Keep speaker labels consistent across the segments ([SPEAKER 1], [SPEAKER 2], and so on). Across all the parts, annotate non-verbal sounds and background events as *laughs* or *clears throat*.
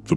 [SPEAKER 1] The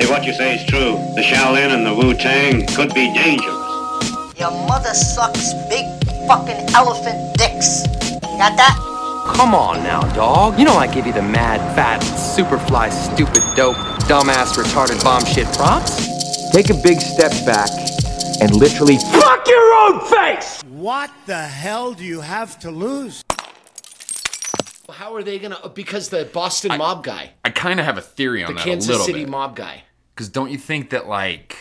[SPEAKER 2] If what you say is true, the Shaolin and the Wu Tang could be dangerous.
[SPEAKER 3] Your mother sucks big fucking elephant dicks. Got that?
[SPEAKER 4] Come on now, dog. You know I give you the mad, fat, superfly, stupid, dope, dumbass, retarded, bomb shit props.
[SPEAKER 5] Take a big step back and literally fuck your own face!
[SPEAKER 6] What the hell do you have to lose?
[SPEAKER 7] How are they gonna? Because the Boston mob guy,
[SPEAKER 8] I kind of have a theory on
[SPEAKER 7] the
[SPEAKER 8] that a
[SPEAKER 7] Kansas
[SPEAKER 8] little
[SPEAKER 7] City
[SPEAKER 8] bit.
[SPEAKER 7] mob guy,
[SPEAKER 8] Because don't you think that like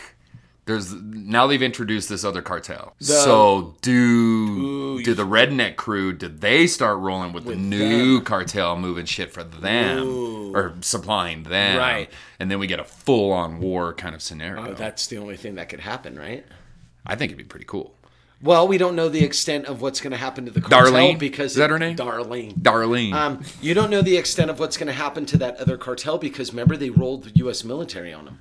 [SPEAKER 8] there's now they've introduced this other cartel. so do do the redneck crew? Do they start rolling with, the new cartel moving shit for them or supplying them?
[SPEAKER 7] Right.
[SPEAKER 8] And then we get a full on war kind of scenario.
[SPEAKER 7] Oh, that's the only thing that could happen, right?
[SPEAKER 8] I think it'd be pretty cool.
[SPEAKER 7] Well, we don't know the extent of what's gonna happen to the cartel
[SPEAKER 8] Darlene?
[SPEAKER 7] because
[SPEAKER 8] Is that her name?
[SPEAKER 7] Darlene.
[SPEAKER 8] Darlene.
[SPEAKER 7] Um, you don't know the extent of what's gonna happen to that other cartel because remember they rolled the U.S. military on them.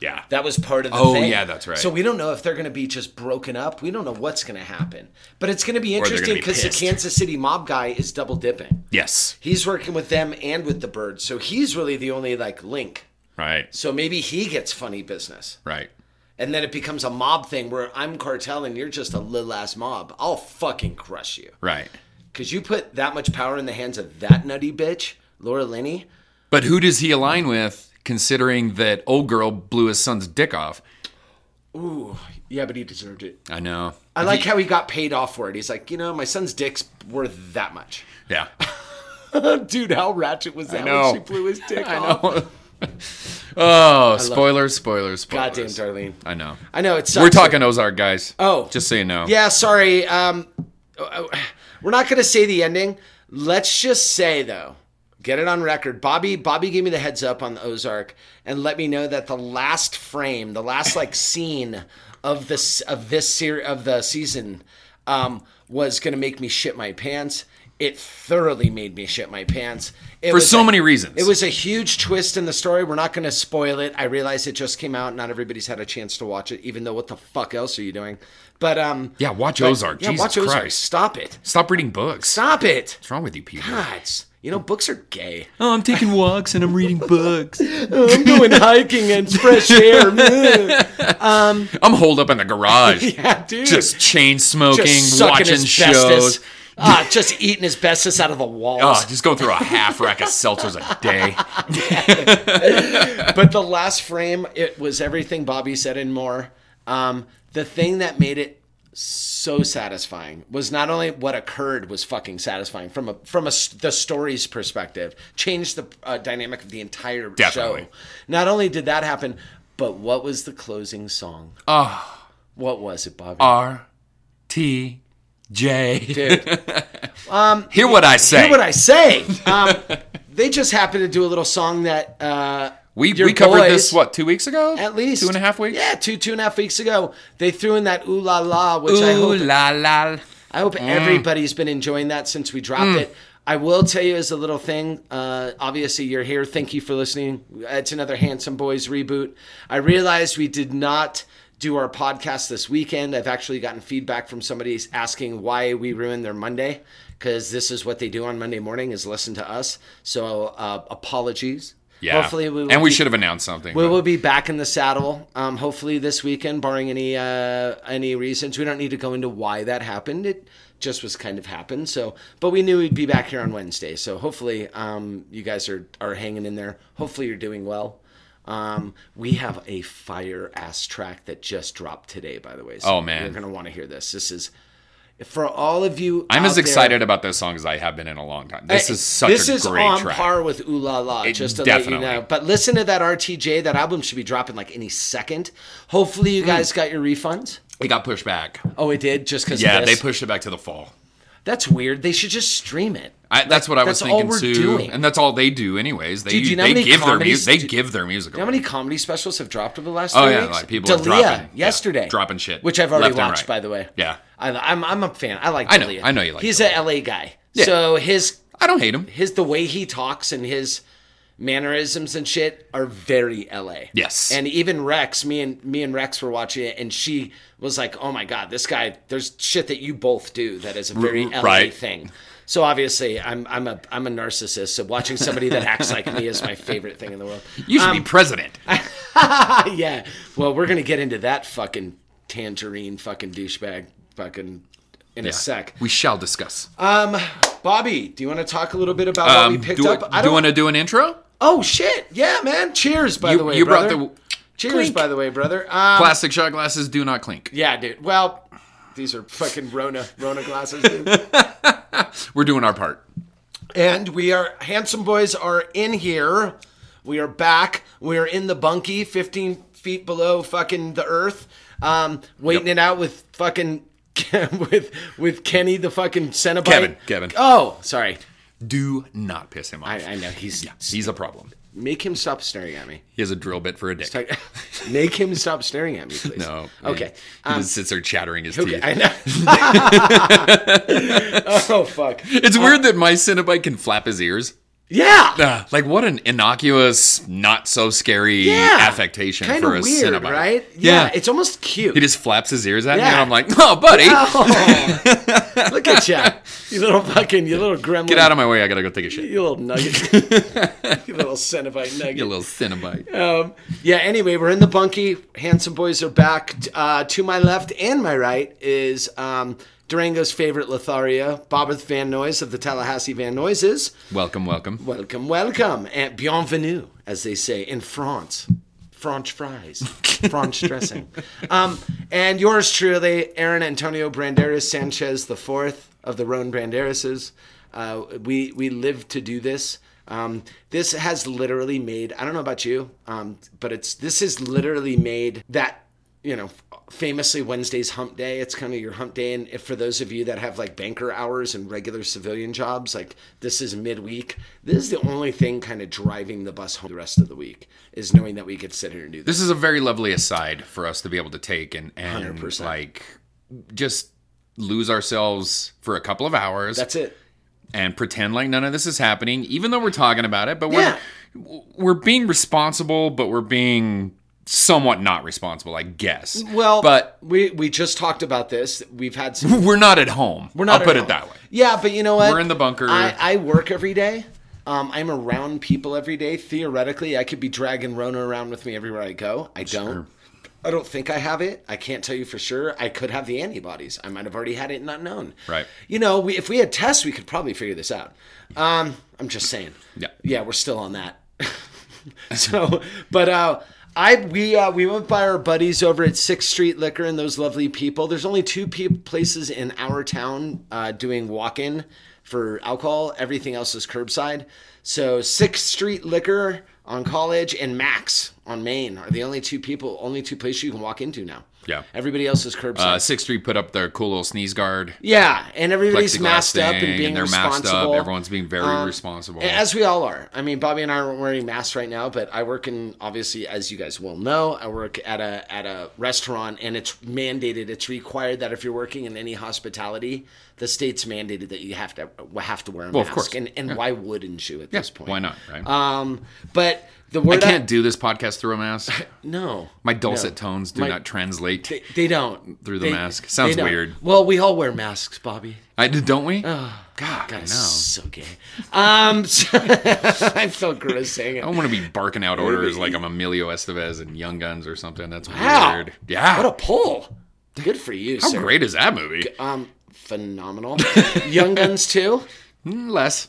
[SPEAKER 8] yeah.
[SPEAKER 7] That was part of the
[SPEAKER 8] Oh,
[SPEAKER 7] thing.
[SPEAKER 8] yeah, that's right.
[SPEAKER 7] So we don't know if they're going to be just broken up. We don't know what's going to happen. But it's going to be
[SPEAKER 8] they're gonna
[SPEAKER 7] interesting
[SPEAKER 8] be
[SPEAKER 7] because the
[SPEAKER 8] pissed.
[SPEAKER 7] Kansas City mob guy is double dipping.
[SPEAKER 8] yes.
[SPEAKER 7] He's working with them and with the birds. So he's really the only like link.
[SPEAKER 8] Right.
[SPEAKER 7] So maybe he gets funny business.
[SPEAKER 8] Right.
[SPEAKER 7] And then it becomes a mob thing where I'm cartel and you're just a little ass mob. I'll fucking crush you.
[SPEAKER 8] Right.
[SPEAKER 7] Because you put that much power in the hands of that nutty bitch, Laura Linney.
[SPEAKER 8] But who does he align with? Considering that old girl blew his son's dick off.
[SPEAKER 7] Ooh, yeah, but he deserved it.
[SPEAKER 8] I know.
[SPEAKER 7] I like how he got paid off for it. He's like, you know, my son's dick's worth that much.
[SPEAKER 8] Yeah.
[SPEAKER 7] *laughs* Dude, how ratchet was that
[SPEAKER 8] know.
[SPEAKER 7] when she blew his dick
[SPEAKER 8] I
[SPEAKER 7] off?
[SPEAKER 8] know. *laughs* oh, spoilers, spoilers, spoilers.
[SPEAKER 7] Goddamn, Darlene.
[SPEAKER 8] I know.
[SPEAKER 7] I know it's.
[SPEAKER 8] We're talking Ozark, guys.
[SPEAKER 7] Oh.
[SPEAKER 8] Just so you know.
[SPEAKER 7] Yeah, sorry. Um, uh, uh, we're not gonna say the ending. Let's just say though, get it on record. Bobby, Bobby gave me the heads up on the Ozark and let me know that the last frame, the last
[SPEAKER 8] *laughs*
[SPEAKER 7] like scene of this of this series of the season, um, was gonna make me shit my pants. It thoroughly made me shit my pants. It
[SPEAKER 8] For
[SPEAKER 7] was
[SPEAKER 8] so
[SPEAKER 7] a-
[SPEAKER 8] many reasons.
[SPEAKER 7] It was a huge twist in the story. We're not going to spoil it. I realize it just came out. Not everybody's had a chance to watch it, even though what the fuck else are you doing? But um,
[SPEAKER 8] Yeah, watch
[SPEAKER 7] but-
[SPEAKER 8] Ozark. Jesus Christ.
[SPEAKER 7] Stop it.
[SPEAKER 8] Stop reading books.
[SPEAKER 7] Stop it.
[SPEAKER 8] What's wrong with you, Peter?
[SPEAKER 7] God, it's- you know books are gay.
[SPEAKER 8] Oh, I'm taking walks and I'm reading books.
[SPEAKER 7] *laughs* I'm going hiking *laughs* and fresh air.
[SPEAKER 8] *laughs* I'm holed up in the garage.
[SPEAKER 7] yeah, dude.
[SPEAKER 8] Just chain smoking,
[SPEAKER 7] Just sucking
[SPEAKER 8] watching
[SPEAKER 7] asbestos.
[SPEAKER 8] shows.
[SPEAKER 7] Ah, just eating asbestos out of the walls.
[SPEAKER 8] Oh, just going through a half rack of seltzers a day.
[SPEAKER 7] but the last frame, it was everything Bobby said and more. Um, the thing that made it so satisfying was not only what occurred was fucking satisfying from a from a s- the story's perspective, changed the uh, dynamic of the entire
[SPEAKER 8] Definitely.
[SPEAKER 7] show. Not only did that happen, but what was the closing song? Oh.
[SPEAKER 8] Ah.
[SPEAKER 7] What was it, Bobby?
[SPEAKER 8] R T J. *laughs* Um, Hear what I say.
[SPEAKER 7] Hear what
[SPEAKER 8] *laughs*
[SPEAKER 7] I say. Um, they just happened to do a little song that uh,
[SPEAKER 8] we
[SPEAKER 7] your
[SPEAKER 8] we covered
[SPEAKER 7] boys-
[SPEAKER 8] this what two weeks ago?
[SPEAKER 7] at least
[SPEAKER 8] two and a half weeks.
[SPEAKER 7] Yeah, two two and a half weeks ago, they threw in that ooh la la, which I
[SPEAKER 8] Ooh
[SPEAKER 7] hope
[SPEAKER 8] la Mm. la.
[SPEAKER 7] I hope everybody's been enjoying that since we dropped
[SPEAKER 8] Mm.
[SPEAKER 7] it. I will tell you as a little thing. Uh, obviously, you're here. Thank you for listening. It's another Handsome Boys reboot. I realized we did not do our podcast this weekend. I've actually gotten feedback from somebody asking why we ruined their Monday because this is what they do on Monday morning is listen to us. So uh, apologies.
[SPEAKER 8] Yeah.
[SPEAKER 7] Hopefully, we will
[SPEAKER 8] and we
[SPEAKER 7] be-
[SPEAKER 8] should have announced something.
[SPEAKER 7] we
[SPEAKER 8] but-
[SPEAKER 7] will be back in the saddle, um, hopefully this weekend, barring any uh, any reasons. We don't need to go into why that happened. It just was kind of happened. So, but we knew we'd be back here on Wednesday. So hopefully, um, you guys are are hanging in there. Hopefully, you're doing well. Um, we have a fire ass track that just dropped today, by the way. So
[SPEAKER 8] Oh, man.
[SPEAKER 7] you're gonna want to hear this. This is for all of you.
[SPEAKER 8] I'm
[SPEAKER 7] out
[SPEAKER 8] as
[SPEAKER 7] there-
[SPEAKER 8] excited about this song as I have been in a long time. This
[SPEAKER 7] uh,
[SPEAKER 8] is such
[SPEAKER 7] this
[SPEAKER 8] a
[SPEAKER 7] is
[SPEAKER 8] great
[SPEAKER 7] on
[SPEAKER 8] track.
[SPEAKER 7] par with Ooh La La. Just to let
[SPEAKER 8] definitely.
[SPEAKER 7] you know, but listen to that RTJ. That album should be dropping like any second. Hopefully, you
[SPEAKER 8] Hmm.
[SPEAKER 7] guys got your refunds.
[SPEAKER 8] It got pushed back.
[SPEAKER 7] Oh, it did just because.
[SPEAKER 8] Yeah,
[SPEAKER 7] of this.
[SPEAKER 8] they pushed it back to the fall.
[SPEAKER 7] That's weird. They should just stream it.
[SPEAKER 8] I, that's what I was
[SPEAKER 7] that's all
[SPEAKER 8] thinking
[SPEAKER 7] we're
[SPEAKER 8] too,
[SPEAKER 7] doing.
[SPEAKER 8] and that's all they do, anyways. They
[SPEAKER 7] Dude, do you know how
[SPEAKER 8] they
[SPEAKER 7] many
[SPEAKER 8] give their
[SPEAKER 7] comedies
[SPEAKER 8] music. They
[SPEAKER 7] do-
[SPEAKER 8] give their music.
[SPEAKER 7] You know how
[SPEAKER 8] away.
[SPEAKER 7] many comedy specials have dropped over the last?
[SPEAKER 8] Oh
[SPEAKER 7] three
[SPEAKER 8] yeah,
[SPEAKER 7] weeks?
[SPEAKER 8] like people are
[SPEAKER 7] Dalia
[SPEAKER 8] dropping yeah,
[SPEAKER 7] yesterday,
[SPEAKER 8] dropping shit,
[SPEAKER 7] which I've already
[SPEAKER 8] left and
[SPEAKER 7] watched,
[SPEAKER 8] right.
[SPEAKER 7] by the way.
[SPEAKER 8] Yeah.
[SPEAKER 7] I, I'm I'm a fan. I like.
[SPEAKER 8] I know-
[SPEAKER 7] Dalia.
[SPEAKER 8] I know you like
[SPEAKER 7] He's
[SPEAKER 8] Dalia.
[SPEAKER 7] a LA guy,
[SPEAKER 8] Yeah.
[SPEAKER 7] so his
[SPEAKER 8] I don't hate him.
[SPEAKER 7] his the way he talks and his mannerisms and shit are very LA.
[SPEAKER 8] Yes.
[SPEAKER 7] And even Rex, me and me and Rex were watching it and she was like, "Oh my god, this guy there's shit that you both do that is a very LA
[SPEAKER 8] right.
[SPEAKER 7] thing." So obviously, I'm I'm a I'm a narcissist, so watching somebody that acts like me is my favorite thing in the world. *laughs*
[SPEAKER 8] You should
[SPEAKER 7] Um,
[SPEAKER 8] be president.
[SPEAKER 7] yeah. Well, we're gonna get into that fucking tangerine fucking douchebag fucking in
[SPEAKER 8] Yeah.
[SPEAKER 7] a sec. Um,
[SPEAKER 8] We shall discuss.
[SPEAKER 7] Bobby, do you want to talk a little bit about what we picked
[SPEAKER 8] Um, do,
[SPEAKER 7] up?
[SPEAKER 8] do
[SPEAKER 7] I
[SPEAKER 8] you
[SPEAKER 7] don't
[SPEAKER 8] want to do an intro?
[SPEAKER 7] Oh shit! Yeah, man. Cheers, by
[SPEAKER 8] You-
[SPEAKER 7] the way.
[SPEAKER 8] you brought
[SPEAKER 7] brother.
[SPEAKER 8] the-
[SPEAKER 7] cheers,
[SPEAKER 8] Clink.
[SPEAKER 7] by the way, brother. Um,
[SPEAKER 8] Plastic shot glasses do not clink.
[SPEAKER 7] yeah, dude. Well, these are fucking Rona Rona
[SPEAKER 8] *laughs*
[SPEAKER 7] glasses, dude.
[SPEAKER 8] We're doing our part.
[SPEAKER 7] and we are handsome boys are in here. We are back. We are in the bunkie, fifteen feet below fucking the earth. Um, waiting
[SPEAKER 8] Yep.
[SPEAKER 7] it out with fucking *laughs* with with Kenny the fucking Cenobite.
[SPEAKER 8] Kevin, Kevin.
[SPEAKER 7] Oh, sorry.
[SPEAKER 8] Do not piss him off.
[SPEAKER 7] I, I know he's
[SPEAKER 8] He's a problem.
[SPEAKER 7] make him stop staring at me.
[SPEAKER 8] He has a drill bit for a dick.
[SPEAKER 7] *laughs* make him stop staring at me, please. *laughs*
[SPEAKER 8] no.
[SPEAKER 7] Okay. um,
[SPEAKER 8] He, just sits there chattering his teeth.
[SPEAKER 7] I know.
[SPEAKER 8] *laughs*
[SPEAKER 7] *laughs* oh fuck.
[SPEAKER 8] It's weird that my Cinnabite can flap his ears.
[SPEAKER 7] Yeah.
[SPEAKER 8] Ah, like what an innocuous, not so scary
[SPEAKER 7] Yeah.
[SPEAKER 8] affectation
[SPEAKER 7] Kinda
[SPEAKER 8] for a
[SPEAKER 7] weird,
[SPEAKER 8] Cinnabite.
[SPEAKER 7] right?
[SPEAKER 8] Yeah.
[SPEAKER 7] It's almost cute.
[SPEAKER 8] He
[SPEAKER 7] *laughs*
[SPEAKER 8] just flaps his ears at me, and
[SPEAKER 7] Yeah.
[SPEAKER 8] I'm like, "Oh, buddy, *laughs*
[SPEAKER 7] Oh, look at you, you little fucking, you little gremlin.
[SPEAKER 8] get out of my way! I gotta go take a shit."
[SPEAKER 7] you little
[SPEAKER 8] *laughs*
[SPEAKER 7] nugget, you little Cenobite nugget.
[SPEAKER 8] You little Cinnabite.
[SPEAKER 7] Yeah. Anyway, we're in the bunkie. Handsome boys are back. Uh, to my left and my right is um, Durango's favorite Lothario, Bobbeth Van Noyes of the Tallahassee Van Noises.
[SPEAKER 8] Welcome, welcome.
[SPEAKER 7] Welcome, welcome, and bienvenue, as they say in France. French fries, French dressing. Um, and yours truly, Aaron Antonio Branderas Sanchez the fourth of the Roan Branderases. Uh, we we live to do this. Um, this has literally made. I don't know about you, um, but it's this has literally made that you know, famously Wednesday's hump day. It's kind of your hump day. And if for those of you that have like banker hours and regular civilian jobs, like this is midweek, this is the only thing kind of driving the bus home the rest of the week is knowing that we could sit here and do this.
[SPEAKER 8] This is a very lovely aside for us to be able to take and and
[SPEAKER 7] 100%.
[SPEAKER 8] like just lose ourselves for a couple of hours
[SPEAKER 7] That's it.
[SPEAKER 8] and pretend like none of this is happening, even though we're talking about it. But
[SPEAKER 7] Yeah.
[SPEAKER 8] we're we're being responsible, but we're being somewhat not responsible, I guess.
[SPEAKER 7] Well,
[SPEAKER 8] but
[SPEAKER 7] but we, we just talked about this. We've had some
[SPEAKER 8] we're not at home. We're
[SPEAKER 7] not
[SPEAKER 8] I'll put
[SPEAKER 7] at
[SPEAKER 8] it
[SPEAKER 7] home.
[SPEAKER 8] that way.
[SPEAKER 7] Yeah, but you know what?
[SPEAKER 8] We're in the bunker.
[SPEAKER 7] I, I work every day. Um, I'm around people every day. Theoretically, I could be dragging Rona around with me everywhere I go. I don't. I don't think I have it. I can't tell you for sure. I could have the antibodies. I might have already had it and not known.
[SPEAKER 8] Right.
[SPEAKER 7] You know, we, if we had tests, we could probably figure this out. Um, I'm just saying.
[SPEAKER 8] Yeah.
[SPEAKER 7] Yeah, we're still on that. *laughs* so, but uh, I we uh, we went by our buddies over at Sixth Street Liquor and those lovely people. There's only two pe- places in our town uh, doing walk-in for alcohol. Everything else is curbside. So Sixth Street Liquor on College and Max on Main are the only two people, only two places you can walk into now.
[SPEAKER 8] Yeah.
[SPEAKER 7] Everybody else is curbside.
[SPEAKER 8] Uh, Sixth Street put up their cool little sneeze guard.
[SPEAKER 7] Yeah, and everybody's
[SPEAKER 8] plexiglass
[SPEAKER 7] masked up
[SPEAKER 8] thing,
[SPEAKER 7] and being
[SPEAKER 8] and they're masked up.
[SPEAKER 7] responsible. Um,
[SPEAKER 8] Everyone's being very responsible.
[SPEAKER 7] as we all are. I mean, Bobby and I aren't wearing masks right now, but I work in obviously, as you guys well know, I work at a at a restaurant, and it's mandated. It's required that if you're working in any hospitality, the state's mandated that you have to have to wear a
[SPEAKER 8] Well, of
[SPEAKER 7] mask.
[SPEAKER 8] course.
[SPEAKER 7] and and why wouldn't you at this point?
[SPEAKER 8] Why not? Right.
[SPEAKER 7] Um, but the
[SPEAKER 8] I
[SPEAKER 7] word
[SPEAKER 8] can't do this podcast through a mask.
[SPEAKER 7] *laughs* no.
[SPEAKER 8] My dulcet
[SPEAKER 7] No.
[SPEAKER 8] tones do
[SPEAKER 7] My-
[SPEAKER 8] not translate.
[SPEAKER 7] They, they don't
[SPEAKER 8] Through the
[SPEAKER 7] They-
[SPEAKER 8] mask.
[SPEAKER 7] they
[SPEAKER 8] Sounds
[SPEAKER 7] don't.
[SPEAKER 8] weird.
[SPEAKER 7] Well, we all wear masks, Bobby.
[SPEAKER 8] I don't we? God, I
[SPEAKER 7] God,
[SPEAKER 8] know.
[SPEAKER 7] it's so gay. Um, so- *laughs* I felt gross saying
[SPEAKER 8] I
[SPEAKER 7] it.
[SPEAKER 8] don't want to be barking out orders like I'm Emilio Estevez and Young Guns or something. That's
[SPEAKER 7] Wow.
[SPEAKER 8] weird. Yeah.
[SPEAKER 7] What a pull! Good for you,
[SPEAKER 8] How
[SPEAKER 7] sir.
[SPEAKER 8] great is that movie?
[SPEAKER 7] Um, phenomenal. *laughs* Young Guns too.
[SPEAKER 8] Mm,
[SPEAKER 7] *laughs*
[SPEAKER 8] Less.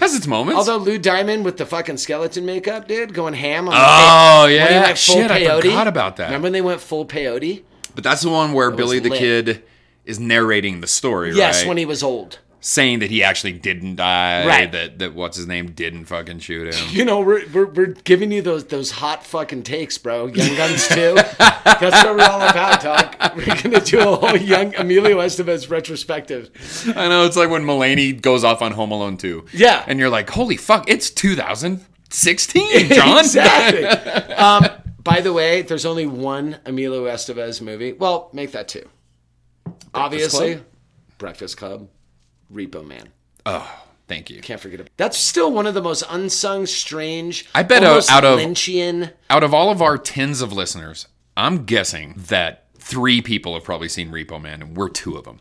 [SPEAKER 8] Has its moments.
[SPEAKER 7] Although Lou Diamond with the fucking skeleton makeup, dude, going ham on.
[SPEAKER 8] Oh,
[SPEAKER 7] the, when he
[SPEAKER 8] yeah.
[SPEAKER 7] went full
[SPEAKER 8] Shit, I
[SPEAKER 7] peyote.
[SPEAKER 8] forgot about that.
[SPEAKER 7] Remember when they went full peyote?
[SPEAKER 8] but that's the one where Billy the
[SPEAKER 7] lit.
[SPEAKER 8] Kid is narrating the story,
[SPEAKER 7] Yes,
[SPEAKER 8] right?
[SPEAKER 7] when he was old.
[SPEAKER 8] saying that he actually didn't die.
[SPEAKER 7] Right.
[SPEAKER 8] That that what's his name didn't fucking shoot him.
[SPEAKER 7] You know, we're, we're, we're giving you those those hot fucking takes, bro. Young Guns
[SPEAKER 8] *laughs*
[SPEAKER 7] too. That's what we're all about, dog. We're gonna do a whole young Emilio Estevez retrospective.
[SPEAKER 8] I know it's like when Mulaney goes off on Home Alone 2.
[SPEAKER 7] Yeah.
[SPEAKER 8] And you're like, holy fuck, it's
[SPEAKER 7] *laughs*
[SPEAKER 8] 2016, John.
[SPEAKER 7] exactly. um, by the way, there's only one Emilio Estevez movie. Well, make that two. Obviously,
[SPEAKER 8] Club?
[SPEAKER 7] Breakfast Club, Repo Man.
[SPEAKER 8] Thank you.
[SPEAKER 7] Can't forget it. That's still one of the most unsung, strange.
[SPEAKER 8] I bet
[SPEAKER 7] almost
[SPEAKER 8] out of-
[SPEAKER 7] Lynchian.
[SPEAKER 8] Out of all of our tens of listeners, I'm guessing that three people have probably seen Repo Man, and we're two of them.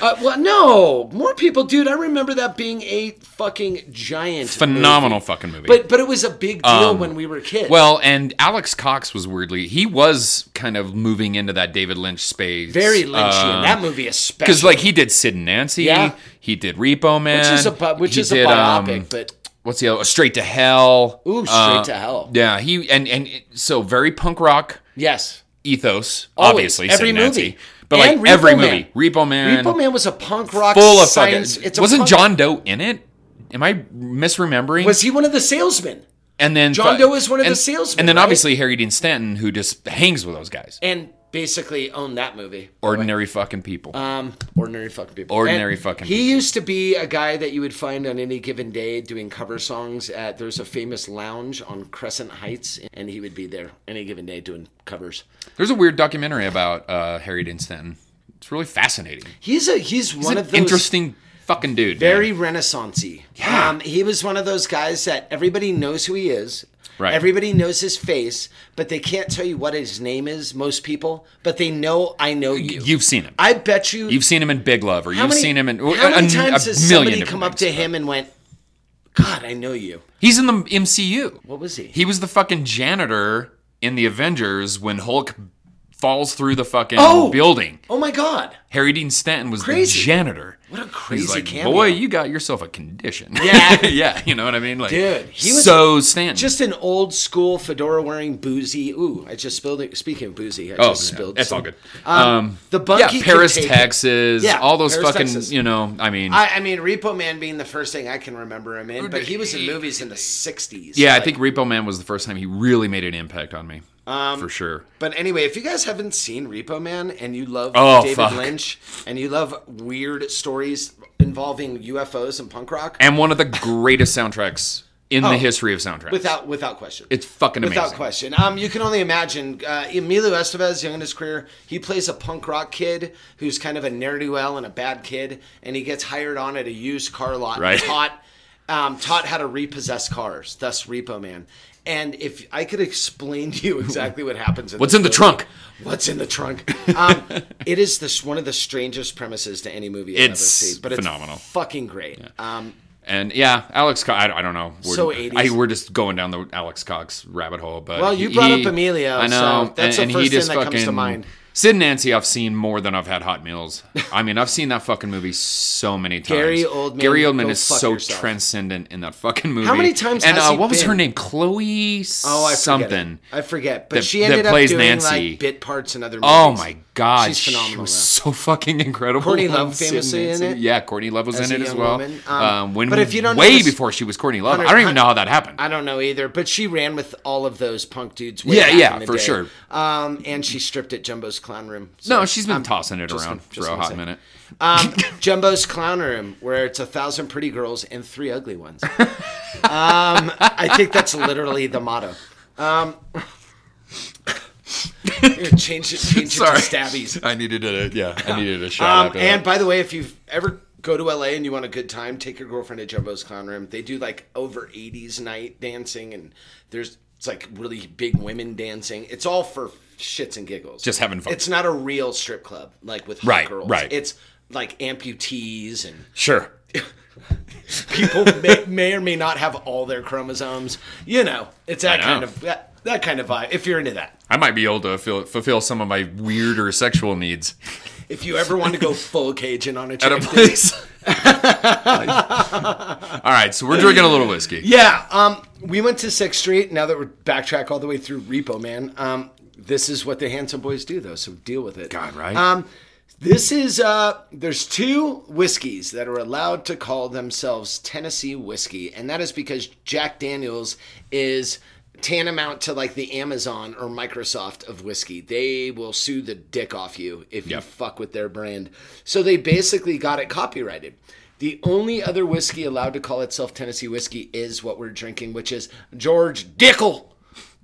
[SPEAKER 7] Uh, well, no, more people, dude. I remember that being a fucking giant,
[SPEAKER 8] Phenomenal fucking movie.
[SPEAKER 7] movie. But but it was a big deal when we were kids.
[SPEAKER 8] well, and Alex Cox was weirdly, he was kind of moving into that David Lynch space.
[SPEAKER 7] very Lynchian. that movie especially,
[SPEAKER 8] Because, uh, like, he did Sid and Nancy.
[SPEAKER 7] Yeah.
[SPEAKER 8] He did Repo Man.
[SPEAKER 7] which is a bi- which
[SPEAKER 8] he
[SPEAKER 7] is a
[SPEAKER 8] did, um,
[SPEAKER 7] biopic, but
[SPEAKER 8] what's the other? Straight to Hell.
[SPEAKER 7] ooh, straight
[SPEAKER 8] Uh,
[SPEAKER 7] to hell.
[SPEAKER 8] Yeah, he and and it- so very punk rock
[SPEAKER 7] Yes,
[SPEAKER 8] ethos,
[SPEAKER 7] Always.
[SPEAKER 8] obviously.
[SPEAKER 7] Every
[SPEAKER 8] Sid Nancy.
[SPEAKER 7] movie.
[SPEAKER 8] but
[SPEAKER 7] And
[SPEAKER 8] like
[SPEAKER 7] Repo
[SPEAKER 8] every
[SPEAKER 7] Man.
[SPEAKER 8] movie, Repo Man,
[SPEAKER 7] Repo Man was a punk rock
[SPEAKER 8] full of
[SPEAKER 7] science.
[SPEAKER 8] fucking.
[SPEAKER 7] it's a
[SPEAKER 8] wasn't
[SPEAKER 7] punk-
[SPEAKER 8] John Doe in it? Am I misremembering?
[SPEAKER 7] Was he one of the salesmen?
[SPEAKER 8] and then
[SPEAKER 7] John
[SPEAKER 8] fu-
[SPEAKER 7] Doe is one of the
[SPEAKER 8] and-
[SPEAKER 7] salesmen,
[SPEAKER 8] and then
[SPEAKER 7] right?
[SPEAKER 8] obviously Harry Dean Stanton, who just hangs with those guys,
[SPEAKER 7] And basically owned that movie.
[SPEAKER 8] ordinary fucking people.
[SPEAKER 7] Um, ordinary fucking people.
[SPEAKER 8] Ordinary
[SPEAKER 7] And
[SPEAKER 8] fucking
[SPEAKER 7] He
[SPEAKER 8] people.
[SPEAKER 7] used to be a guy that you would find on any given day doing cover songs at. There's a famous lounge on Crescent Heights, and he would be there any given day doing covers.
[SPEAKER 8] There's a weird documentary about uh, Harry Dean Stanton. It's really fascinating.
[SPEAKER 7] He's a he's
[SPEAKER 8] He's
[SPEAKER 7] one
[SPEAKER 8] an
[SPEAKER 7] of those
[SPEAKER 8] interesting fucking dude.
[SPEAKER 7] very
[SPEAKER 8] man.
[SPEAKER 7] renaissancey.
[SPEAKER 8] Yeah.
[SPEAKER 7] Um, he was one of those guys that everybody knows who he is.
[SPEAKER 8] Right.
[SPEAKER 7] Everybody knows his face, but they can't tell you what his name is. Most people, but they know I know you.
[SPEAKER 8] You've seen him.
[SPEAKER 7] I bet you.
[SPEAKER 8] You've seen him in Big Love, or
[SPEAKER 7] how
[SPEAKER 8] you've
[SPEAKER 7] many,
[SPEAKER 8] seen him in
[SPEAKER 7] How many
[SPEAKER 8] a-
[SPEAKER 7] times
[SPEAKER 8] a million
[SPEAKER 7] has somebody
[SPEAKER 8] different
[SPEAKER 7] come up
[SPEAKER 8] things.
[SPEAKER 7] to him and went, "God, I know you."
[SPEAKER 8] He's in the MCU.
[SPEAKER 7] What was he?
[SPEAKER 8] He was the fucking janitor in the Avengers when Hulk falls through the fucking
[SPEAKER 7] Oh!
[SPEAKER 8] building.
[SPEAKER 7] oh my God!
[SPEAKER 8] Harry Dean Stanton was
[SPEAKER 7] Crazy.
[SPEAKER 8] the janitor.
[SPEAKER 7] What a crazy
[SPEAKER 8] He's like,
[SPEAKER 7] cameo.
[SPEAKER 8] boy, you got yourself a condition. *laughs*
[SPEAKER 7] Yeah.
[SPEAKER 8] yeah, you know what I mean? Like,
[SPEAKER 7] Dude, he was
[SPEAKER 8] so Stanton.
[SPEAKER 7] just an old school fedora wearing boozy. Ooh, I just spilled it. Speaking of boozy, I
[SPEAKER 8] oh,
[SPEAKER 7] just
[SPEAKER 8] yeah,
[SPEAKER 7] spilled.
[SPEAKER 8] that's
[SPEAKER 7] some-
[SPEAKER 8] all good.
[SPEAKER 7] Um, the
[SPEAKER 8] yeah,
[SPEAKER 7] Bunky
[SPEAKER 8] Paris,
[SPEAKER 7] could take it.
[SPEAKER 8] Texas.
[SPEAKER 7] Yeah,
[SPEAKER 8] all those
[SPEAKER 7] Paris,
[SPEAKER 8] fucking,
[SPEAKER 7] Texas.
[SPEAKER 8] you know, I mean,
[SPEAKER 7] I, I mean, Repo Man being the first thing I can remember him in, but he was in movies in the '60s.
[SPEAKER 8] yeah, I
[SPEAKER 7] like-
[SPEAKER 8] think Repo Man was the first time he really made an impact on me.
[SPEAKER 7] Um,
[SPEAKER 8] for sure.
[SPEAKER 7] But anyway, if you guys haven't seen Repo Man and you love
[SPEAKER 8] Oh,
[SPEAKER 7] David
[SPEAKER 8] fuck.
[SPEAKER 7] Lynch and you love weird stories involving UFOs and punk rock,
[SPEAKER 8] And one of the greatest soundtracks in the history of soundtracks.
[SPEAKER 7] oh. without without question,
[SPEAKER 8] It's fucking amazing.
[SPEAKER 7] without question. Um, you can only imagine uh, Emilio Estevez, young in his career, he plays a punk rock kid who's kind of a ne'er do well and a bad kid, and he gets hired on at a used car lot, and
[SPEAKER 8] Right.
[SPEAKER 7] taught um, taught how to repossess cars, thus Repo Man. And if I could explain to you exactly what happens, in
[SPEAKER 8] What's
[SPEAKER 7] this
[SPEAKER 8] in the
[SPEAKER 7] movie.
[SPEAKER 8] trunk?
[SPEAKER 7] What's in the trunk? Um, *laughs* it is this one of the strangest premises to any movie I've ever
[SPEAKER 8] It's
[SPEAKER 7] seen, but
[SPEAKER 8] phenomenal.
[SPEAKER 7] it's fucking great. Um,
[SPEAKER 8] And yeah, Alex. Co- I, don't- I don't know. We're,
[SPEAKER 7] So
[SPEAKER 8] I,
[SPEAKER 7] 80s.
[SPEAKER 8] we're just going down the Alex Cox rabbit hole. But
[SPEAKER 7] Well, you brought up Emilio, so that's the first thing that comes to mind.
[SPEAKER 8] Sid and Nancy, I've seen more than I've had hot meals. I mean, I've seen that fucking movie so many times.
[SPEAKER 7] Gary Oldman,
[SPEAKER 8] Gary Oldman
[SPEAKER 7] go
[SPEAKER 8] is
[SPEAKER 7] fuck
[SPEAKER 8] so
[SPEAKER 7] yourself.
[SPEAKER 8] transcendent in that fucking movie.
[SPEAKER 7] many times
[SPEAKER 8] And
[SPEAKER 7] has
[SPEAKER 8] uh,
[SPEAKER 7] he
[SPEAKER 8] what was her
[SPEAKER 7] been?
[SPEAKER 8] name? Chloe
[SPEAKER 7] Oh, I forget
[SPEAKER 8] something.
[SPEAKER 7] it. I forget, but
[SPEAKER 8] that-
[SPEAKER 7] she
[SPEAKER 8] that
[SPEAKER 7] ended
[SPEAKER 8] plays
[SPEAKER 7] up doing
[SPEAKER 8] Nancy.
[SPEAKER 7] like bit parts in other movies.
[SPEAKER 8] Oh my god,
[SPEAKER 7] she's
[SPEAKER 8] She
[SPEAKER 7] phenomenal.
[SPEAKER 8] was
[SPEAKER 7] though.
[SPEAKER 8] so fucking incredible.
[SPEAKER 7] Courtney Love
[SPEAKER 8] on Sid and
[SPEAKER 7] famously in
[SPEAKER 8] Nancy.
[SPEAKER 7] it
[SPEAKER 8] Yeah, Courtney Love was
[SPEAKER 7] as
[SPEAKER 8] in
[SPEAKER 7] a
[SPEAKER 8] it as
[SPEAKER 7] young
[SPEAKER 8] well.
[SPEAKER 7] woman. Um,
[SPEAKER 8] Um, when,
[SPEAKER 7] but if you don't
[SPEAKER 8] way
[SPEAKER 7] notice-
[SPEAKER 8] before she was Courtney Love,
[SPEAKER 7] Hunter-
[SPEAKER 8] I don't even know how
[SPEAKER 7] Hunter-
[SPEAKER 8] that happened.
[SPEAKER 7] I don't know either, but she ran with all of those punk dudes. Way
[SPEAKER 8] Yeah,
[SPEAKER 7] back
[SPEAKER 8] yeah,
[SPEAKER 7] in the
[SPEAKER 8] for
[SPEAKER 7] day.
[SPEAKER 8] sure.
[SPEAKER 7] Um, and she stripped at Jumbo's Clown Room. So
[SPEAKER 8] No, she's been
[SPEAKER 7] I'm
[SPEAKER 8] tossing it
[SPEAKER 7] just
[SPEAKER 8] around
[SPEAKER 7] gonna- just
[SPEAKER 8] for a
[SPEAKER 7] gonna
[SPEAKER 8] hot
[SPEAKER 7] say.
[SPEAKER 8] minute.
[SPEAKER 7] Um, *laughs* Jumbo's Clown Room, where it's a thousand pretty girls and three ugly
[SPEAKER 8] *laughs*
[SPEAKER 7] ones. um, I think that's literally the motto. Um, *coughs* here, change it, change it to stabbies.
[SPEAKER 8] I needed a yeah. I needed a shot.
[SPEAKER 7] Um, and by the way, if you have ever go to LA and you want a good time, take your girlfriend to Jumbo's Clown Room. They do like over 80s night dancing, and there's it's like really big women dancing. It's all for shits and giggles,
[SPEAKER 8] Just having fun.
[SPEAKER 7] It's not a real strip club like with hot
[SPEAKER 8] Right,
[SPEAKER 7] girls.
[SPEAKER 8] right.
[SPEAKER 7] It's like amputees and
[SPEAKER 8] sure.
[SPEAKER 7] people *laughs* may, may or may not have all their chromosomes. You know, it's that
[SPEAKER 8] I know.
[SPEAKER 7] kind of that, that kind of vibe. If you're into that.
[SPEAKER 8] I might be able to fill, fulfill some of my weirder sexual needs
[SPEAKER 7] If you ever want to go full Cajun on
[SPEAKER 8] *laughs*
[SPEAKER 7] a
[SPEAKER 8] at a
[SPEAKER 7] *laughs* chick,
[SPEAKER 8] place. All right, so we're drinking a little whiskey.
[SPEAKER 7] Yeah, um, we went to Sixth Street. Now that we're backtrack all the way through Repo Man, um, this is what the handsome boys do, though. So deal with it.
[SPEAKER 8] God, right?
[SPEAKER 7] Um, This is uh there's two whiskeys that are allowed to call themselves Tennessee whiskey, and that is because Jack Daniels is tantamount to like the Amazon or Microsoft of whiskey. They will sue the dick off you if you fuck with their brand. So they basically got it copyrighted. The only other whiskey allowed to call itself Tennessee whiskey is what we're drinking, which is George Dickel.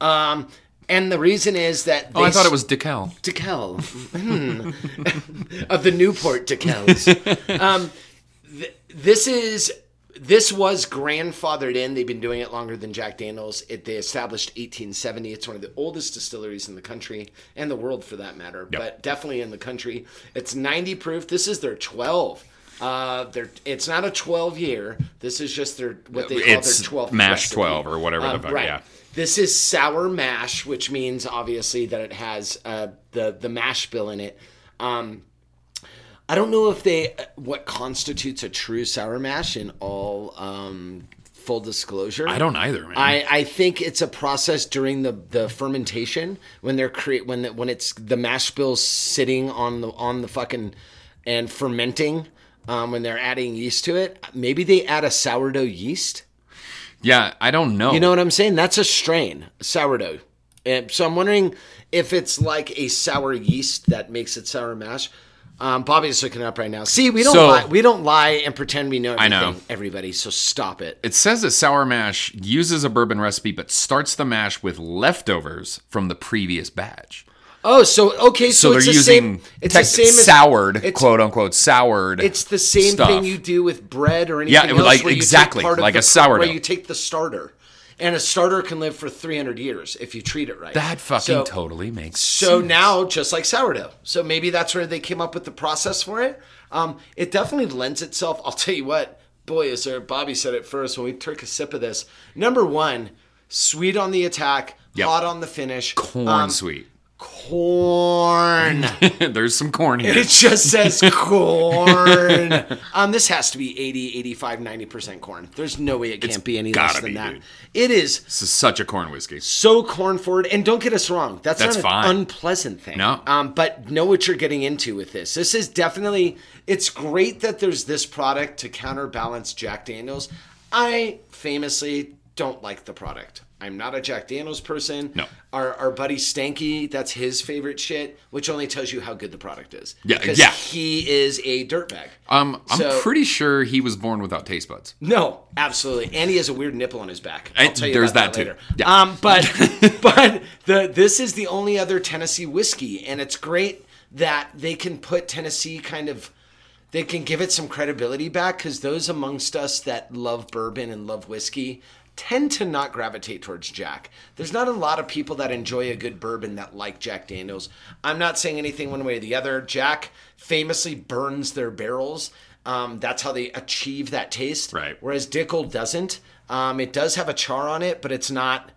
[SPEAKER 7] Um, and the reason is that
[SPEAKER 8] Oh,
[SPEAKER 7] they
[SPEAKER 8] I thought it was DeKal.
[SPEAKER 7] Decal of the
[SPEAKER 8] *laughs*
[SPEAKER 7] Newport Decals. um, th- this is this was grandfathered in. They've been doing it longer than Jack Daniels. It they established 1870. It's one of the oldest distilleries in the country and the world for that matter, but definitely in the country. It's 90 proof. This is their 12. Uh, they're, it's not a 12 year. This is just their what they call
[SPEAKER 8] It's
[SPEAKER 7] their 12
[SPEAKER 8] mash
[SPEAKER 7] recipe.
[SPEAKER 8] 12 or whatever the
[SPEAKER 7] Um,
[SPEAKER 8] fuck, yeah.
[SPEAKER 7] This is sour mash, which means obviously that it has uh, the the mash bill in it. Um, I don't know if they uh, what constitutes a true sour mash in all um, full disclosure.
[SPEAKER 8] I don't either, man.
[SPEAKER 7] I, I think it's a process during the, the fermentation when they're create when the, when it's the mash bills sitting on the on the fucking and fermenting um, when they're adding yeast to it. Maybe they add a sourdough yeast.
[SPEAKER 8] yeah, I don't know.
[SPEAKER 7] You know what I'm saying? That's a strain, sourdough. And so I'm wondering if it's like a sour yeast that makes it sour mash. Um, Bobby's looking it up right now. See, we don't
[SPEAKER 8] So-
[SPEAKER 7] lie. we don't lie and pretend we know everything.
[SPEAKER 8] know.
[SPEAKER 7] everybody. So stop it.
[SPEAKER 8] It says that sour mash uses a bourbon recipe but starts the mash with leftovers from the previous batch.
[SPEAKER 7] Oh, so okay, so,
[SPEAKER 8] So,
[SPEAKER 7] it's
[SPEAKER 8] they're
[SPEAKER 7] the
[SPEAKER 8] using
[SPEAKER 7] same. It's
[SPEAKER 8] tech-
[SPEAKER 7] the same as
[SPEAKER 8] soured,
[SPEAKER 7] it's-
[SPEAKER 8] quote unquote, soured.
[SPEAKER 7] It's the same
[SPEAKER 8] stuff.
[SPEAKER 7] thing you do with bread or anything
[SPEAKER 8] Yeah, it was
[SPEAKER 7] else
[SPEAKER 8] like-
[SPEAKER 7] where you take
[SPEAKER 8] exactly,
[SPEAKER 7] part of
[SPEAKER 8] like
[SPEAKER 7] the-
[SPEAKER 8] a sourdough.
[SPEAKER 7] Where you take the starter, and a starter can live for 300 years if you treat it right.
[SPEAKER 8] That fucking
[SPEAKER 7] So-
[SPEAKER 8] totally makes
[SPEAKER 7] So
[SPEAKER 8] sense.
[SPEAKER 7] now, just like sourdough, so maybe that's where they came up with the process for it. Um, it definitely lends itself. I'll tell you what, boy, is there? Bobby said it first when we took a sip of this. Number one, sweet on the attack,
[SPEAKER 8] Yep.
[SPEAKER 7] hot on the finish,
[SPEAKER 8] corn
[SPEAKER 7] Um,
[SPEAKER 8] sweet. *laughs*
[SPEAKER 7] corn. *laughs*
[SPEAKER 8] There's some corn here.
[SPEAKER 7] It just says corn.
[SPEAKER 8] *laughs*
[SPEAKER 7] um, this has to be 80, 85, 90% corn. There's no way it can't be any less
[SPEAKER 8] gotta
[SPEAKER 7] than
[SPEAKER 8] be,
[SPEAKER 7] that.
[SPEAKER 8] dude.
[SPEAKER 7] It is
[SPEAKER 8] This is such a corn whiskey.
[SPEAKER 7] so corn forward. And don't get us wrong, that's,
[SPEAKER 8] That's
[SPEAKER 7] not
[SPEAKER 8] fine.
[SPEAKER 7] an unpleasant thing.
[SPEAKER 8] No.
[SPEAKER 7] Um, but know what you're getting into with this. This is definitely, it's great that there's this product to counterbalance Jack Daniels. I famously don't like the product. I'm not a Jack Daniels person.
[SPEAKER 8] No.
[SPEAKER 7] Our, our buddy Stanky, that's his favorite shit, which only tells you how good the product is.
[SPEAKER 8] Yeah,
[SPEAKER 7] Because
[SPEAKER 8] yeah.
[SPEAKER 7] He is a dirtbag.
[SPEAKER 8] Um, I'm
[SPEAKER 7] So-
[SPEAKER 8] pretty sure he was born without taste buds.
[SPEAKER 7] No, absolutely. And he has a weird nipple on his back.
[SPEAKER 8] I-
[SPEAKER 7] I'll tell you
[SPEAKER 8] there's
[SPEAKER 7] about
[SPEAKER 8] that
[SPEAKER 7] that,
[SPEAKER 8] too.
[SPEAKER 7] later.
[SPEAKER 8] Yeah.
[SPEAKER 7] Um, but
[SPEAKER 8] *laughs*
[SPEAKER 7] but the this is the only other Tennessee whiskey, and it's great that they can put Tennessee kind of they can give it some credibility back because those amongst us that love bourbon and love whiskey tend to not gravitate towards Jack. There's not a lot of people that enjoy a good bourbon that like Jack Daniels. I'm not saying anything one way or the other. Jack famously burns their barrels. Um, that's how they achieve that taste.
[SPEAKER 8] Right.
[SPEAKER 7] Whereas Dickel doesn't. Um, it does have a char on it, but it's not.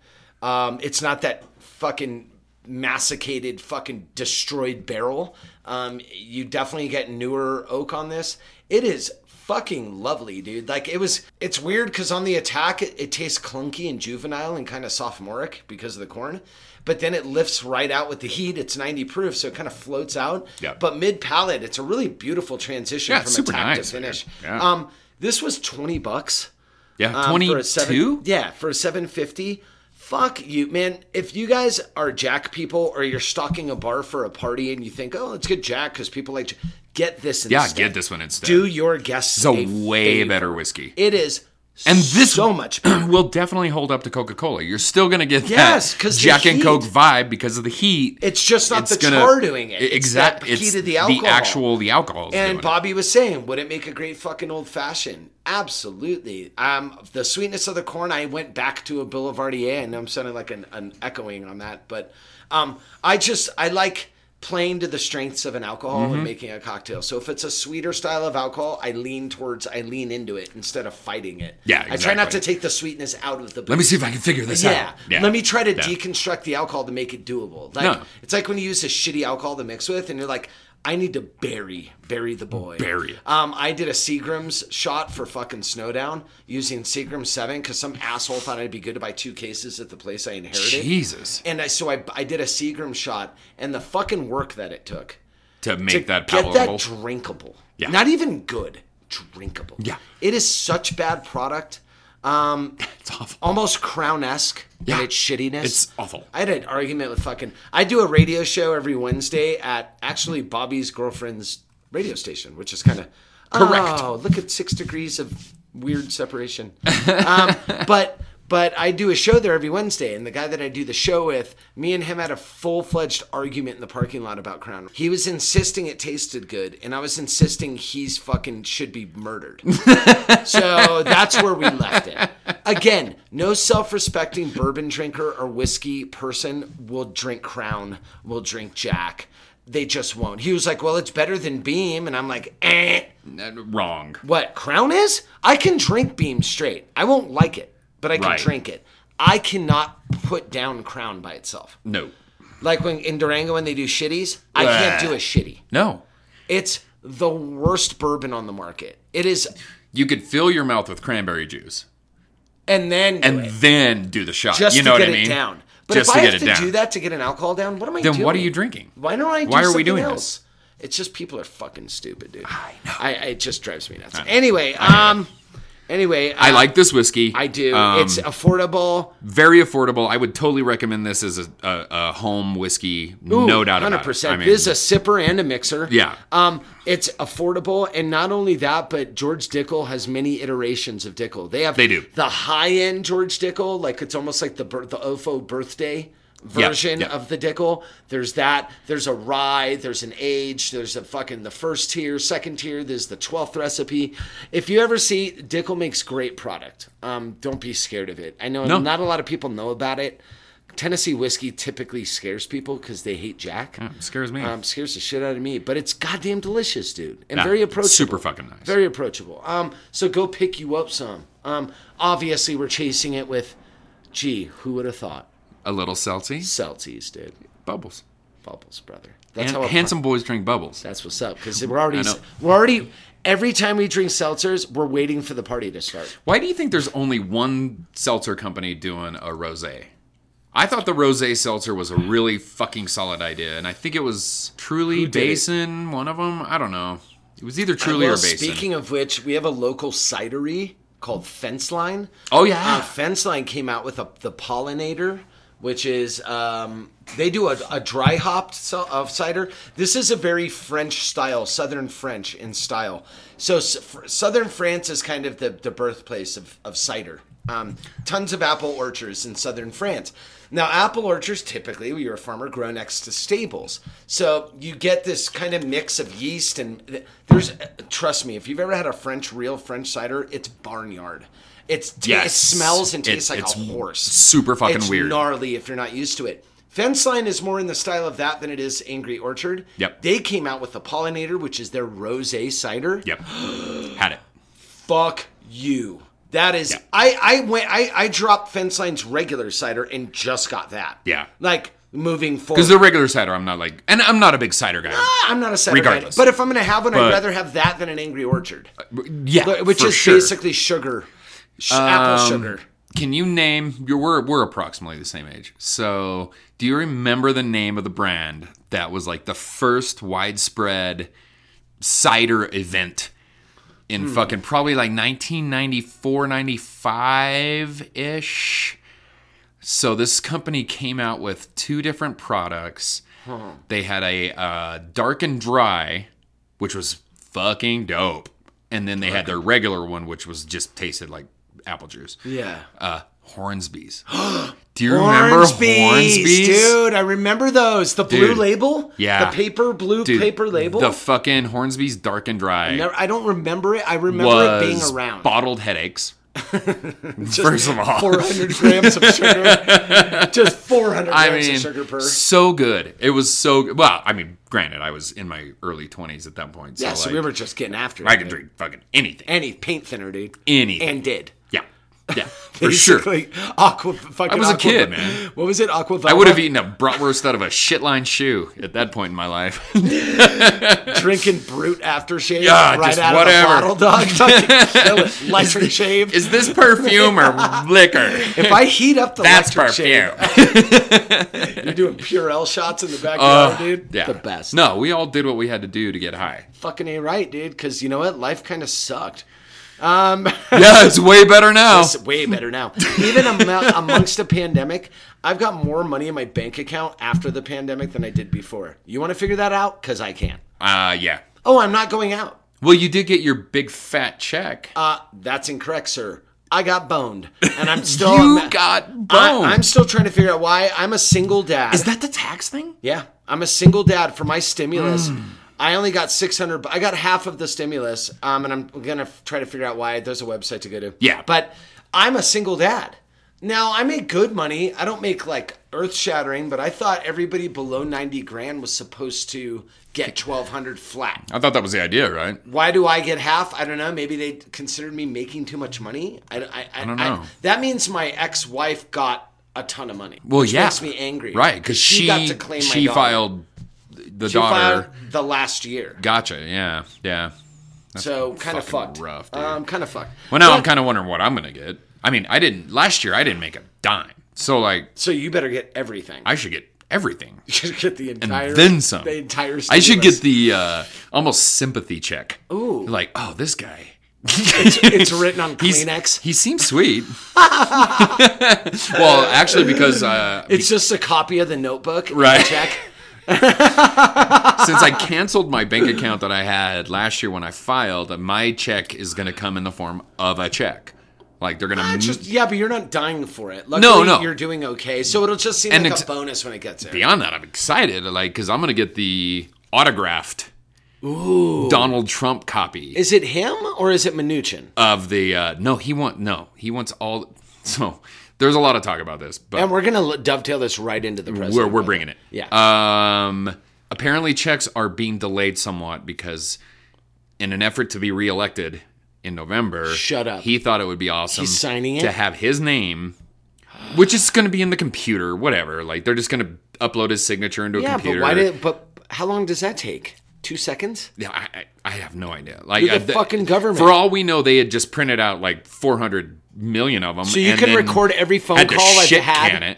[SPEAKER 7] Um, it's not that fucking massacred, fucking destroyed barrel. Um, you definitely get newer oak on this. It is fucking lovely, dude. Like it was. It's weird because on the attack, it, it tastes clunky and juvenile and kind of sophomoric because of the corn. But then it lifts right out with the heat. It's 90 proof, so it kind of floats out.
[SPEAKER 8] Yeah.
[SPEAKER 7] But mid palate, it's a really beautiful transition
[SPEAKER 8] Yeah, it's
[SPEAKER 7] from
[SPEAKER 8] super
[SPEAKER 7] attack
[SPEAKER 8] nice,
[SPEAKER 7] to finish.
[SPEAKER 8] dude. Yeah.
[SPEAKER 7] Um, this was 20 bucks.
[SPEAKER 8] Yeah,
[SPEAKER 7] Um,
[SPEAKER 8] twenty
[SPEAKER 7] for a seven-
[SPEAKER 8] two.
[SPEAKER 7] Yeah, for a 750. Fuck you, man. If you guys are Jack people or you're stocking a bar for a party and you think, oh, let's get Jack because people like Jack, get this instead.
[SPEAKER 8] Yeah, get this one instead.
[SPEAKER 7] Do your guests
[SPEAKER 8] It's a way
[SPEAKER 7] favor.
[SPEAKER 8] better whiskey. *clears throat*
[SPEAKER 7] It is
[SPEAKER 8] And this-
[SPEAKER 7] so much better.
[SPEAKER 8] will definitely hold up to Coca Cola. You're still gonna get
[SPEAKER 7] Yes,
[SPEAKER 8] that
[SPEAKER 7] 'cause the
[SPEAKER 8] Jack and
[SPEAKER 7] heat.
[SPEAKER 8] Coke vibe because of the heat.
[SPEAKER 7] It's just not the char doing it. It's
[SPEAKER 8] Exactly.
[SPEAKER 7] that
[SPEAKER 8] e-, It's,
[SPEAKER 7] heat of the
[SPEAKER 8] the
[SPEAKER 7] alcohol.
[SPEAKER 8] actual the alcohol. is doing
[SPEAKER 7] And
[SPEAKER 8] it.
[SPEAKER 7] Bobby was saying, would it make a great fucking old fashioned? Absolutely. Um, the sweetness of the corn, I went back to a Boulevardier, and I'm sounding like an, an echoing on that, but um, I just I like playing to the strengths of an alcohol
[SPEAKER 8] Mm-hmm.
[SPEAKER 7] and making a cocktail. So if it's a sweeter style of alcohol, I lean towards, I lean into it instead of fighting it.
[SPEAKER 8] Yeah,
[SPEAKER 7] I try not to
[SPEAKER 8] exactly.
[SPEAKER 7] take the sweetness out of the.
[SPEAKER 8] Let me see if I can figure this
[SPEAKER 7] Yeah.
[SPEAKER 8] out.
[SPEAKER 7] Let me try to
[SPEAKER 8] Yeah.
[SPEAKER 7] deconstruct the alcohol to make it doable. Like
[SPEAKER 8] No.
[SPEAKER 7] it's like when you use a shitty alcohol to mix with, and you're like, I need to bury, bury the boy.
[SPEAKER 8] Bury it.
[SPEAKER 7] Um, I did a Seagram's shot for fucking Snowdown using Seagram Seven because some asshole thought I'd be good to buy two cases at the place I inherited.
[SPEAKER 8] Jesus.
[SPEAKER 7] And I so I I did a Seagram shot, and the fucking work that it took.
[SPEAKER 8] to make that
[SPEAKER 7] get
[SPEAKER 8] palatable.
[SPEAKER 7] that drinkable.
[SPEAKER 8] Yeah.
[SPEAKER 7] Not even good, drinkable.
[SPEAKER 8] Yeah.
[SPEAKER 7] It is such bad product. Um,
[SPEAKER 8] it's awful.
[SPEAKER 7] almost crown esque
[SPEAKER 8] Yeah.
[SPEAKER 7] in its shittiness.
[SPEAKER 8] It's awful.
[SPEAKER 7] I had an argument with fucking. I do a radio show every Wednesday at actually Bobby's girlfriend's radio station, which is kind of
[SPEAKER 8] Correct.
[SPEAKER 7] Oh, look at six degrees of weird separation. *laughs* um, but but I do a show there every Wednesday, and the guy that I do the show with, me and him had a full fledged argument in the parking lot about Crown. He was insisting it tasted good, and I was insisting he's fucking should be murdered. So that's where we left it. Again, no self respecting bourbon drinker or whiskey person will drink Crown, will drink Jack. They just won't. He was like, well, it's better than Beam. And I'm like, eh.
[SPEAKER 8] Uh, Wrong.
[SPEAKER 7] What, Crown is? I can drink Beam straight. I won't like it, but I can
[SPEAKER 8] Right.
[SPEAKER 7] drink it. I cannot put down Crown by itself.
[SPEAKER 8] No.
[SPEAKER 7] Like when in Durango when they do shitties, I can't
[SPEAKER 8] Bleh.
[SPEAKER 7] do a shitty.
[SPEAKER 8] No.
[SPEAKER 7] It's the worst bourbon on the market. It is,
[SPEAKER 8] You could fill your mouth with cranberry juice
[SPEAKER 7] and then do
[SPEAKER 8] and
[SPEAKER 7] it.
[SPEAKER 8] then do the shot.
[SPEAKER 7] just
[SPEAKER 8] you know
[SPEAKER 7] to get
[SPEAKER 8] what I mean?
[SPEAKER 7] it down. But
[SPEAKER 8] just
[SPEAKER 7] if I
[SPEAKER 8] to get
[SPEAKER 7] have
[SPEAKER 8] it
[SPEAKER 7] to
[SPEAKER 8] down.
[SPEAKER 7] do that to get an alcohol down, what am I
[SPEAKER 8] Then
[SPEAKER 7] doing?
[SPEAKER 8] what are you drinking?
[SPEAKER 7] Why don't I? Do
[SPEAKER 8] Why are we
[SPEAKER 7] something
[SPEAKER 8] doing
[SPEAKER 7] else? It's just people are fucking stupid, dude. I know. it just drives me nuts.
[SPEAKER 8] I know.
[SPEAKER 7] Anyway, um, anyway,
[SPEAKER 8] I
[SPEAKER 7] uh,
[SPEAKER 8] like this whiskey.
[SPEAKER 7] I do.
[SPEAKER 8] Um,
[SPEAKER 7] it's affordable.
[SPEAKER 8] very affordable. I would totally recommend this as a, a, a home whiskey. no doubt about it.
[SPEAKER 7] Hundred percent.
[SPEAKER 8] I mean,
[SPEAKER 7] This is a sipper and a mixer.
[SPEAKER 8] Yeah.
[SPEAKER 7] Um, it's affordable, and not only that, but George Dickel has many iterations of Dickel. They have
[SPEAKER 8] They do.
[SPEAKER 7] the high end George Dickel, like it's almost like the bir- the Ofo birthday version
[SPEAKER 8] yeah.
[SPEAKER 7] of the Dickel. There's that. There's a rye. There's an age. There's a fucking the first tier, second tier. There's the twelfth recipe. If you ever see Dickel makes great product. Um, don't be scared of it. I know
[SPEAKER 8] No.
[SPEAKER 7] not a lot of people know about it. Tennessee whiskey typically scares people because they hate Jack.
[SPEAKER 8] Mm. scares me.
[SPEAKER 7] Um, scares the shit out of me, but it's goddamn delicious, dude, and
[SPEAKER 8] Yeah,
[SPEAKER 7] very approachable.
[SPEAKER 8] super fucking nice.
[SPEAKER 7] Very approachable. Um, so go pick you up some. Um, obviously we're chasing it with, gee, who would have thought?
[SPEAKER 8] a little salty.
[SPEAKER 7] Celsius, dude.
[SPEAKER 8] Bubbles.
[SPEAKER 7] Bubbles, brother.
[SPEAKER 8] And
[SPEAKER 7] That's how a-
[SPEAKER 8] handsome boys drink bubbles.
[SPEAKER 7] That's what's up because we're already
[SPEAKER 8] I know.
[SPEAKER 7] we're already every time we drink seltzers, we're waiting for the party to start.
[SPEAKER 8] Why do you think there's only one seltzer company doing a rosé? I thought the rosé seltzer was a really fucking solid idea, and I think it was Truly
[SPEAKER 7] did it?
[SPEAKER 8] Basin, one of them. I don't know. It was either Truly
[SPEAKER 7] Well,
[SPEAKER 8] or Basin.
[SPEAKER 7] Speaking of which, we have a local cidery called Fence Line.
[SPEAKER 8] Oh, yeah.
[SPEAKER 7] uh, Fence Line came out with a, the pollinator, which is um, they do a, a dry hopped so, of cider. This is a very French style, Southern French in style. So s- fr- Southern France is kind of the, the birthplace of, of cider. Um, tons of apple orchards in southern France. Now, apple orchards typically, you're a farmer, grow next to stables. So you get this kind of mix of yeast and th- there's, uh, trust me, if you've ever had a French, real French cider, it's barnyard. It's t-
[SPEAKER 8] Yes.
[SPEAKER 7] it smells and
[SPEAKER 8] It-
[SPEAKER 7] tastes like
[SPEAKER 8] it's
[SPEAKER 7] a horse.
[SPEAKER 8] super fucking
[SPEAKER 7] It's
[SPEAKER 8] weird.
[SPEAKER 7] gnarly if you're not used to it. Fence Line is more in the style of that than it is Angry Orchard.
[SPEAKER 8] Yep.
[SPEAKER 7] They came out with the Pollinator, which is their rosé cider.
[SPEAKER 8] yep, had it.
[SPEAKER 7] Fuck you. That is,
[SPEAKER 8] Yep.
[SPEAKER 7] I I went I I dropped Fence Line's regular cider and just got that.
[SPEAKER 8] Yeah.
[SPEAKER 7] Like moving forward.
[SPEAKER 8] Because the regular cider, I'm not like, and I'm not a big cider guy.
[SPEAKER 7] I'm not a cider guy,
[SPEAKER 8] Regardless.
[SPEAKER 7] but if I'm gonna have one, I'd
[SPEAKER 8] But-
[SPEAKER 7] rather have that than an Angry Orchard,
[SPEAKER 8] yeah,
[SPEAKER 7] which
[SPEAKER 8] for
[SPEAKER 7] is
[SPEAKER 8] sure.
[SPEAKER 7] basically sugar, sh- apple
[SPEAKER 8] Um,
[SPEAKER 7] sugar.
[SPEAKER 8] Can you name? You're, we're we're approximately the same age. So, do you remember the name of the brand that was like the first widespread cider event in fucking probably like 1994, 95 ish? So this company came out with two different products. They had a uh, dark and dry, which was fucking dope, and then they had their regular one, which was just tasted like apple juice.
[SPEAKER 7] Yeah.
[SPEAKER 8] Uh, Hornsby's. *gasps* Do you remember Hornsby's?
[SPEAKER 7] dude. I remember those. The blue
[SPEAKER 8] Dude.
[SPEAKER 7] label,
[SPEAKER 8] Yeah.
[SPEAKER 7] the paper blue
[SPEAKER 8] Dude,
[SPEAKER 7] paper label.
[SPEAKER 8] The fucking Hornsby's Dark and Dry
[SPEAKER 7] Never- I don't remember it. I remember it
[SPEAKER 8] was
[SPEAKER 7] being around.
[SPEAKER 8] bottled
[SPEAKER 7] *laughs*
[SPEAKER 8] headaches. First of all, *laughs*
[SPEAKER 7] 400 grams of sugar, just 400
[SPEAKER 8] I
[SPEAKER 7] grams
[SPEAKER 8] mean,
[SPEAKER 7] of sugar per.
[SPEAKER 8] so good. It was so good. Well, I mean, granted, I was in my early 20s at that point. So,
[SPEAKER 7] Yeah, so we
[SPEAKER 8] like,
[SPEAKER 7] were just getting after it.
[SPEAKER 8] I could
[SPEAKER 7] dude.
[SPEAKER 8] drink fucking anything.
[SPEAKER 7] any paint thinner, dude,
[SPEAKER 8] anything.
[SPEAKER 7] and did.
[SPEAKER 8] yeah.
[SPEAKER 7] *laughs*
[SPEAKER 8] Yeah, for sure.
[SPEAKER 7] Basically, aqua. Fucking
[SPEAKER 8] I was a
[SPEAKER 7] aqua-
[SPEAKER 8] kid, man.
[SPEAKER 7] What was it? Aqua.
[SPEAKER 8] I would have eaten a bratwurst out of a shitline shoe at that point in my life. *laughs*
[SPEAKER 7] drinking brute aftershave
[SPEAKER 8] Yeah,
[SPEAKER 7] right
[SPEAKER 8] just
[SPEAKER 7] out
[SPEAKER 8] whatever.
[SPEAKER 7] of
[SPEAKER 8] *laughs*
[SPEAKER 7] the bottle, dog. Fucking kill it. Electric shave.
[SPEAKER 8] Is this perfume
[SPEAKER 7] *laughs*
[SPEAKER 8] or liquor?
[SPEAKER 7] if I heat up the
[SPEAKER 8] That's
[SPEAKER 7] electric shave,
[SPEAKER 8] perfume.
[SPEAKER 7] you're doing Purell
[SPEAKER 8] *laughs*
[SPEAKER 7] shots in the backyard, dude.
[SPEAKER 8] Uh, Yeah.
[SPEAKER 7] The best.
[SPEAKER 8] No, we all did what we had to do to get high. *laughs*
[SPEAKER 7] Fucking a right, dude. Because you know what? Life kind of sucked.
[SPEAKER 8] Um,
[SPEAKER 7] *laughs*
[SPEAKER 8] yeah, it's way better now.
[SPEAKER 7] It's way better now. Even amo- amongst a pandemic, I've got more money in my bank account after the pandemic than I did before. You want to figure that out? Because I can.
[SPEAKER 8] Uh, yeah.
[SPEAKER 7] Oh, I'm not going out.
[SPEAKER 8] Well, you did get your big fat check.
[SPEAKER 7] Uh, that's incorrect, sir. I got boned, and I'm still.
[SPEAKER 8] You got boned.
[SPEAKER 7] I, am still trying to figure out why I'm a single dad.
[SPEAKER 8] Is that the tax thing?
[SPEAKER 7] Yeah, I'm a single dad for my stimulus.
[SPEAKER 8] Mm.
[SPEAKER 7] I only got 600. bu- I got half of the stimulus, um, and I'm gonna f- try to figure out why. There's a website to go to.
[SPEAKER 8] Yeah.
[SPEAKER 7] but I'm a single dad. Now I make good money. I don't make like earth shattering, but I thought everybody below 90 grand was supposed to get 1,200 flat.
[SPEAKER 8] I thought that was the idea, right?
[SPEAKER 7] Why do I get half? I don't know. Maybe they considered me making too much money. I, I, I,
[SPEAKER 8] don't know.
[SPEAKER 7] that means my ex-wife got a ton of money.
[SPEAKER 8] Well,
[SPEAKER 7] which
[SPEAKER 8] yeah.
[SPEAKER 7] makes me angry.
[SPEAKER 8] Right, because she she
[SPEAKER 7] daughter.
[SPEAKER 8] filed the
[SPEAKER 7] She
[SPEAKER 8] daughter.
[SPEAKER 7] filed the last year.
[SPEAKER 8] Gotcha. Yeah. Yeah.
[SPEAKER 7] so kind of
[SPEAKER 8] fucking
[SPEAKER 7] fucked.
[SPEAKER 8] rough, dude.
[SPEAKER 7] um, kind of fucked.
[SPEAKER 8] Well, now I'm kind of wondering what I'm gonna get. I mean, I didn't last year. I didn't make a dime. So like,
[SPEAKER 7] So you better get everything. *laughs*
[SPEAKER 8] I should get everything.
[SPEAKER 7] You should get the entire
[SPEAKER 8] then some.
[SPEAKER 7] The entire.
[SPEAKER 8] I should
[SPEAKER 7] stimulus.
[SPEAKER 8] get the uh, almost sympathy check. Ooh. Like, oh, this guy. *laughs*
[SPEAKER 7] it's written on
[SPEAKER 8] He's-
[SPEAKER 7] Kleenex.
[SPEAKER 8] He seems
[SPEAKER 7] *laughs*
[SPEAKER 8] sweet. well, actually, because uh,
[SPEAKER 7] it's just a copy of the notebook. and
[SPEAKER 8] Right.
[SPEAKER 7] the Check.
[SPEAKER 8] since I canceled my bank account that I had last year when I filed, my check is going to come in the form of a check. Like they're going to
[SPEAKER 7] It's just yeah, but you're not dying for it. Luckily,
[SPEAKER 8] Mm-hmm. No, no.
[SPEAKER 7] You're doing okay, so it'll just seem
[SPEAKER 8] And
[SPEAKER 7] like
[SPEAKER 8] ex-
[SPEAKER 7] a bonus when it gets there.
[SPEAKER 8] beyond that, I'm excited. Like because I'm going to get the autographed Donald Trump copy
[SPEAKER 7] Is it him or is it Mnuchin?
[SPEAKER 8] of the. Uh, no, he want no, he wants all. So there's a lot of talk about this, but
[SPEAKER 7] and we're gonna lo- dovetail this right into the president.
[SPEAKER 8] we're, we're
[SPEAKER 7] by the
[SPEAKER 8] bringing it.
[SPEAKER 7] Yeah.
[SPEAKER 8] Um, apparently, checks are being delayed somewhat because, in an effort to be reelected in November,
[SPEAKER 7] Shut up.
[SPEAKER 8] He thought it would be awesome.
[SPEAKER 7] He's signing
[SPEAKER 8] to
[SPEAKER 7] it?
[SPEAKER 8] have his name, which is going to be in the computer, whatever. Like they're just going to upload his signature into a
[SPEAKER 7] yeah,
[SPEAKER 8] computer.
[SPEAKER 7] but why did? But how long does that take? Two seconds.
[SPEAKER 8] Yeah, I, I, I have no idea. Like
[SPEAKER 7] You're the
[SPEAKER 8] I- th-
[SPEAKER 7] fucking government.
[SPEAKER 8] For all we know, they had just printed out like 400 million of them.
[SPEAKER 7] So you
[SPEAKER 8] and
[SPEAKER 7] can
[SPEAKER 8] then
[SPEAKER 7] record every phone
[SPEAKER 8] had to
[SPEAKER 7] call I've
[SPEAKER 8] shit
[SPEAKER 7] had.
[SPEAKER 8] can it.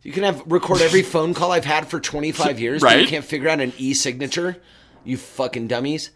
[SPEAKER 7] You can have
[SPEAKER 8] *laughs*
[SPEAKER 7] record every phone call I've had for 25 years, but you
[SPEAKER 8] Right.
[SPEAKER 7] can't figure out an e-signature. You fucking dummies.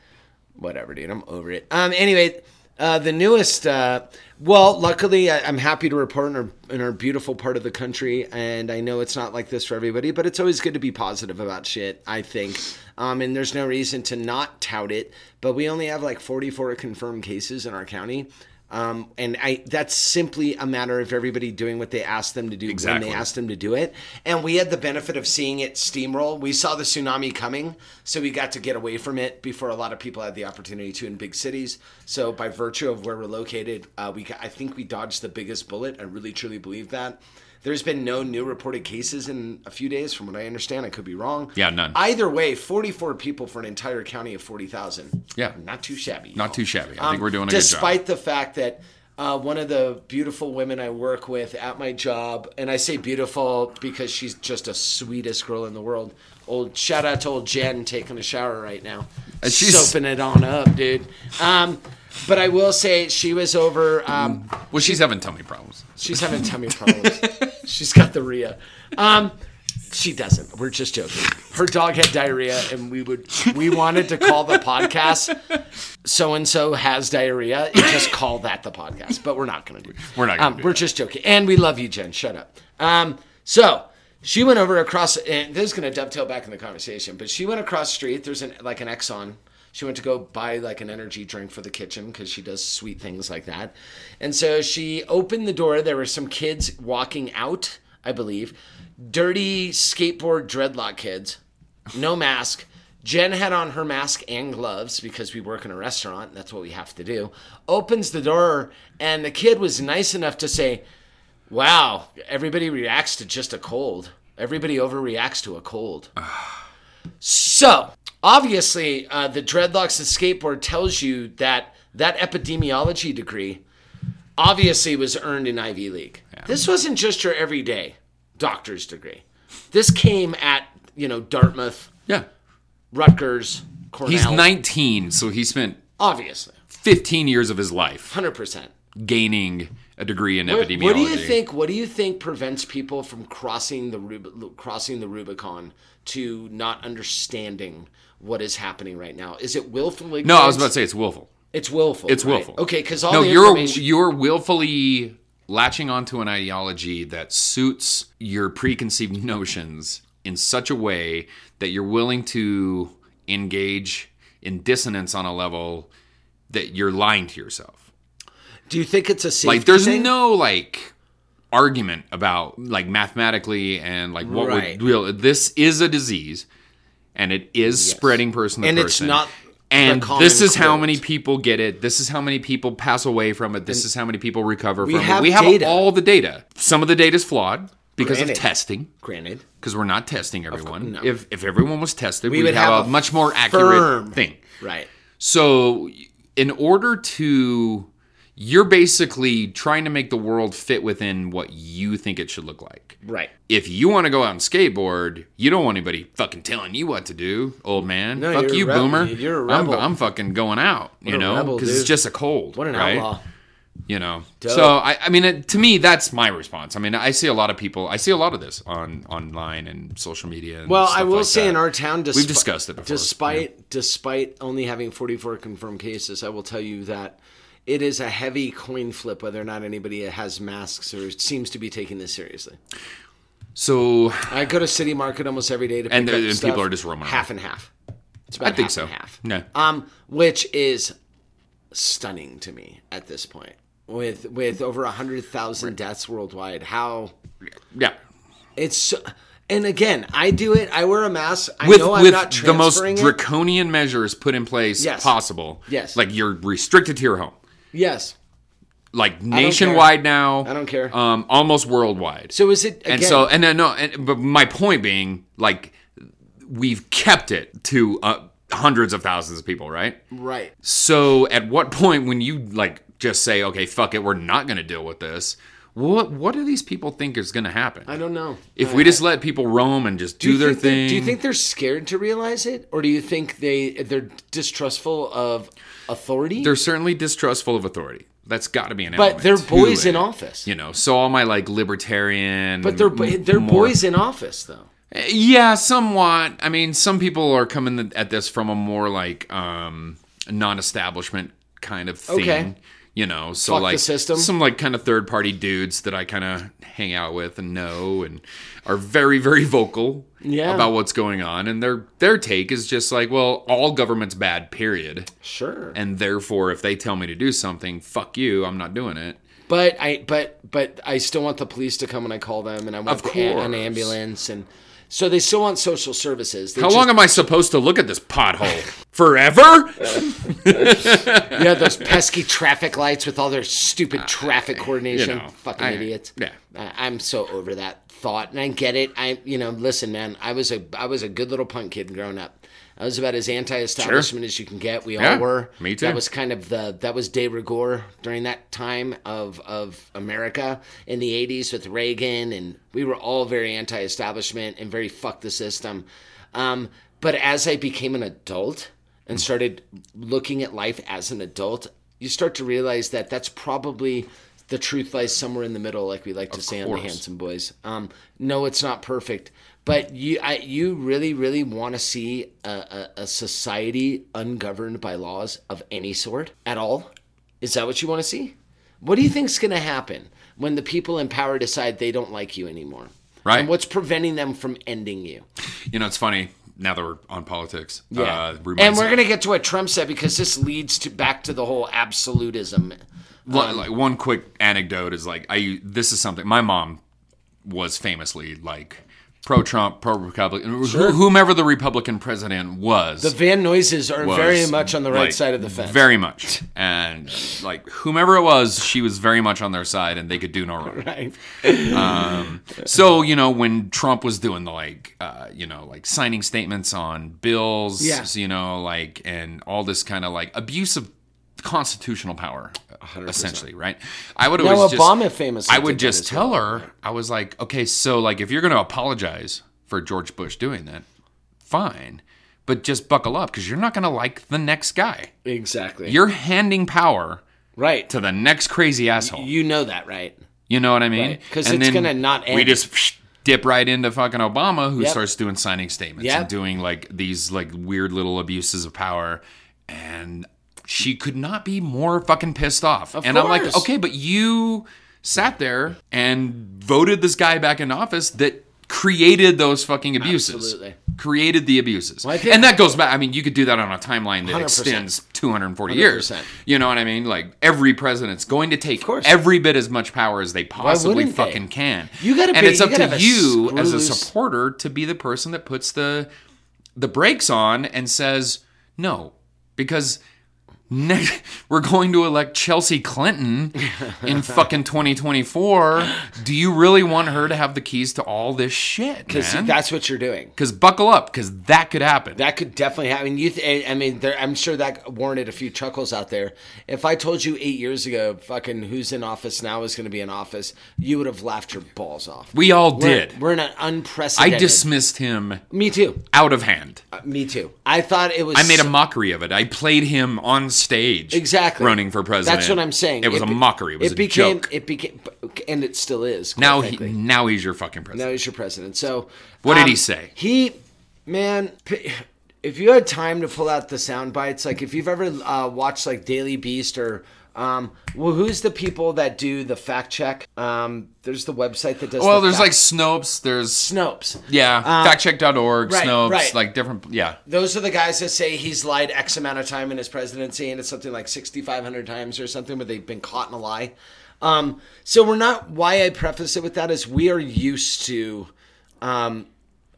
[SPEAKER 7] Whatever, dude. I'm over it. Um. Anyway, uh, the newest. Uh, well, luckily, I, I'm happy to report in our, in our beautiful part of the country, and I know it's not like this for everybody, but it's always good to be positive about shit. I think. Um. And there's no reason to not tout it. But we only have like 44 confirmed cases in our county. Um, and I, that's simply a matter of everybody doing what they asked them to do
[SPEAKER 8] Exactly.
[SPEAKER 7] when they asked them to do it. And we had the benefit of seeing it steamroll. We saw the tsunami coming, so we got to get away from it before a lot of people had the opportunity to in big cities. So by virtue of where we're located, uh, we got, I think we dodged the biggest bullet. I really truly believe that. There's been no new reported cases in a few days, from what I understand. I could be wrong.
[SPEAKER 8] Yeah, none.
[SPEAKER 7] Either way, 44 people for an entire county of 40,000.
[SPEAKER 8] Yeah.
[SPEAKER 7] Not too shabby. Um,
[SPEAKER 8] Not too shabby. I think we're doing a good job.
[SPEAKER 7] despite the fact that uh, one of the beautiful women I work with at my job, and I say beautiful because she's just a sweetest girl in the world. Old shout out to old Jen taking a shower right now,
[SPEAKER 8] And she's-
[SPEAKER 7] soaping it on up, dude. Um, but I will say she was over. Um,
[SPEAKER 8] Well, she's having tummy problems.
[SPEAKER 7] she's having
[SPEAKER 8] *laughs*
[SPEAKER 7] tummy problems. she's got the Rhea. Um, she doesn't. We're just joking. Her dog had diarrhea, and we would we wanted to call the podcast "So and So Has Diarrhea." And just call that the podcast, but we're not going to do.
[SPEAKER 8] *laughs* We're not gonna
[SPEAKER 7] Um,
[SPEAKER 8] do
[SPEAKER 7] we're
[SPEAKER 8] that.
[SPEAKER 7] just joking, and we love you, Jen. Shut up. Um, so she went over across, and this is going to dovetail back in the conversation. But she went across the street. There's an like an Exxon. She went to go buy like an energy drink for the kitchen because she does sweet things like that. And so she opened the door. There were some kids walking out, I believe, dirty skateboard dreadlock kids no mask. Jen had on her mask and gloves because we work in a restaurant. and That's what we have to do. Opens the door, and the kid was nice enough to say, Wow, everybody reacts to just a cold. Everybody overreacts to a cold. so, obviously, uh, the dreadlocks and skateboard tells you that that epidemiology degree obviously was earned in Ivy League. This wasn't just your everyday doctor's degree. This came at, you know, Dartmouth,
[SPEAKER 8] Yeah.
[SPEAKER 7] Rutgers, Cornell.
[SPEAKER 8] He's 19, so he spent
[SPEAKER 7] Obviously,
[SPEAKER 8] 15 years of his life
[SPEAKER 7] 100%.
[SPEAKER 8] gaining a degree in
[SPEAKER 7] What,
[SPEAKER 8] epidemiology.
[SPEAKER 7] what do you think? What do you think prevents people from crossing the Rub- crossing the Rubicon to not understanding what is happening right now? Is it willfully?
[SPEAKER 8] No, I was about to say it's willful.
[SPEAKER 7] it's willful.
[SPEAKER 8] It's
[SPEAKER 7] right?
[SPEAKER 8] willful.
[SPEAKER 7] Okay, because all
[SPEAKER 8] no,
[SPEAKER 7] the
[SPEAKER 8] you're
[SPEAKER 7] information-
[SPEAKER 8] you're willfully latching onto an ideology that suits your preconceived *laughs* notions in such a way that you're willing to engage in dissonance on a level that you're lying to yourself.
[SPEAKER 7] do you think it's a safety
[SPEAKER 8] like there's
[SPEAKER 7] thing?
[SPEAKER 8] no like argument about like mathematically and like what
[SPEAKER 7] Right.
[SPEAKER 8] would real this is a disease and it is spreading person to
[SPEAKER 7] And it's
[SPEAKER 8] person
[SPEAKER 7] not
[SPEAKER 8] and
[SPEAKER 7] the common
[SPEAKER 8] this is how
[SPEAKER 7] cold.
[SPEAKER 8] many people get it this is how many people pass away from it this is how many people recover from
[SPEAKER 7] have
[SPEAKER 8] it we have
[SPEAKER 7] data.
[SPEAKER 8] all the data some of the data is flawed because
[SPEAKER 7] Granted.
[SPEAKER 8] of testing
[SPEAKER 7] Granted,
[SPEAKER 8] because we're not testing everyone
[SPEAKER 7] no.
[SPEAKER 8] if if everyone was tested we,
[SPEAKER 7] would
[SPEAKER 8] would have,
[SPEAKER 7] have
[SPEAKER 8] a,
[SPEAKER 7] a
[SPEAKER 8] much more
[SPEAKER 7] firm-
[SPEAKER 8] accurate thing
[SPEAKER 7] right?
[SPEAKER 8] so, in order to, you're basically trying to make the world fit within what you think it should look like.
[SPEAKER 7] Right.
[SPEAKER 8] If you want to go out and skateboard, you don't want anybody fucking telling you what to do, old man.
[SPEAKER 7] No,
[SPEAKER 8] Fuck
[SPEAKER 7] you're a
[SPEAKER 8] you,
[SPEAKER 7] rebel.
[SPEAKER 8] boomer.
[SPEAKER 7] You're a
[SPEAKER 8] I'm-
[SPEAKER 7] rebel.
[SPEAKER 8] I'm, fucking going out, you
[SPEAKER 7] a
[SPEAKER 8] know,
[SPEAKER 7] rebel,
[SPEAKER 8] because it's
[SPEAKER 7] dude.
[SPEAKER 8] just a cold.
[SPEAKER 7] What an
[SPEAKER 8] right?
[SPEAKER 7] outlaw.
[SPEAKER 8] You know. So I, I mean, it, to me, that's my response. I mean, I see a lot of people. I see a lot of this on online and social media. And
[SPEAKER 7] Well,
[SPEAKER 8] stuff
[SPEAKER 7] I will
[SPEAKER 8] like
[SPEAKER 7] say
[SPEAKER 8] that.
[SPEAKER 7] in our town, despi-
[SPEAKER 8] We've discussed it before,
[SPEAKER 7] Despite despite only having 44 confirmed cases, I will tell you that it is a heavy coin flip whether or not anybody has masks or seems to be taking this seriously.
[SPEAKER 8] so
[SPEAKER 7] I go to City Market almost every day to pick
[SPEAKER 8] And
[SPEAKER 7] up
[SPEAKER 8] there- and
[SPEAKER 7] stuff,
[SPEAKER 8] people are just roaming around.
[SPEAKER 7] half and half. It's about
[SPEAKER 8] I think
[SPEAKER 7] half
[SPEAKER 8] so.
[SPEAKER 7] and half.
[SPEAKER 8] Yeah.
[SPEAKER 7] Um, which is stunning to me at this point. With with over hundred thousand deaths worldwide, how
[SPEAKER 8] yeah.
[SPEAKER 7] it's so, and again, I do it. I wear a mask. I
[SPEAKER 8] with
[SPEAKER 7] know I'm
[SPEAKER 8] with
[SPEAKER 7] not
[SPEAKER 8] the most
[SPEAKER 7] transferring it.
[SPEAKER 8] draconian measures put in place
[SPEAKER 7] Yes.
[SPEAKER 8] possible.
[SPEAKER 7] Yes.
[SPEAKER 8] like you're restricted to your home,
[SPEAKER 7] Yes.
[SPEAKER 8] like nationwide now.
[SPEAKER 7] I don't care.
[SPEAKER 8] Um, almost worldwide.
[SPEAKER 7] So is it again?
[SPEAKER 8] and so and then no, and, but my point being, like, we've kept it to uh, hundreds of thousands of people, right?
[SPEAKER 7] right.
[SPEAKER 8] So at what point when you like just say, okay, fuck it, we're not going to deal with this. What what do these people think is going to happen?
[SPEAKER 7] I don't know.
[SPEAKER 8] If we just let people roam and just do,
[SPEAKER 7] you
[SPEAKER 8] their
[SPEAKER 7] think they-
[SPEAKER 8] thing,
[SPEAKER 7] do you think they're scared to realize it, or do you think they they're distrustful of authority?
[SPEAKER 8] they're certainly distrustful of authority. That's got to be an
[SPEAKER 7] but
[SPEAKER 8] element.
[SPEAKER 7] they're
[SPEAKER 8] to
[SPEAKER 7] boys
[SPEAKER 8] it.
[SPEAKER 7] in office.
[SPEAKER 8] You know, so all my like libertarian,
[SPEAKER 7] but they're bo-
[SPEAKER 8] m-
[SPEAKER 7] they're
[SPEAKER 8] more-
[SPEAKER 7] boys in office though.
[SPEAKER 8] Yeah, somewhat. I mean, some people are coming at this from a more like um non-establishment kind of thing.
[SPEAKER 7] Okay.
[SPEAKER 8] You know, so
[SPEAKER 7] Fuck the
[SPEAKER 8] like
[SPEAKER 7] system.
[SPEAKER 8] some like kind of third-party dudes that I kind of hang out with and know and are very very vocal
[SPEAKER 7] Yeah.
[SPEAKER 8] about what's going on, and their their take is just like, well, all government's bad, period
[SPEAKER 7] Sure.
[SPEAKER 8] and therefore if they tell me to do something fuck you i'm not doing it
[SPEAKER 7] But I but but I still want the police to come when I call them, and I want
[SPEAKER 8] Of
[SPEAKER 7] the a- an
[SPEAKER 8] course.
[SPEAKER 7] ambulance, and so they still want social services. They
[SPEAKER 8] how
[SPEAKER 7] just-
[SPEAKER 8] long am i supposed to look at this pothole forever
[SPEAKER 7] Yeah, those pesky traffic lights with all their stupid traffic coordination.
[SPEAKER 8] Uh, you know,
[SPEAKER 7] Fucking
[SPEAKER 8] I-
[SPEAKER 7] idiots.
[SPEAKER 8] yeah.
[SPEAKER 7] I, I'm so over that thought, and I get it. I, you know, listen, man. I was a, I was a good little punk kid growing up. I was about as anti-establishment as you can get. We
[SPEAKER 8] Yeah,
[SPEAKER 7] all were.
[SPEAKER 8] me too.
[SPEAKER 7] That was kind of the that was de rigueur during that time of of America in the '80s with Reagan, and we were all very anti-establishment and very fuck the system. Um, but as I became an adult and started looking at life as an adult, you start to realize that that's probably the truth lies somewhere in the middle, like we like to say on the
[SPEAKER 8] course.
[SPEAKER 7] Handsome Boys. Um, no, it's not perfect, but you I, you really really want to see a, a, a society ungoverned by laws of any sort at all. Is that what you want to see? What do you think's going to happen when the people in power decide they don't like you anymore?
[SPEAKER 8] Right.
[SPEAKER 7] And what's preventing them from ending you?
[SPEAKER 8] you know it's funny now that we're on politics
[SPEAKER 7] Yeah.
[SPEAKER 8] uh,
[SPEAKER 7] and
[SPEAKER 8] reminds
[SPEAKER 7] we're
[SPEAKER 8] me-
[SPEAKER 7] going to get to what Trump said because this leads to back to the whole absolutism.
[SPEAKER 8] Li-
[SPEAKER 7] um,
[SPEAKER 8] like one quick anecdote is like I this is something my mom was famously like pro Trump, pro Republican, whomever the Republican president was.
[SPEAKER 7] The Van Noises are
[SPEAKER 8] was,
[SPEAKER 7] very much on the right
[SPEAKER 8] like,
[SPEAKER 7] side of the fence.
[SPEAKER 8] Very much. And like whomever it was, she was very much on their side and they could do no wrong. *laughs*
[SPEAKER 7] Right.
[SPEAKER 8] So, you know, when Trump was doing the like uh, you know, like signing statements on bills,
[SPEAKER 7] Yeah.
[SPEAKER 8] you know, like and all this kind of like abusive constitutional power, essentially, right? I would
[SPEAKER 7] Now,
[SPEAKER 8] always just,
[SPEAKER 7] Obama famously
[SPEAKER 8] I would
[SPEAKER 7] did that
[SPEAKER 8] just
[SPEAKER 7] as
[SPEAKER 8] tell her, I was like, okay, so like if you're going to apologize for George Bush doing that, fine, but just buckle up because you're not going to like the next guy.
[SPEAKER 7] Exactly.
[SPEAKER 8] You're handing power
[SPEAKER 7] right.
[SPEAKER 8] to the next crazy asshole.
[SPEAKER 7] you know that, right?
[SPEAKER 8] You know what I mean?
[SPEAKER 7] Right, 'cause
[SPEAKER 8] And
[SPEAKER 7] it's
[SPEAKER 8] then
[SPEAKER 7] gonna not
[SPEAKER 8] We
[SPEAKER 7] end.
[SPEAKER 8] just psh, dip right into fucking Obama, who
[SPEAKER 7] Yep.
[SPEAKER 8] starts doing signing statements
[SPEAKER 7] Yep.
[SPEAKER 8] and doing like these like weird little abuses of power, and she could not be more fucking pissed off. and I'm like,
[SPEAKER 7] course.
[SPEAKER 8] okay, but you sat there and voted this guy back in office that created those fucking abuses
[SPEAKER 7] Absolutely.
[SPEAKER 8] created the abuses
[SPEAKER 7] I think-
[SPEAKER 8] and that goes back i mean you could do that on a timeline that
[SPEAKER 7] 100%.
[SPEAKER 8] extends 240 years
[SPEAKER 7] 100%.
[SPEAKER 8] you know what i mean like every president's going to take
[SPEAKER 7] course.
[SPEAKER 8] every bit as much power as they possibly
[SPEAKER 7] wouldn't they?
[SPEAKER 8] fucking can.
[SPEAKER 7] You gotta
[SPEAKER 8] and
[SPEAKER 7] be-
[SPEAKER 8] it's
[SPEAKER 7] you
[SPEAKER 8] up
[SPEAKER 7] gotta
[SPEAKER 8] to
[SPEAKER 7] have a
[SPEAKER 8] you as a
[SPEAKER 7] screw loose-
[SPEAKER 8] supporter to be the person that puts the the brakes on and says no, because next *laughs* we're going to elect Chelsea Clinton
[SPEAKER 7] *laughs*
[SPEAKER 8] in fucking 2024. Do you really want her to have the keys to all this shit,
[SPEAKER 7] Because
[SPEAKER 8] man?
[SPEAKER 7] that's what you're doing.
[SPEAKER 8] Because buckle up, because that could happen.
[SPEAKER 7] That could definitely happen. You, th- I mean, there, I'm sure that warranted a few chuckles out there. If I told you eight years ago, fucking who's in office now is going to be in office, you would have laughed your balls off.
[SPEAKER 8] we all
[SPEAKER 7] We're-
[SPEAKER 8] did.
[SPEAKER 7] We're in an
[SPEAKER 8] I
[SPEAKER 7] unprecedented.
[SPEAKER 8] dismissed him
[SPEAKER 7] Me too.
[SPEAKER 8] out of hand.
[SPEAKER 7] Uh, me too. I thought it was.
[SPEAKER 8] I made a mockery of it. I played him on stage,
[SPEAKER 7] exactly
[SPEAKER 8] running for president.
[SPEAKER 7] That's what I'm saying.
[SPEAKER 8] It was a
[SPEAKER 7] be-
[SPEAKER 8] mockery. It was a
[SPEAKER 7] became,
[SPEAKER 8] joke.
[SPEAKER 7] It became, and it still is. quite
[SPEAKER 8] now he,
[SPEAKER 7] frankly.
[SPEAKER 8] now he's your fucking
[SPEAKER 7] now
[SPEAKER 8] president.
[SPEAKER 7] he's your president. So um,
[SPEAKER 8] What did he say?
[SPEAKER 7] He, man, p- if you had time to pull out the sound bites, like if you've ever uh, watched like Daily Beast or. Um, well, who's the people that do the fact check? Um, there's the website that does.
[SPEAKER 8] well,
[SPEAKER 7] the
[SPEAKER 8] there's like
[SPEAKER 7] fact-
[SPEAKER 8] Snopes. There's
[SPEAKER 7] Snopes. Uh,
[SPEAKER 8] yeah, factcheck.org,
[SPEAKER 7] right,
[SPEAKER 8] Snopes,
[SPEAKER 7] right.
[SPEAKER 8] like different. Yeah,
[SPEAKER 7] Those are the guys that say he's lied X amount of time in his presidency, and it's something like 6,500 times or something, where they've been caught in a lie. Um, so we're not. Why I preface it with that is we are used to um,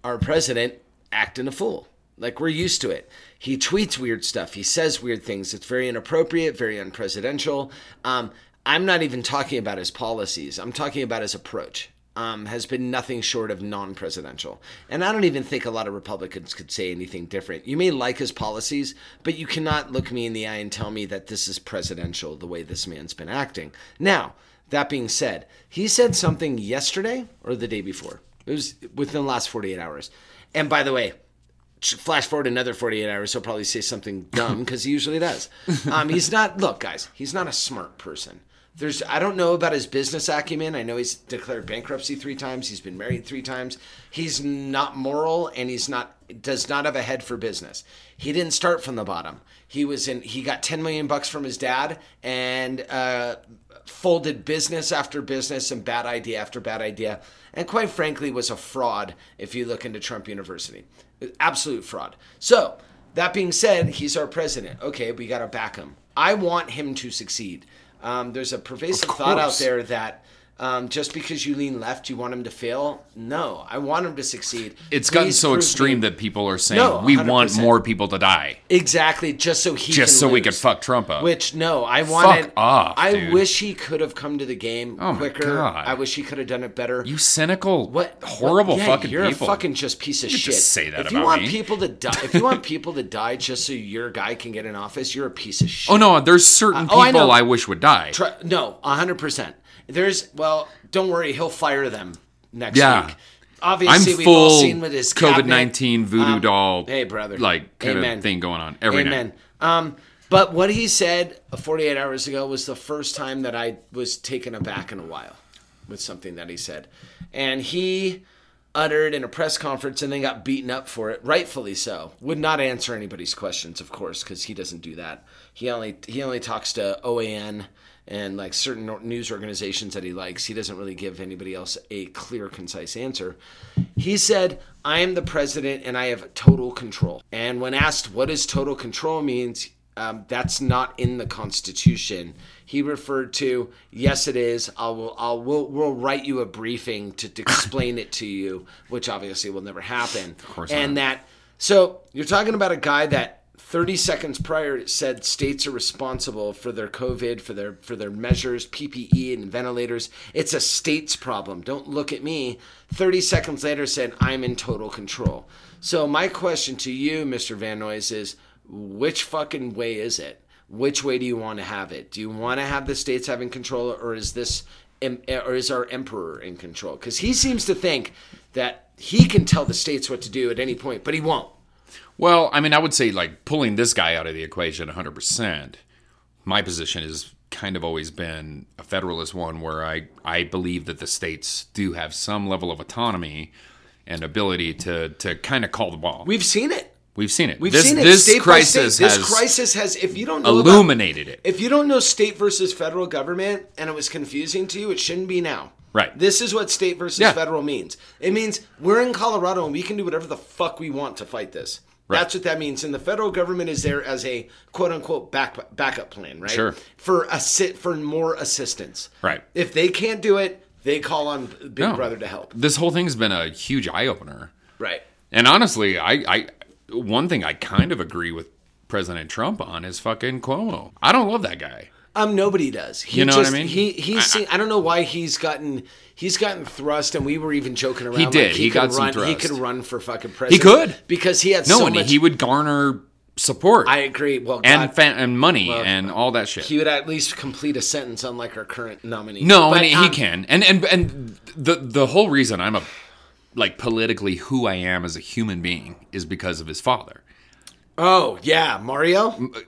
[SPEAKER 7] our president acting a fool. Like we're used to it. He tweets weird stuff. He says weird things. It's very inappropriate, very unpresidential. Um, I'm not even talking about his policies. I'm talking about his approach. Um, has been nothing short of non-presidential, and I don't even think a lot of Republicans could say anything different. You may like his policies, but you cannot look me in the eye and tell me that this is presidential the way this man's been acting. Now, that being said, he said something yesterday or the day before. It was within the last 48 hours. And by the way, ch- flash forward another 48 hours, he'll probably say something dumb because he usually does. Um, he's not, look, guys, he's not a smart person. There's, I don't know about his business acumen. I know he's declared bankruptcy three times. He's been married three times. He's not moral, and he's not does not have a head for business. He didn't start from the bottom. He was in. He got ten million bucks from his dad, and uh, folded business after business and bad idea after bad idea, and quite frankly was a fraud if you look into Trump University. Absolute fraud. So, that being said, he's our president. Okay, we got to back him. I want him to succeed. Um, there's a pervasive thought out
[SPEAKER 8] course.
[SPEAKER 7] there that um, just because you lean left, you want him to fail. No, I want him to succeed.
[SPEAKER 8] it's gotten
[SPEAKER 7] Please
[SPEAKER 8] so
[SPEAKER 7] prove
[SPEAKER 8] extreme
[SPEAKER 7] me-
[SPEAKER 8] that people are saying
[SPEAKER 7] No,
[SPEAKER 8] we want
[SPEAKER 7] 100%.
[SPEAKER 8] more people to die
[SPEAKER 7] exactly just so he
[SPEAKER 8] just
[SPEAKER 7] can
[SPEAKER 8] so we
[SPEAKER 7] lose.
[SPEAKER 8] could fuck Trump up.
[SPEAKER 7] Which no, I wanted.
[SPEAKER 8] off,
[SPEAKER 7] I
[SPEAKER 8] dude.
[SPEAKER 7] wish he could have come to the game
[SPEAKER 8] Oh my
[SPEAKER 7] quicker.
[SPEAKER 8] God.
[SPEAKER 7] I wish he could have done it better.
[SPEAKER 8] you cynical,
[SPEAKER 7] what
[SPEAKER 8] horrible
[SPEAKER 7] what- yeah,
[SPEAKER 8] fucking
[SPEAKER 7] you're
[SPEAKER 8] people.
[SPEAKER 7] a fucking just piece of
[SPEAKER 8] You
[SPEAKER 7] shit.
[SPEAKER 8] just say that
[SPEAKER 7] if you
[SPEAKER 8] about
[SPEAKER 7] want
[SPEAKER 8] me.
[SPEAKER 7] people to die, if you want people to die just so your guy can get in office, you're a piece
[SPEAKER 8] *laughs*
[SPEAKER 7] of shit.
[SPEAKER 8] oh no, there's certain
[SPEAKER 7] Uh, oh, I
[SPEAKER 8] people
[SPEAKER 7] know.
[SPEAKER 8] I, wish would die.
[SPEAKER 7] Try, no, hundred percent. There's well, don't worry, he'll fire them next
[SPEAKER 8] Yeah.
[SPEAKER 7] week.
[SPEAKER 8] I'm
[SPEAKER 7] Obviously, we've all
[SPEAKER 8] full
[SPEAKER 7] seen with his
[SPEAKER 8] COVID
[SPEAKER 7] cabinet.
[SPEAKER 8] nineteen voodoo
[SPEAKER 7] Um,
[SPEAKER 8] doll.
[SPEAKER 7] Hey, brother.
[SPEAKER 8] like kind
[SPEAKER 7] Amen.
[SPEAKER 8] of thing going on every
[SPEAKER 7] Amen.
[SPEAKER 8] night.
[SPEAKER 7] Um, but what he said 48 hours ago was the first time that I was taken aback in a while with something that he said. And he uttered in a press conference and then got beaten up for it, rightfully so. Would not answer anybody's questions, of course, because he doesn't do that. He only he only talks to OAN and like certain nor- news organizations that he likes. He doesn't really give anybody else a clear, concise answer. He said, "I am the president and I have total control." And when asked what does total control means, um, that's not in the Constitution. He referred to, yes, it is. I will, I'll, we'll, we'll write you a briefing to, to explain it to you, which obviously will never happen. Of
[SPEAKER 8] course
[SPEAKER 7] and that, so you're talking about a guy that 30 seconds prior said states are responsible for their COVID, for their for their measures, PPE and ventilators. It's a states problem. Don't look at me. 30 seconds later said I'm in total control. So my question to you, Mr. Van Noyes, is which fucking way is it? which way do you want to have it? Do you want to have the states having control, or is this, em- or is our emperor in control? Because he seems to think that he can tell the states what to do at any point, but he won't.
[SPEAKER 8] Well, I mean, I would say like pulling this guy out of the equation 100%. My position has kind of always been a federalist one where I, I believe that the states do have some level of autonomy and ability to, to kind of call the ball.
[SPEAKER 7] We've seen it.
[SPEAKER 8] We've seen it.
[SPEAKER 7] We've
[SPEAKER 8] this,
[SPEAKER 7] seen it.
[SPEAKER 8] This
[SPEAKER 7] state
[SPEAKER 8] crisis
[SPEAKER 7] by state.
[SPEAKER 8] has
[SPEAKER 7] This crisis has. If you don't know about-
[SPEAKER 8] illuminated it.
[SPEAKER 7] if you don't know state versus federal government and it was confusing to you, it shouldn't be now.
[SPEAKER 8] Right.
[SPEAKER 7] This is what state versus
[SPEAKER 8] Yeah.
[SPEAKER 7] federal means. It means we're in Colorado and we can do whatever the fuck we want to fight this.
[SPEAKER 8] Right.
[SPEAKER 7] That's what that means. And the federal government is there as a quote unquote back, backup plan, right?
[SPEAKER 8] Sure.
[SPEAKER 7] For a sit for more assistance.
[SPEAKER 8] Right.
[SPEAKER 7] If they can't do it, they call on Big
[SPEAKER 8] No.
[SPEAKER 7] Brother to help.
[SPEAKER 8] This whole thing's been a huge eye opener.
[SPEAKER 7] Right.
[SPEAKER 8] And honestly, I, I one thing I kind of agree with President Trump on is fucking Cuomo. I don't love that guy.
[SPEAKER 7] Um, nobody does. He
[SPEAKER 8] You know what I
[SPEAKER 7] just,
[SPEAKER 8] mean?
[SPEAKER 7] He he's. I, seen, I don't know why he's gotten he's gotten thrust, and we were even joking around. like,
[SPEAKER 8] did. He
[SPEAKER 7] could
[SPEAKER 8] got some
[SPEAKER 7] run, He
[SPEAKER 8] thrust.
[SPEAKER 7] could run for fucking president.
[SPEAKER 8] could.
[SPEAKER 7] because he had
[SPEAKER 8] No,
[SPEAKER 7] so
[SPEAKER 8] and
[SPEAKER 7] much.
[SPEAKER 8] he would garner support.
[SPEAKER 7] I agree. Well,
[SPEAKER 8] and
[SPEAKER 7] God,
[SPEAKER 8] fa- and money and all that shit.
[SPEAKER 7] he would at least complete a sentence, unlike our current nominee.
[SPEAKER 8] no,
[SPEAKER 7] But,
[SPEAKER 8] and he
[SPEAKER 7] um,
[SPEAKER 8] can. And and and the the whole reason I'm a like politically who I am as a human being is because of his father.
[SPEAKER 7] Oh yeah, Mario.
[SPEAKER 8] uh,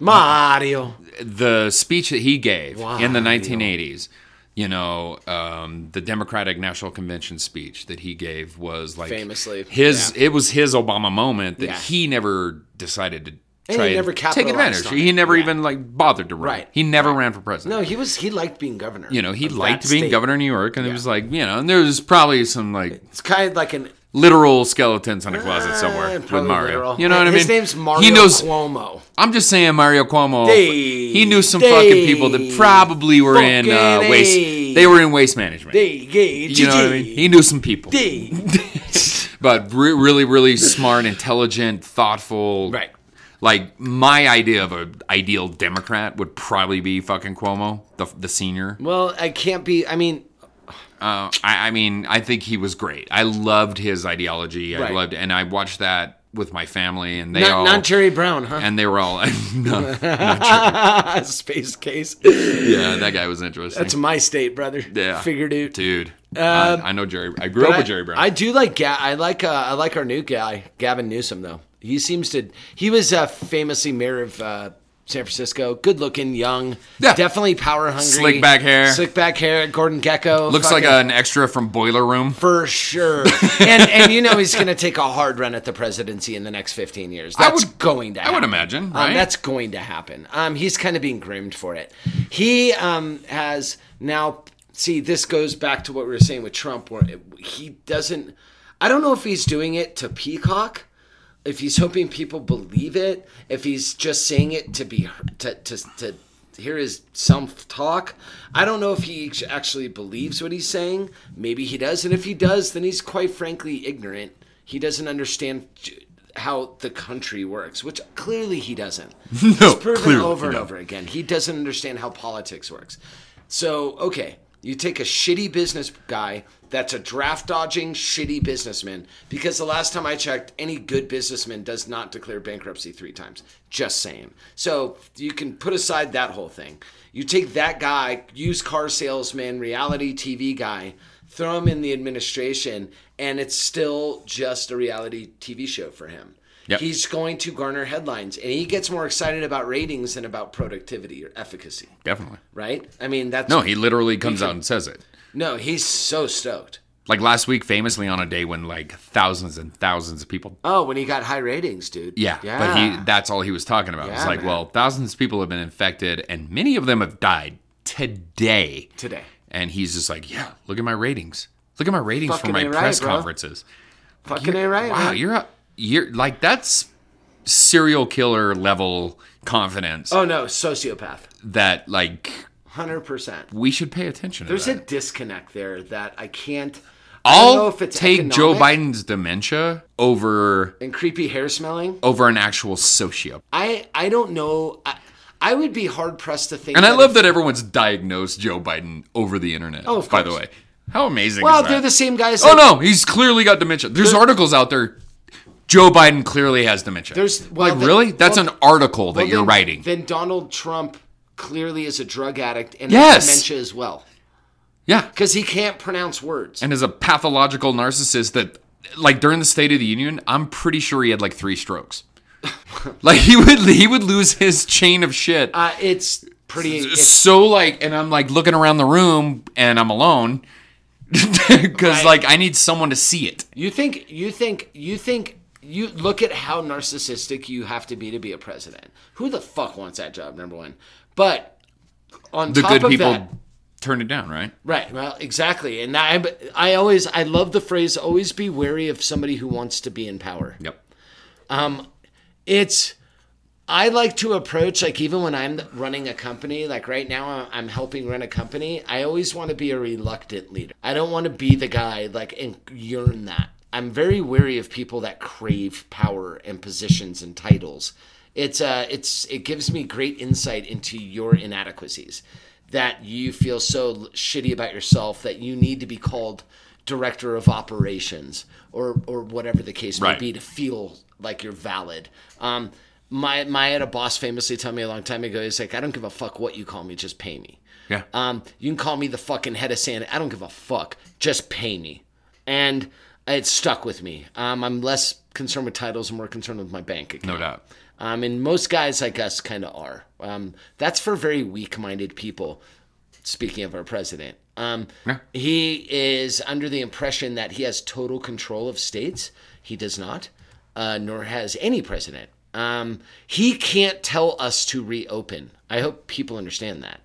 [SPEAKER 7] Mario.
[SPEAKER 8] The speech that he gave in the 1980s, you know, um, the Democratic National Convention speech that he gave was like
[SPEAKER 7] Famously,
[SPEAKER 8] his. It was his Obama moment that
[SPEAKER 7] Yeah.
[SPEAKER 8] he never decided to.
[SPEAKER 7] he
[SPEAKER 8] Try
[SPEAKER 7] never
[SPEAKER 8] and take
[SPEAKER 7] capitalized
[SPEAKER 8] advantage.
[SPEAKER 7] on
[SPEAKER 8] He
[SPEAKER 7] it.
[SPEAKER 8] never
[SPEAKER 7] Yeah.
[SPEAKER 8] even like bothered to run.
[SPEAKER 7] Right.
[SPEAKER 8] He never ran for president.
[SPEAKER 7] No, he was. He liked being governor.
[SPEAKER 8] you know, he
[SPEAKER 7] of
[SPEAKER 8] liked
[SPEAKER 7] that
[SPEAKER 8] being
[SPEAKER 7] state.
[SPEAKER 8] governor of New York, and it was like, you know, and there was probably some like
[SPEAKER 7] It's kind of like an
[SPEAKER 8] literal skeletons in a closet
[SPEAKER 7] eh,
[SPEAKER 8] somewhere
[SPEAKER 7] probably
[SPEAKER 8] with Mario.
[SPEAKER 7] literal.
[SPEAKER 8] You know what I mean?
[SPEAKER 7] His name's Mario
[SPEAKER 8] He knows.
[SPEAKER 7] Cuomo.
[SPEAKER 8] I'm just saying, Mario Cuomo.
[SPEAKER 7] They-
[SPEAKER 8] he knew some
[SPEAKER 7] they
[SPEAKER 8] fucking people that probably were in uh,
[SPEAKER 7] fucking A.
[SPEAKER 8] waste. They were in waste management.
[SPEAKER 7] Hey, gay,
[SPEAKER 8] you know what I mean? He knew some people, but re- really, really smart, intelligent, thoughtful.
[SPEAKER 7] Right.
[SPEAKER 8] Like my idea of an ideal Democrat would probably be fucking Cuomo, the the senior.
[SPEAKER 7] Well, I can't be. I mean,
[SPEAKER 8] Uh, I, I mean, I think he was great. I loved his ideology. I
[SPEAKER 7] Right.
[SPEAKER 8] loved, and I watched that with my family, and they
[SPEAKER 7] not,
[SPEAKER 8] all
[SPEAKER 7] not Jerry Brown, huh?
[SPEAKER 8] and they were all *laughs*
[SPEAKER 7] *laughs*
[SPEAKER 8] no,
[SPEAKER 7] Space case.
[SPEAKER 8] yeah, that guy was interesting.
[SPEAKER 7] That's my state, brother.
[SPEAKER 8] yeah,
[SPEAKER 7] figured it.
[SPEAKER 8] dude. I- I, know Jerry. I grew up
[SPEAKER 7] But I,
[SPEAKER 8] with Jerry Brown.
[SPEAKER 7] I do like. Ga- I like. Uh, I like our new guy, Gavin Newsom, though. He seems to. He was uh, famously mayor of. Uh, San Francisco, good looking, young,
[SPEAKER 8] Yeah.
[SPEAKER 7] definitely power hungry,
[SPEAKER 8] Slick back hair.
[SPEAKER 7] slick back hair. Gordon Gecko
[SPEAKER 8] Looks like an
[SPEAKER 7] fucking-
[SPEAKER 8] extra from Boiler Room.
[SPEAKER 7] for
[SPEAKER 8] *laughs*
[SPEAKER 7] sure, and and you know he's going to take a hard run at the presidency in the next fifteen years.
[SPEAKER 8] I
[SPEAKER 7] That's
[SPEAKER 8] would-
[SPEAKER 7] going to.
[SPEAKER 8] I
[SPEAKER 7] happen.
[SPEAKER 8] would imagine,
[SPEAKER 7] Um,
[SPEAKER 8] right?
[SPEAKER 7] that's going to happen. Um, he's kind of being groomed for it. He um has now. See, this goes back to what we were saying with Trump, where it- he doesn't. I don't know if he's doing it to peacock, if he's hoping people believe it, if he's just saying it to be to to. to hear his self talk. I don't know if he actually believes what he's saying. Maybe he does, and if he does, then he's quite frankly ignorant. He doesn't understand how the country works, which clearly
[SPEAKER 8] *laughs*
[SPEAKER 7] he doesn't.
[SPEAKER 8] No,
[SPEAKER 7] It's proven
[SPEAKER 8] clearly
[SPEAKER 7] over and
[SPEAKER 8] no.
[SPEAKER 7] over again. He doesn't understand how politics works. So, okay, you take a shitty business guy that's a draft dodging shitty businessman because the last time I checked, any good businessman does not declare bankruptcy three times. Just saying. So, you can put aside that whole thing. You take that guy, used car salesman, reality TV guy, throw him in the administration, and it's still just a reality TV show for him.
[SPEAKER 8] Yep.
[SPEAKER 7] He's going to garner headlines, and he gets more excited about ratings than about productivity or efficacy,
[SPEAKER 8] Definitely.
[SPEAKER 7] right? I mean, that's
[SPEAKER 8] No, he literally comes out and says it.
[SPEAKER 7] no, he's so stoked.
[SPEAKER 8] Like last week, famously on a day when like thousands and thousands of people
[SPEAKER 7] Oh, when he got high ratings, dude.
[SPEAKER 8] Yeah,
[SPEAKER 7] yeah.
[SPEAKER 8] but he—that's all he was talking about.
[SPEAKER 7] Yeah,
[SPEAKER 8] it's like,
[SPEAKER 7] man.
[SPEAKER 8] well, thousands of people have been infected, and many of them have died today.
[SPEAKER 7] Today.
[SPEAKER 8] and he's just like, yeah, look at my ratings. Look at my ratings
[SPEAKER 7] Fucking
[SPEAKER 8] for my
[SPEAKER 7] A right,
[SPEAKER 8] press
[SPEAKER 7] bro.
[SPEAKER 8] conferences.
[SPEAKER 7] fucking A right.
[SPEAKER 8] Wow,
[SPEAKER 7] man.
[SPEAKER 8] you're a, you're like that's serial killer level confidence
[SPEAKER 7] oh no, sociopath,
[SPEAKER 8] that like
[SPEAKER 7] hundred percent.
[SPEAKER 8] we should pay attention.
[SPEAKER 7] There's
[SPEAKER 8] to
[SPEAKER 7] a
[SPEAKER 8] that.
[SPEAKER 7] disconnect there that I can't. I don't
[SPEAKER 8] I'll
[SPEAKER 7] know if it's
[SPEAKER 8] take Joe
[SPEAKER 7] economic
[SPEAKER 8] Biden's dementia over
[SPEAKER 7] and creepy hair smelling.
[SPEAKER 8] over an actual sociopath.
[SPEAKER 7] I I don't know. I, I would be hard pressed to think.
[SPEAKER 8] And I
[SPEAKER 7] that
[SPEAKER 8] love
[SPEAKER 7] if-
[SPEAKER 8] that everyone's diagnosed Joe Biden over the internet.
[SPEAKER 7] Oh, of
[SPEAKER 8] by the
[SPEAKER 7] course.
[SPEAKER 8] way, how amazing!
[SPEAKER 7] Well,
[SPEAKER 8] is
[SPEAKER 7] they're
[SPEAKER 8] that?
[SPEAKER 7] the same guys.
[SPEAKER 8] Oh
[SPEAKER 7] that-
[SPEAKER 8] no, he's clearly got dementia. There's articles out there. Joe Biden clearly has dementia.
[SPEAKER 7] There's- well,
[SPEAKER 8] like
[SPEAKER 7] then-
[SPEAKER 8] really? That's
[SPEAKER 7] well-
[SPEAKER 8] an article that
[SPEAKER 7] Well,
[SPEAKER 8] you're
[SPEAKER 7] then-
[SPEAKER 8] writing.
[SPEAKER 7] Then Donald Trump clearly is a drug addict and
[SPEAKER 8] Yes.
[SPEAKER 7] has dementia as well
[SPEAKER 8] yeah.
[SPEAKER 7] because he can't pronounce words.
[SPEAKER 8] And as a pathological narcissist that like during the State of the Union, I'm pretty sure he had like three
[SPEAKER 7] *laughs*
[SPEAKER 8] strokes. like he would he would lose his chain of shit.
[SPEAKER 7] uh, it's pretty. It's,
[SPEAKER 8] so like and I'm like looking around the room and I'm alone. *laughs* Cause
[SPEAKER 7] Right.
[SPEAKER 8] like I need someone to see it.
[SPEAKER 7] you think you think you think you look at how narcissistic you have to be to be a president. Who the fuck wants that job? Number one, but on
[SPEAKER 8] The
[SPEAKER 7] top
[SPEAKER 8] good
[SPEAKER 7] of
[SPEAKER 8] people
[SPEAKER 7] that,
[SPEAKER 8] turn it down, right?
[SPEAKER 7] Right. Well, exactly. And I, I always, I love the phrase, always be wary of somebody who wants to be in power.
[SPEAKER 8] Yep.
[SPEAKER 7] It's, I like to approach, like, even when I'm running a company, like right now I'm- I'm helping run a company, I always want to be a reluctant leader. I don't want to be the guy, like, and yearn that. I'm very wary of people that crave power and positions and titles. It's, uh, it's, it gives me great insight into your inadequacies that you feel so shitty about yourself that you need to be called director of operations or or whatever the case may
[SPEAKER 8] Right.
[SPEAKER 7] be to feel like you're valid. Um, my my I had a boss famously tell me a long time ago. He's like, I don't give a fuck what you call me, just pay me.
[SPEAKER 8] Yeah.
[SPEAKER 7] Um, you can call me the fucking head of sand. I don't give a fuck. Just pay me. And it stuck with me. Um, I'm less concerned with titles and more concerned with my bank account.
[SPEAKER 8] no doubt.
[SPEAKER 7] Um, and most guys like us kind of are. Um, that's for very weak-minded people. Speaking of our president, um,
[SPEAKER 8] Yeah.
[SPEAKER 7] he is under the impression that he has total control of states. He does not, uh, nor has any president. Um, he can't tell us to reopen. I hope people understand that.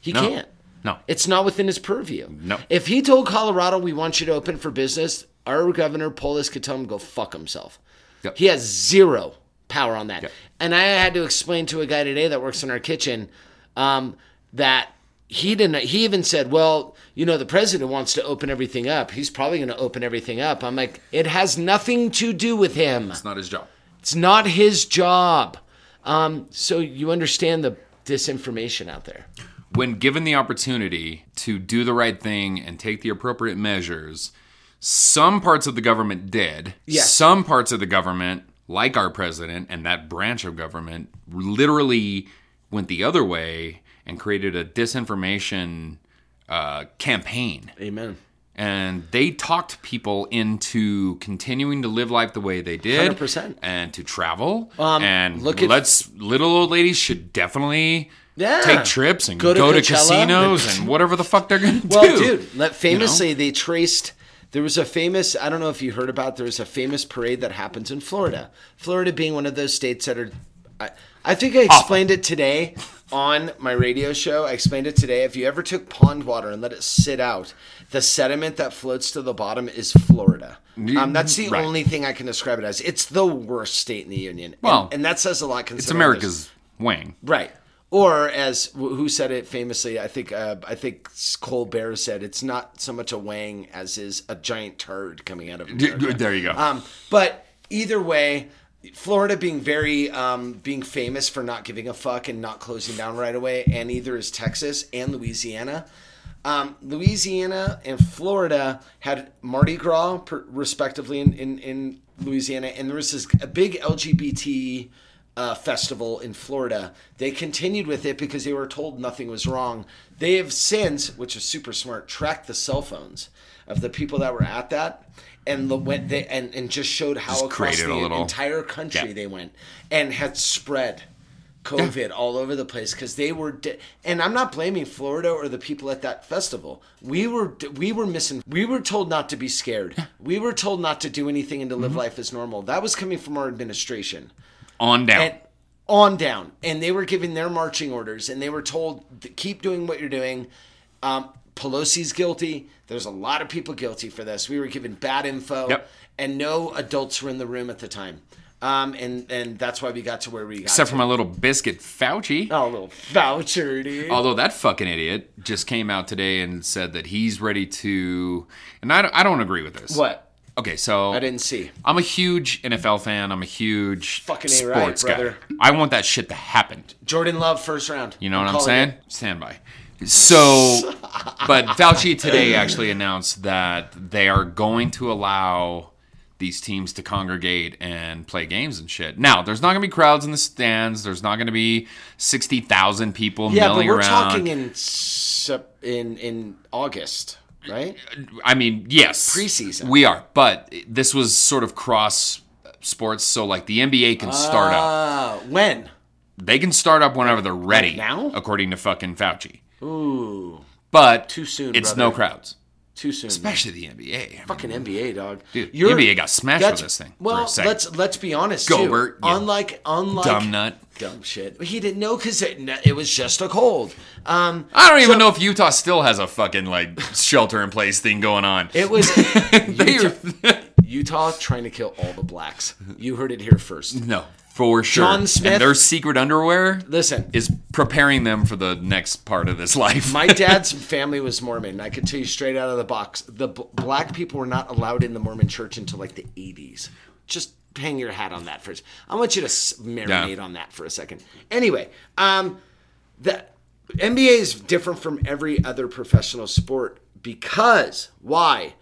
[SPEAKER 7] He
[SPEAKER 8] No.
[SPEAKER 7] can't.
[SPEAKER 8] No.
[SPEAKER 7] It's not within his purview.
[SPEAKER 8] No.
[SPEAKER 7] If he told Colorado we want you to open for business, our governor Polis could tell him to go fuck himself.
[SPEAKER 8] Yep.
[SPEAKER 7] He has zero power on that. And I had to explain to a guy today that works in our kitchen um, that he didn't. He even said, "Well, you know, the president wants to open everything up. He's probably going to open everything up." I'm like, "It has nothing to do with him.
[SPEAKER 8] It's not his job.
[SPEAKER 7] It's not his job." Um, so you understand the disinformation out there.
[SPEAKER 8] when given the opportunity to do the right thing and take the appropriate measures, some parts of the government did.
[SPEAKER 7] Yes.
[SPEAKER 8] Some parts of the government, like our president and that branch of government, literally went the other way and created a disinformation uh, campaign.
[SPEAKER 7] Amen.
[SPEAKER 8] And they talked people into continuing to live life the way they did,
[SPEAKER 7] 100%.
[SPEAKER 8] and to travel.
[SPEAKER 7] Um,
[SPEAKER 8] and
[SPEAKER 7] look
[SPEAKER 8] look
[SPEAKER 7] at-
[SPEAKER 8] let's little old ladies should definitely
[SPEAKER 7] Yeah.
[SPEAKER 8] take trips and
[SPEAKER 7] Go
[SPEAKER 8] go to,
[SPEAKER 7] to Coachella. *laughs*
[SPEAKER 8] casinos and whatever the fuck they're gonna
[SPEAKER 7] Well,
[SPEAKER 8] do.
[SPEAKER 7] dude, let, famously they traced. There was a famous. I don't know if you heard about. There was a famous parade that happens in Florida. Florida being one of those states that are. I, I think I explained it today on my radio show. I explained it today. If you ever took pond water and let it sit out, the sediment that floats to the bottom is Florida. Um, that's the
[SPEAKER 8] Right.
[SPEAKER 7] only thing I can describe it as. It's the worst state in the union. And-
[SPEAKER 8] Well,
[SPEAKER 7] and, that says a lot.
[SPEAKER 8] it's
[SPEAKER 7] Considering there's-
[SPEAKER 8] America's wing.
[SPEAKER 7] Right. Or as wh- who said it famously, I think uh, I think Colbert said, it's not so much a wang as is a giant turd coming out of.
[SPEAKER 8] D-
[SPEAKER 7] America.
[SPEAKER 8] There you go.
[SPEAKER 7] Um, but either way, Florida being very um, being famous for not giving a fuck and not closing down right away, and either is Texas and Louisiana. Um, Louisiana and Florida had Mardi Gras, per, respectively, in, in, in Louisiana, and there was this a big LGBT uh, festival in Florida. They continued with it because they were told nothing was wrong. They have since, which is super smart, tracked the cell phones of the people that were at that, and the, went they, and and just showed how across
[SPEAKER 8] created
[SPEAKER 7] the
[SPEAKER 8] a little-
[SPEAKER 7] entire country
[SPEAKER 8] Yeah.
[SPEAKER 7] they went and had spread COVID all over the place because they were. De- and I'm not blaming Florida or the people at that festival. We were we were missing. We were told not to be scared. We were told not to do anything and to
[SPEAKER 8] Mm-hmm.
[SPEAKER 7] live life as normal. That was coming from our administration
[SPEAKER 8] On down.
[SPEAKER 7] and on down and they were given their marching orders and they were told to keep doing what you're doing um, pelosi's guilty there's a lot of people guilty for this we were given bad info
[SPEAKER 8] Yep.
[SPEAKER 7] and no adults were in the room at the time um, and and that's why we got to where we got
[SPEAKER 8] Except
[SPEAKER 7] to.
[SPEAKER 8] for my little biscuit Fauci.
[SPEAKER 7] oh little voucher dude
[SPEAKER 8] Although that fucking idiot just came out today and said that he's ready to, and I don't, I don't agree with this.
[SPEAKER 7] what
[SPEAKER 8] Okay, so
[SPEAKER 7] i didn't see
[SPEAKER 8] I'm a huge NFL fan. I'm a huge
[SPEAKER 7] Fucking A
[SPEAKER 8] sports
[SPEAKER 7] right,
[SPEAKER 8] guy.
[SPEAKER 7] brother.
[SPEAKER 8] I want that shit to happen.
[SPEAKER 7] jordan love first round
[SPEAKER 8] You know what I'm
[SPEAKER 7] calling
[SPEAKER 8] saying?
[SPEAKER 7] it.
[SPEAKER 8] Stand by. So, but Fauci today actually announced that they are going to allow these teams to congregate and play games and shit. Now, there's not gonna be crowds in the stands. There's not gonna be sixty thousand people
[SPEAKER 7] Yeah, but
[SPEAKER 8] milling
[SPEAKER 7] we're
[SPEAKER 8] around.
[SPEAKER 7] talking in sep- in in August, right?
[SPEAKER 8] I mean, yes,
[SPEAKER 7] Preseason.
[SPEAKER 8] We are, but this was sort of cross sports, so like the NBA can start up.
[SPEAKER 7] Uh, when?
[SPEAKER 8] They can start up whenever they're ready.
[SPEAKER 7] now?
[SPEAKER 8] according to fucking Fauci. Ooh, but
[SPEAKER 7] Too soon,
[SPEAKER 8] It's no
[SPEAKER 7] brother.
[SPEAKER 8] crowds,
[SPEAKER 7] Too soon.
[SPEAKER 8] especially the NBA.
[SPEAKER 7] fucking NBA dog.
[SPEAKER 8] Dude,
[SPEAKER 7] You're-
[SPEAKER 8] NBA got smashed with
[SPEAKER 7] that's-
[SPEAKER 8] this thing. for a
[SPEAKER 7] Well,
[SPEAKER 8] second.
[SPEAKER 7] let's let's be honest.
[SPEAKER 8] Gobert,
[SPEAKER 7] too.
[SPEAKER 8] you
[SPEAKER 7] unlike unlike
[SPEAKER 8] dumb nut.
[SPEAKER 7] dumb shit. He didn't know because it, it was just a cold. Um,
[SPEAKER 8] I don't even know if Utah still has a fucking like shelter in place thing going on.
[SPEAKER 7] it
[SPEAKER 8] *laughs*
[SPEAKER 7] was
[SPEAKER 8] They
[SPEAKER 7] Utah,
[SPEAKER 8] are-
[SPEAKER 7] Utah trying to kill all the blacks. You heard it here first.
[SPEAKER 8] no, for sure.
[SPEAKER 7] John Smith-
[SPEAKER 8] and their secret underwear
[SPEAKER 7] Listen,
[SPEAKER 8] is preparing them for the next part of this life.
[SPEAKER 7] My dad's family was Mormon. I could tell you straight out of the box. The b- black people were not allowed in the Mormon church until like the 80s. Just hang your hat on that first. I want you to s- marinate
[SPEAKER 8] Yeah.
[SPEAKER 7] on that for a second. Anyway, um, the NBA is different from every other professional sport because why?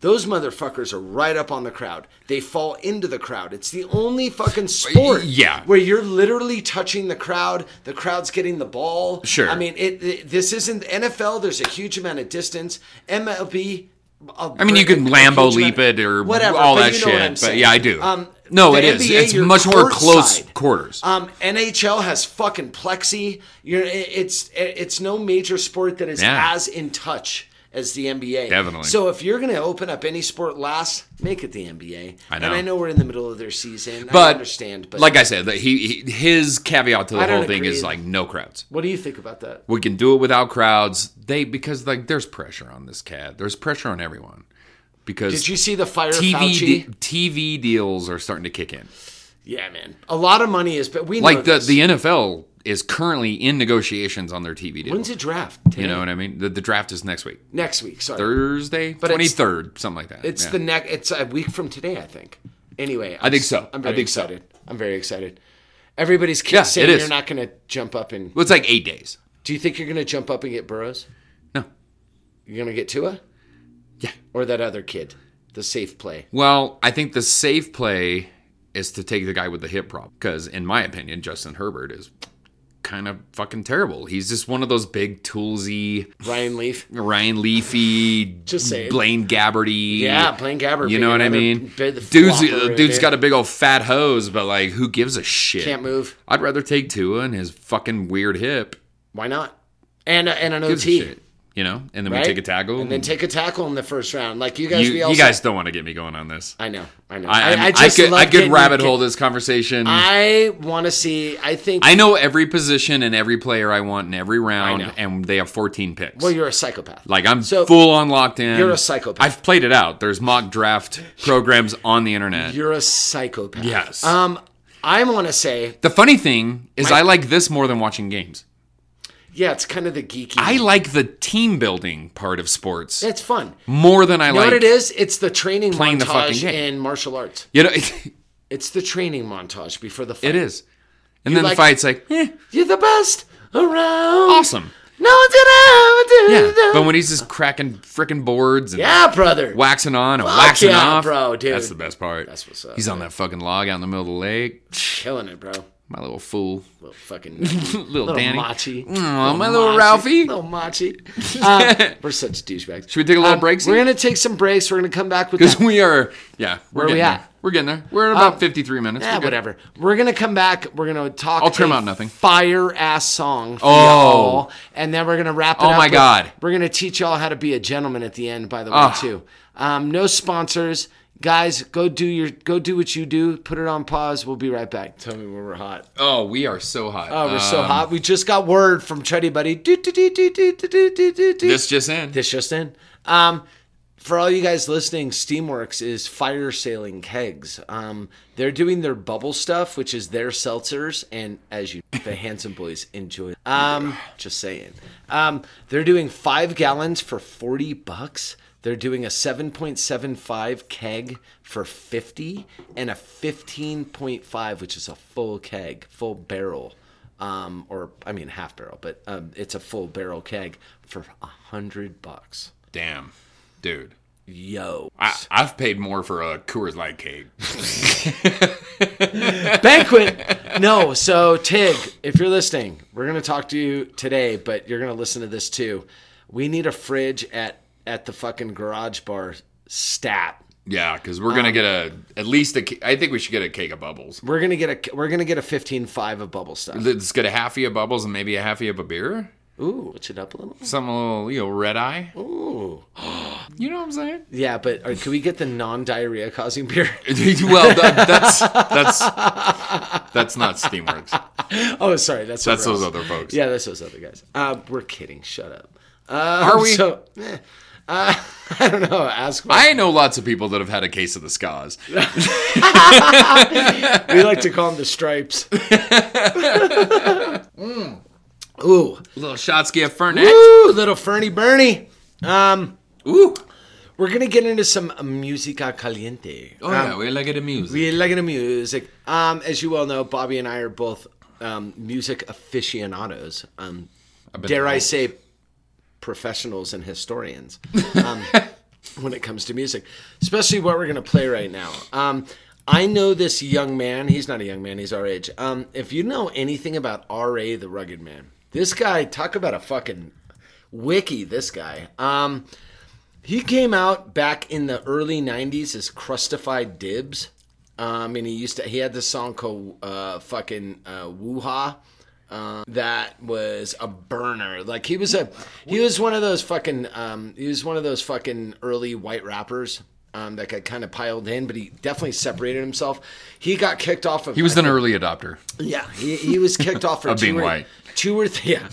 [SPEAKER 7] Those motherfuckers are right up on the crowd. They fall into the crowd. It's the only fucking sport
[SPEAKER 8] Yeah.
[SPEAKER 7] where you're literally touching the crowd. The crowd's getting the ball.
[SPEAKER 8] Sure.
[SPEAKER 7] I mean, it, it- this isn't NFL. There's a huge amount of distance. MLB. a-
[SPEAKER 8] I mean, you
[SPEAKER 7] a
[SPEAKER 8] can
[SPEAKER 7] huge
[SPEAKER 8] Lambo
[SPEAKER 7] amount-
[SPEAKER 8] leap it or
[SPEAKER 7] whatever,
[SPEAKER 8] all
[SPEAKER 7] but
[SPEAKER 8] that
[SPEAKER 7] you know
[SPEAKER 8] shit.
[SPEAKER 7] what I'm
[SPEAKER 8] but
[SPEAKER 7] saying.
[SPEAKER 8] yeah, I do.
[SPEAKER 7] Um,
[SPEAKER 8] no,
[SPEAKER 7] the
[SPEAKER 8] it is.
[SPEAKER 7] NBA,
[SPEAKER 8] It's
[SPEAKER 7] you're
[SPEAKER 8] much more close
[SPEAKER 7] courtside.
[SPEAKER 8] quarters.
[SPEAKER 7] Um, NHL has fucking plexi. You're, it- it's it- it's no major sport that is
[SPEAKER 8] Yeah.
[SPEAKER 7] as in touch as the NBA.
[SPEAKER 8] Definitely.
[SPEAKER 7] So if you're gonna open up any sport last, make it the NBA.
[SPEAKER 8] I
[SPEAKER 7] And
[SPEAKER 8] know.
[SPEAKER 7] I know we're in the middle of their season.
[SPEAKER 8] *laughs*
[SPEAKER 7] I
[SPEAKER 8] but
[SPEAKER 7] understand. But
[SPEAKER 8] like I said, that he, he his caveat to the
[SPEAKER 7] I don't
[SPEAKER 8] whole thing is
[SPEAKER 7] agree.
[SPEAKER 8] like no crowds.
[SPEAKER 7] what do you think about that?
[SPEAKER 8] We can do it without crowds. They because like there's pressure on this cat. There's pressure on everyone because
[SPEAKER 7] Did you see the fire
[SPEAKER 8] TV
[SPEAKER 7] Fauci?
[SPEAKER 8] de- TV deals are starting to kick in.
[SPEAKER 7] Yeah, man. A lot of money is, but we know
[SPEAKER 8] Like the
[SPEAKER 7] this.
[SPEAKER 8] the NFL is currently in negotiations on their TV deal.
[SPEAKER 7] When's the draft?
[SPEAKER 8] you know what I mean? The, the draft is next week,
[SPEAKER 7] Next week. Sorry.
[SPEAKER 8] Thursday,
[SPEAKER 7] But
[SPEAKER 8] twenty
[SPEAKER 7] it's-
[SPEAKER 8] third, something like that.
[SPEAKER 7] It's
[SPEAKER 8] Yeah.
[SPEAKER 7] the neck. It's a week from today, I think. Anyway, I'm,
[SPEAKER 8] I think
[SPEAKER 7] s-
[SPEAKER 8] so.
[SPEAKER 7] I'm
[SPEAKER 8] I
[SPEAKER 7] very
[SPEAKER 8] think so.
[SPEAKER 7] excited. I'm very excited. Everybody's
[SPEAKER 8] Yeah,
[SPEAKER 7] kids saying
[SPEAKER 8] it is.
[SPEAKER 7] you're not going to jump up and.
[SPEAKER 8] well, it's like eight days.
[SPEAKER 7] Do you think you're going to jump up and get Burrows?
[SPEAKER 8] No.
[SPEAKER 7] You're going to get Tua.
[SPEAKER 8] Yeah.
[SPEAKER 7] Or that other kid, the
[SPEAKER 8] *laughs*
[SPEAKER 7] safe play.
[SPEAKER 8] Well, I think the safe play is to take the guy with the hip problem because, in my opinion, Justin Herbert is kind of fucking terrible. He's just one of those big toolsy
[SPEAKER 7] Ryan Leaf.
[SPEAKER 8] Ryan Leafy,
[SPEAKER 7] Just saying.
[SPEAKER 8] Blaine Gabberty.
[SPEAKER 7] Yeah, Blaine Gabbert
[SPEAKER 8] You
[SPEAKER 7] being
[SPEAKER 8] know what I
[SPEAKER 7] another
[SPEAKER 8] mean?
[SPEAKER 7] bit
[SPEAKER 8] Dude's
[SPEAKER 7] of
[SPEAKER 8] dude's
[SPEAKER 7] flopper there.
[SPEAKER 8] got a big old fat hose, but like, who gives a shit?
[SPEAKER 7] Can't move.
[SPEAKER 8] I'd rather take Tua and his fucking weird hip.
[SPEAKER 7] Why not? And a- and an
[SPEAKER 8] Who Gives a
[SPEAKER 7] OT.
[SPEAKER 8] shit, you know, and then
[SPEAKER 7] Right?
[SPEAKER 8] we take a tackle.
[SPEAKER 7] and then take a tackle in the first round. Like you guys,
[SPEAKER 8] you,
[SPEAKER 7] we
[SPEAKER 8] you
[SPEAKER 7] also,
[SPEAKER 8] guys don't want to get me going on this.
[SPEAKER 7] I know, I know.
[SPEAKER 8] I, I, mean, I could, I could
[SPEAKER 7] getting-
[SPEAKER 8] rabbit
[SPEAKER 7] get-
[SPEAKER 8] hole this conversation.
[SPEAKER 7] I want to see. I think.
[SPEAKER 8] I know every position and every player I want in every
[SPEAKER 7] I know.
[SPEAKER 8] round, and they have 14 picks.
[SPEAKER 7] well, you're a psychopath.
[SPEAKER 8] like I'm
[SPEAKER 7] so-
[SPEAKER 8] full on locked in.
[SPEAKER 7] You're a psychopath.
[SPEAKER 8] I've played it out. There's mock
[SPEAKER 7] *laughs*
[SPEAKER 8] draft programs on the internet.
[SPEAKER 7] You're a psychopath.
[SPEAKER 8] Yes.
[SPEAKER 7] Um, I want to say,
[SPEAKER 8] the funny thing is, I like this more than watching games.
[SPEAKER 7] yeah, it's kind of the geeky.
[SPEAKER 8] I like the team building part of sports
[SPEAKER 7] It's fun. You
[SPEAKER 8] more than I
[SPEAKER 7] know
[SPEAKER 8] like
[SPEAKER 7] what it is? It's the training
[SPEAKER 8] playing
[SPEAKER 7] montage
[SPEAKER 8] the fucking game.
[SPEAKER 7] in martial arts.
[SPEAKER 8] You know, *laughs*
[SPEAKER 7] It's the training montage before the fight.
[SPEAKER 8] it is. And then
[SPEAKER 7] like-
[SPEAKER 8] the fight's like, eh,
[SPEAKER 7] You're the best around. *laughs*
[SPEAKER 8] awesome.
[SPEAKER 7] No one's gonna ever
[SPEAKER 8] Yeah.
[SPEAKER 7] do that.
[SPEAKER 8] But when he's just cracking frickin' boards and
[SPEAKER 7] yeah, brother.
[SPEAKER 8] waxing on and waxing
[SPEAKER 7] yeah,
[SPEAKER 8] off,
[SPEAKER 7] bro, dude.
[SPEAKER 8] that's the best part. That's
[SPEAKER 7] what's up,
[SPEAKER 8] He's on that fucking log out in the middle of the lake.
[SPEAKER 7] *laughs* Killing it, bro.
[SPEAKER 8] My little fool. *laughs*
[SPEAKER 7] Little fucking little,
[SPEAKER 8] Little, Danny.
[SPEAKER 7] machi.
[SPEAKER 8] Aw, my little Ralphie.
[SPEAKER 7] Mm, Little *laughs* machi. Um, we're such douchebags. Um,
[SPEAKER 8] Should we take a little break,
[SPEAKER 7] We're
[SPEAKER 8] Steve?
[SPEAKER 7] gonna take some breaks. We're gonna come back
[SPEAKER 8] *laughs*
[SPEAKER 7] with
[SPEAKER 8] Because
[SPEAKER 7] that.
[SPEAKER 8] we are, yeah, we're
[SPEAKER 7] Where are we
[SPEAKER 8] getting
[SPEAKER 7] at?
[SPEAKER 8] There. We're getting there. We're at about
[SPEAKER 7] Um,
[SPEAKER 8] 53 minutes.
[SPEAKER 7] Yeah,
[SPEAKER 8] We're good.
[SPEAKER 7] whatever. We're gonna come back. We're gonna talk.
[SPEAKER 8] I'll trim
[SPEAKER 7] a
[SPEAKER 8] out nothing.
[SPEAKER 7] Fire ass song. For
[SPEAKER 8] Oh.
[SPEAKER 7] y'all, and then we're gonna wrap it.
[SPEAKER 8] Oh
[SPEAKER 7] up
[SPEAKER 8] my
[SPEAKER 7] with-
[SPEAKER 8] God.
[SPEAKER 7] We're gonna teach y'all how to be a gentleman at the end. By the way,
[SPEAKER 8] Ah.
[SPEAKER 7] too. Um, no sponsors, guys. Go do your. Go do what you do. Put it on pause. We'll be right back. Tell me when we're hot.
[SPEAKER 8] Oh, we are so hot.
[SPEAKER 7] Oh, we're so
[SPEAKER 8] Um,
[SPEAKER 7] hot. We just got word from Chuddy Buddy. Do, do, do, do, do, do, do, do, do, do.
[SPEAKER 8] This just in.
[SPEAKER 7] This just in. Um, for all you guys listening, Steamworks is fire sailing kegs. Um, they're doing their bubble stuff, which is their seltzers, and as you, the handsome boys enjoy. Um, just saying. Um, they're doing five gallons for forty bucks. They're doing a seven point seven five keg for fifty, and a fifteen point five, which is a full keg, full barrel um, or I mean half barrel, but um, it's a full barrel keg for a hundred bucks.
[SPEAKER 8] Damn, dude.
[SPEAKER 7] Yo.
[SPEAKER 8] I, I've paid more for a Coors Light
[SPEAKER 7] *laughs*
[SPEAKER 8] cake.
[SPEAKER 7] Banquet. No, so Tig, if you're listening, we're gonna talk to you today, but you're gonna listen to this too. We need a fridge at at the fucking garage bar stat.
[SPEAKER 8] Yeah, because we're
[SPEAKER 7] Um,
[SPEAKER 8] gonna get a at least a. ca- I think we should get a cake of bubbles.
[SPEAKER 7] We're gonna get a we're gonna get a fifteen five of bubble stuff.
[SPEAKER 8] Let's get a halfie of bubbles and maybe a halfie of a beer.
[SPEAKER 7] Ooh, what's it up a little?
[SPEAKER 8] Something a little, you know, red eye.
[SPEAKER 7] Ooh.
[SPEAKER 8] You know what I'm saying?
[SPEAKER 7] Yeah, but uh, can we get the non diarrhea causing beer?
[SPEAKER 8] *laughs*
[SPEAKER 7] *laughs*
[SPEAKER 8] well, that, that's that's that's not Steamworks.
[SPEAKER 7] oh, sorry, that's
[SPEAKER 8] That's
[SPEAKER 7] over
[SPEAKER 8] those
[SPEAKER 7] us.
[SPEAKER 8] other folks.
[SPEAKER 7] Yeah, that's those other guys. Uh, we're kidding. Shut up. Um,
[SPEAKER 8] Are we?
[SPEAKER 7] So, eh, uh, *laughs* I don't know. Ask. Mike.
[SPEAKER 8] I know lots of people that have had a case of the scars.
[SPEAKER 7] We like to call them
[SPEAKER 8] *laughs*
[SPEAKER 7] the stripes. Mm. Ooh,
[SPEAKER 8] Little Shotsky of Fernet.
[SPEAKER 7] ooh, little Fernie Bernie. Um,
[SPEAKER 8] Ooh.
[SPEAKER 7] we're gonna get into some música caliente.
[SPEAKER 8] Oh yeah, we like it in music.
[SPEAKER 7] Um, We like into music. Um, as you well know, Bobby and I are both um, music aficionados. Um,
[SPEAKER 8] been
[SPEAKER 7] dare I
[SPEAKER 8] told.
[SPEAKER 7] say, professionals and historians um, when it comes to music, especially what we're going to play right now. Um, I know this young man. He's not a young man. He's our age. Um, if you know anything about R.A. the Rugged Man, this guy talk about a fucking wiki. This guy. Um, he came out back in the early '90s as Crustified Dibs, um, and he used to he had this song called uh, "Fucking uh, Woo-ha," uh, that was a burner. Like he was a he was one of those fucking um, he was one of those fucking early white rappers um, that got kind of piled in, but he definitely separated himself. He got kicked off of
[SPEAKER 8] He was an early adopter.
[SPEAKER 7] yeah, he, he was
[SPEAKER 8] *laughs*
[SPEAKER 7] kicked off for
[SPEAKER 8] Of
[SPEAKER 7] two
[SPEAKER 8] being
[SPEAKER 7] or,
[SPEAKER 8] white.
[SPEAKER 7] two or th- *laughs* yeah,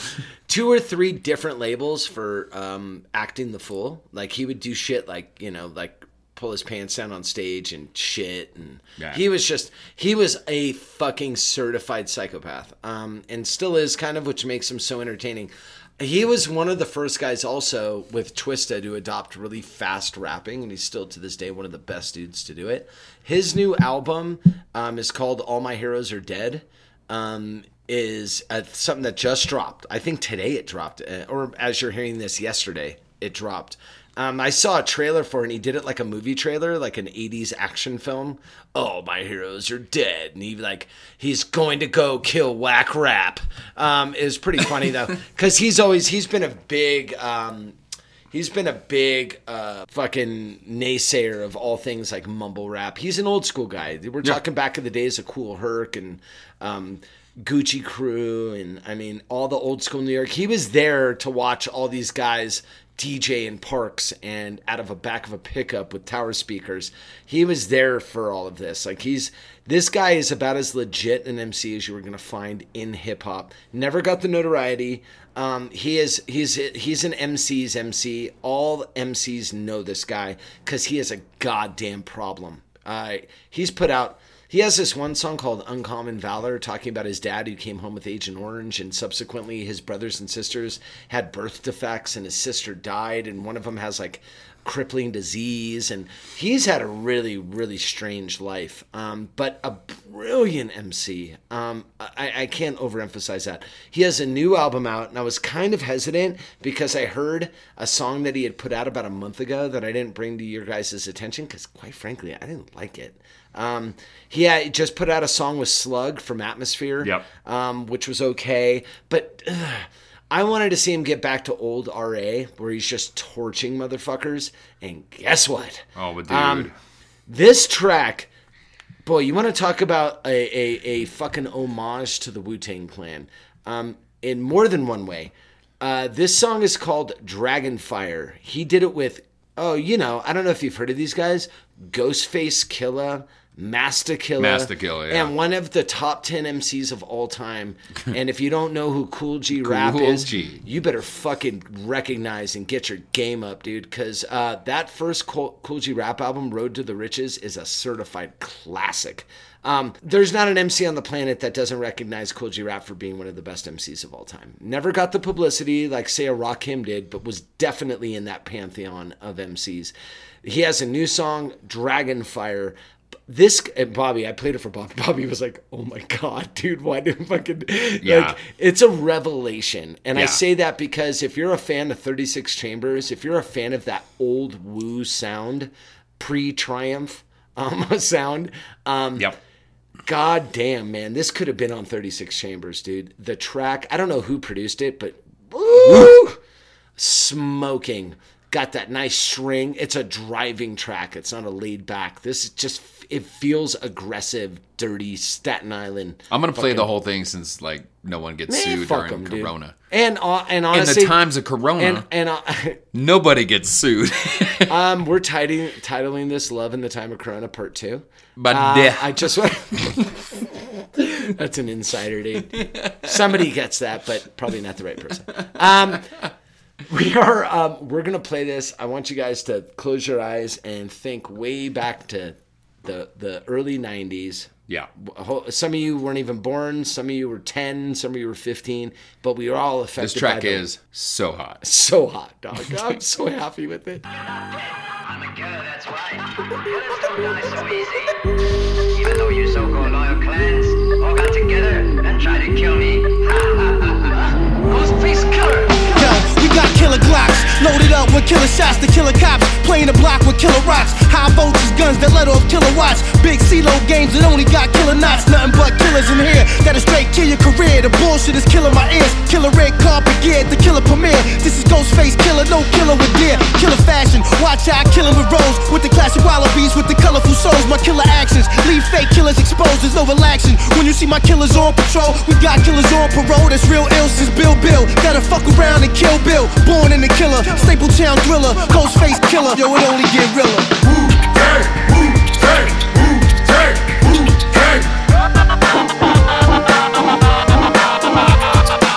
[SPEAKER 7] two or three different labels for um, acting the fool. Like he would do shit like you know like pull his pants down on stage and shit, and
[SPEAKER 8] Yeah.
[SPEAKER 7] he was just he was a fucking certified psychopath, um, and still is kind of, which makes him so entertaining. He was one of the first guys also with Twista to adopt really fast rapping, and he's still to this day one of the best dudes to do it. His new album um, is called All My Heroes Are Dead. Um, is uh, something that just dropped. I think today it dropped, uh, or as you're hearing this, yesterday it dropped. Um, I saw a trailer for it, and he did it like a movie trailer, like an '80s action film. Oh, my heroes are dead, and he like he's going to go kill whack rap. Um, it was pretty funny though, because he's always he's been a big um, he's been a big uh, fucking naysayer of all things like mumble rap. He's an old school guy. We're talking back in the days of Cool Herc and um, Gucci Crew, and I mean all the old school New York. He was there to watch all these guys DJ in parks and out of a back of a pickup with tower speakers. He was there for all of this. Like he's this guy is about as legit an MC as you were gonna find in hip hop. Never got the notoriety. Um, he is he's he's an MC's MC. All MCs know this guy because he has a goddamn problem. Uh, he's put out. He has this one song called Uncommon Valor talking about his dad who came home with Agent Orange and subsequently his brothers and sisters had birth defects and his sister died and one of them has like crippling disease and he's had a really really strange life um, but a brilliant mc um, I, I can't overemphasize that he has a new album out and i was kind of hesitant because i heard a song that he had put out about a month ago that i didn't bring to your guys' attention because quite frankly i didn't like it um, he had just put out a song with slug from atmosphere
[SPEAKER 8] Yep.
[SPEAKER 7] um, which was okay but ugh, I wanted to see him get back to old RA where he's just torching motherfuckers. And guess what?
[SPEAKER 8] Oh, but dude,
[SPEAKER 7] Um, This track, boy, you want to talk about a, a, a fucking homage to the Wu Tang Clan um, in more than one way. Uh, this song is called Dragonfire. He did it with, oh, you know, I don't know if you've heard of these guys Ghostface Killa, Master Killa,
[SPEAKER 8] Master Killa, yeah.
[SPEAKER 7] and one of the top 10 MCs of
[SPEAKER 8] *laughs*
[SPEAKER 7] all time. and if you don't know who Cool G rap
[SPEAKER 8] Cool
[SPEAKER 7] is,
[SPEAKER 8] G.
[SPEAKER 7] you better fucking recognize and get your game up, dude. Because uh, that first cool, cool G rap album, Road to the Riches, is a certified classic. Um, there's not an MC on the planet that doesn't recognize Cool G Rap for being one of the best MCs of all time. Never got the publicity like, say, a Rakim did, but was definitely in that pantheon of MCs. He has a new song, Dragonfire this and Bobby, I played it for Bobby. *laughs* Bobby was like, "Oh my god, dude, why did fucking
[SPEAKER 8] Yeah.
[SPEAKER 7] like it's a revelation." And I
[SPEAKER 8] Yeah.
[SPEAKER 7] say that because if you're a fan of 36 Chambers, if you're a fan of that old woo sound, pre-triumph um *laughs* sound, um
[SPEAKER 8] Yep.
[SPEAKER 7] god damn, man, this could have been on 36 Chambers, dude. The track, I don't know who produced it, but woo, smoking. Got that nice string. It's a driving track. It's not a laid back. This is just it feels aggressive, dirty Staten Island.
[SPEAKER 8] I'm gonna play the whole thing since like no one gets
[SPEAKER 7] Man,
[SPEAKER 8] sued
[SPEAKER 7] fuck
[SPEAKER 8] during
[SPEAKER 7] 'em, dude.
[SPEAKER 8] Corona.
[SPEAKER 7] And uh, and
[SPEAKER 8] In
[SPEAKER 7] honestly,
[SPEAKER 8] the times of Corona,
[SPEAKER 7] and and uh,
[SPEAKER 8] nobody gets sued.
[SPEAKER 7] *laughs*
[SPEAKER 8] *laughs*
[SPEAKER 7] um, we're titling titling this "Love in the Time of Corona" Part Two.
[SPEAKER 8] but
[SPEAKER 7] Uh,
[SPEAKER 8] yeah,
[SPEAKER 7] I just want. *laughs* That's an insider, dude. Somebody gets that, but probably not the right person. Um, we are. Um, we're gonna play this. I want you guys to close your eyes and think way back to the the early '90s.
[SPEAKER 8] yeah,
[SPEAKER 7] A whole- Some of you weren't even born. Some of you were 10. Some of you were 15. But we were all affected.
[SPEAKER 8] this track
[SPEAKER 7] by the-
[SPEAKER 8] is so hot.
[SPEAKER 7] so hot, dog. I'm so happy with it.
[SPEAKER 9] I'm a girl, that's right. Let us not die so easy. Even though you so-called loyal clans all got together and tried to kill me. Ha ha ha ha. Most peace killer.
[SPEAKER 6] Yo, we got killer glocks, loaded up with killer shots to killer cops, playing the block with killer rocks, high voltage guns that let off kilowatts, big CeeLo games that only got killer knots, nothing but killers in here, that'll straight kill your career, the bullshit is killing my ears, killer red carpet gear, the killer premiere, this is Ghostface killer, no killer with deer, killer fashion, watch out, killing with rose, with the classic wallabies, with the colorful souls, my killer actions, leave fake killers exposed, there's no relaxing, when you see my killers on patrol, we got killers on parole, that's real ill since Bill Bill, gotta fuck around and kill Bill, born in the killer, Stapletown thriller, Ghostface killer, yo, it only get realer.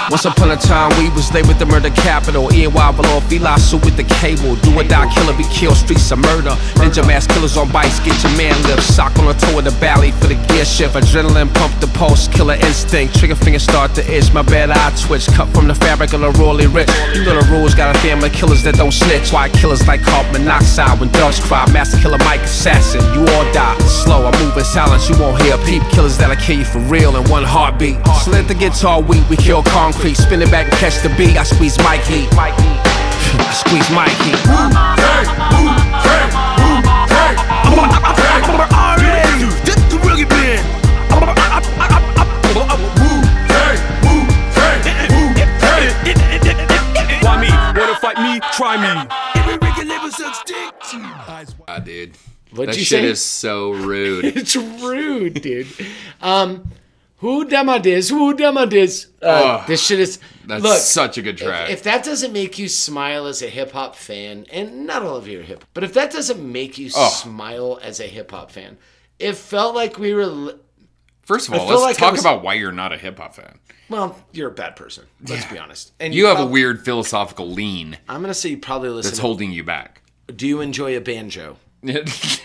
[SPEAKER 5] Once upon a time, we was there with the murder capital. EY below, Feli suit with the cable. Do or die, killer be killed, streets of murder. Ninja mask killers on bikes, get your man lift. Sock on the toe of the valley for the gear shift. Adrenaline pump the pulse, killer instinct. Trigger finger start to itch, my bad eye twitch. Cut from the fabric of the royally rich. You know the rules, got a family of killers that don't snitch. Why killers like carbon monoxide when dogs cry? Master killer Mike assassin, you all die. Slow, I move in silence, you won't hear a peep. Killers that'll kill you for real in one heartbeat. Slit the guitar, we we kill concrete. Spin it back and catch the beat. I squeeze Mike heat. *laughs* I squeeze Mike heat.
[SPEAKER 9] Why me? Wanna fight me? Try me.
[SPEAKER 8] I did.
[SPEAKER 7] What'd
[SPEAKER 8] That
[SPEAKER 7] you
[SPEAKER 8] shit
[SPEAKER 7] say?
[SPEAKER 8] is so rude.
[SPEAKER 7] *laughs* It's rude, dude. Um, who dem I dis? Who dem I dis? Uh,
[SPEAKER 8] Ugh,
[SPEAKER 7] this shit is.
[SPEAKER 8] That's
[SPEAKER 7] look,
[SPEAKER 8] such a good track.
[SPEAKER 7] if that doesn't make you smile as a hip hop fan, and not all of you are hip, but if that doesn't make you
[SPEAKER 8] Ugh.
[SPEAKER 7] smile as a hip hop fan, it felt like we were. li-
[SPEAKER 8] First of all,
[SPEAKER 7] feel
[SPEAKER 8] let's
[SPEAKER 7] like I
[SPEAKER 8] talk
[SPEAKER 7] was-
[SPEAKER 8] about why you're not a hip hop fan.
[SPEAKER 7] Well, you're a bad person. Let's be honest. And
[SPEAKER 8] You have a
[SPEAKER 7] prob-
[SPEAKER 8] weird philosophical lean
[SPEAKER 7] I'm gonna say you probably listen.
[SPEAKER 8] that's holding you *laughs* back.
[SPEAKER 7] do you enjoy a banjo?
[SPEAKER 8] *laughs* That's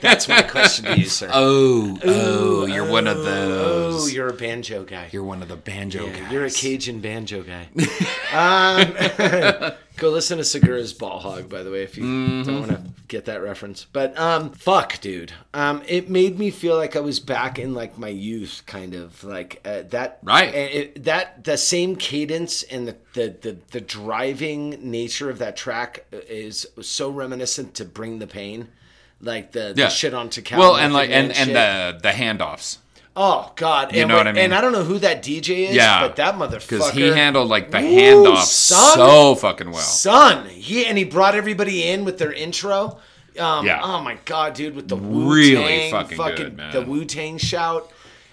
[SPEAKER 7] That's my question to you, sir.
[SPEAKER 8] *laughs* oh, oh, you're one of
[SPEAKER 7] oh,
[SPEAKER 8] those.
[SPEAKER 7] you're a banjo guy.
[SPEAKER 8] You're one of the banjo guys.
[SPEAKER 7] You're a Cajun
[SPEAKER 8] *laughs*
[SPEAKER 7] banjo guy. um, *laughs* go listen to Segura's Ball Hog, by the way, if you
[SPEAKER 8] Mm-hmm.
[SPEAKER 7] don't want to get that reference. But um, fuck, dude, um, it made me feel like I was back in like my youth, kind of like uh, that.
[SPEAKER 8] Right.
[SPEAKER 7] and It, that the same cadence and the, the the the driving nature of that track uh, is so reminiscent to Bring the Pain. Like the, the shit on to
[SPEAKER 8] Well, and like and and the the handoffs
[SPEAKER 7] Oh God!
[SPEAKER 8] You
[SPEAKER 7] and
[SPEAKER 8] know
[SPEAKER 7] when-
[SPEAKER 8] what I mean?
[SPEAKER 7] And I don't know who that DJ is,
[SPEAKER 8] Yeah.
[SPEAKER 7] but that motherfucker.
[SPEAKER 8] because he handled like the
[SPEAKER 7] Woo,
[SPEAKER 8] handoffs
[SPEAKER 7] son.
[SPEAKER 8] so fucking well.
[SPEAKER 7] son. He and he brought everybody in with their intro. Um,
[SPEAKER 8] Yeah.
[SPEAKER 7] Oh my God, dude, with the Wu
[SPEAKER 8] Really
[SPEAKER 7] Tang
[SPEAKER 8] fucking good, man.
[SPEAKER 7] the Wu Tang shout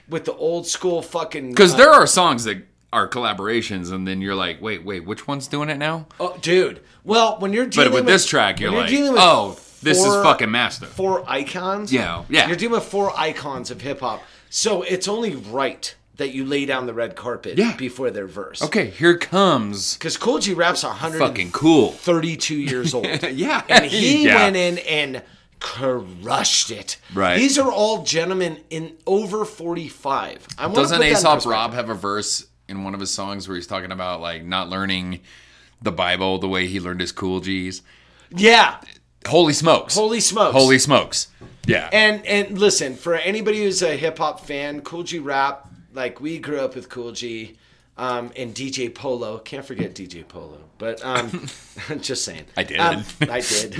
[SPEAKER 7] with the old school fucking.
[SPEAKER 8] Because
[SPEAKER 7] uh,
[SPEAKER 8] there are songs that are collaborations, and then you're like, wait, wait, which one's doing it now?
[SPEAKER 7] oh, dude. Well, when you're dealing
[SPEAKER 8] but with this track, you're
[SPEAKER 7] when
[SPEAKER 8] like,
[SPEAKER 7] dealing with
[SPEAKER 8] oh, this is
[SPEAKER 7] four-
[SPEAKER 8] fucking master.
[SPEAKER 7] four icons.
[SPEAKER 8] Yeah, yeah.
[SPEAKER 7] You're dealing with four icons of hip hop, so it's only right that you lay down the red carpet
[SPEAKER 8] Yeah.
[SPEAKER 7] before their verse.
[SPEAKER 8] okay, here comes
[SPEAKER 7] Because Cool G raps 100
[SPEAKER 8] fucking
[SPEAKER 7] *laughs*
[SPEAKER 8] cool.
[SPEAKER 7] 32
[SPEAKER 8] *laughs*
[SPEAKER 7] years old.
[SPEAKER 8] Yeah.
[SPEAKER 7] And he
[SPEAKER 8] Yeah.
[SPEAKER 7] went in and crushed it.
[SPEAKER 8] Right.
[SPEAKER 7] These are all gentlemen in over 45. I wanna
[SPEAKER 8] Doesn't
[SPEAKER 7] put that in
[SPEAKER 8] Aesop
[SPEAKER 7] perspective.
[SPEAKER 8] Rob have a verse in one of his songs where he's talking about like not learning the Bible the way he learned his cool G's?
[SPEAKER 7] Yeah.
[SPEAKER 8] Holy smokes.
[SPEAKER 7] Holy smokes.
[SPEAKER 8] Holy smokes. Yeah.
[SPEAKER 7] And and listen, for anybody who's a hip hop fan, Cool G rap, like we grew up with Cool G um, and DJ Polo. Can't forget DJ Polo, but um, *laughs* just saying.
[SPEAKER 8] I did.
[SPEAKER 7] Um, I
[SPEAKER 8] *laughs*
[SPEAKER 7] did.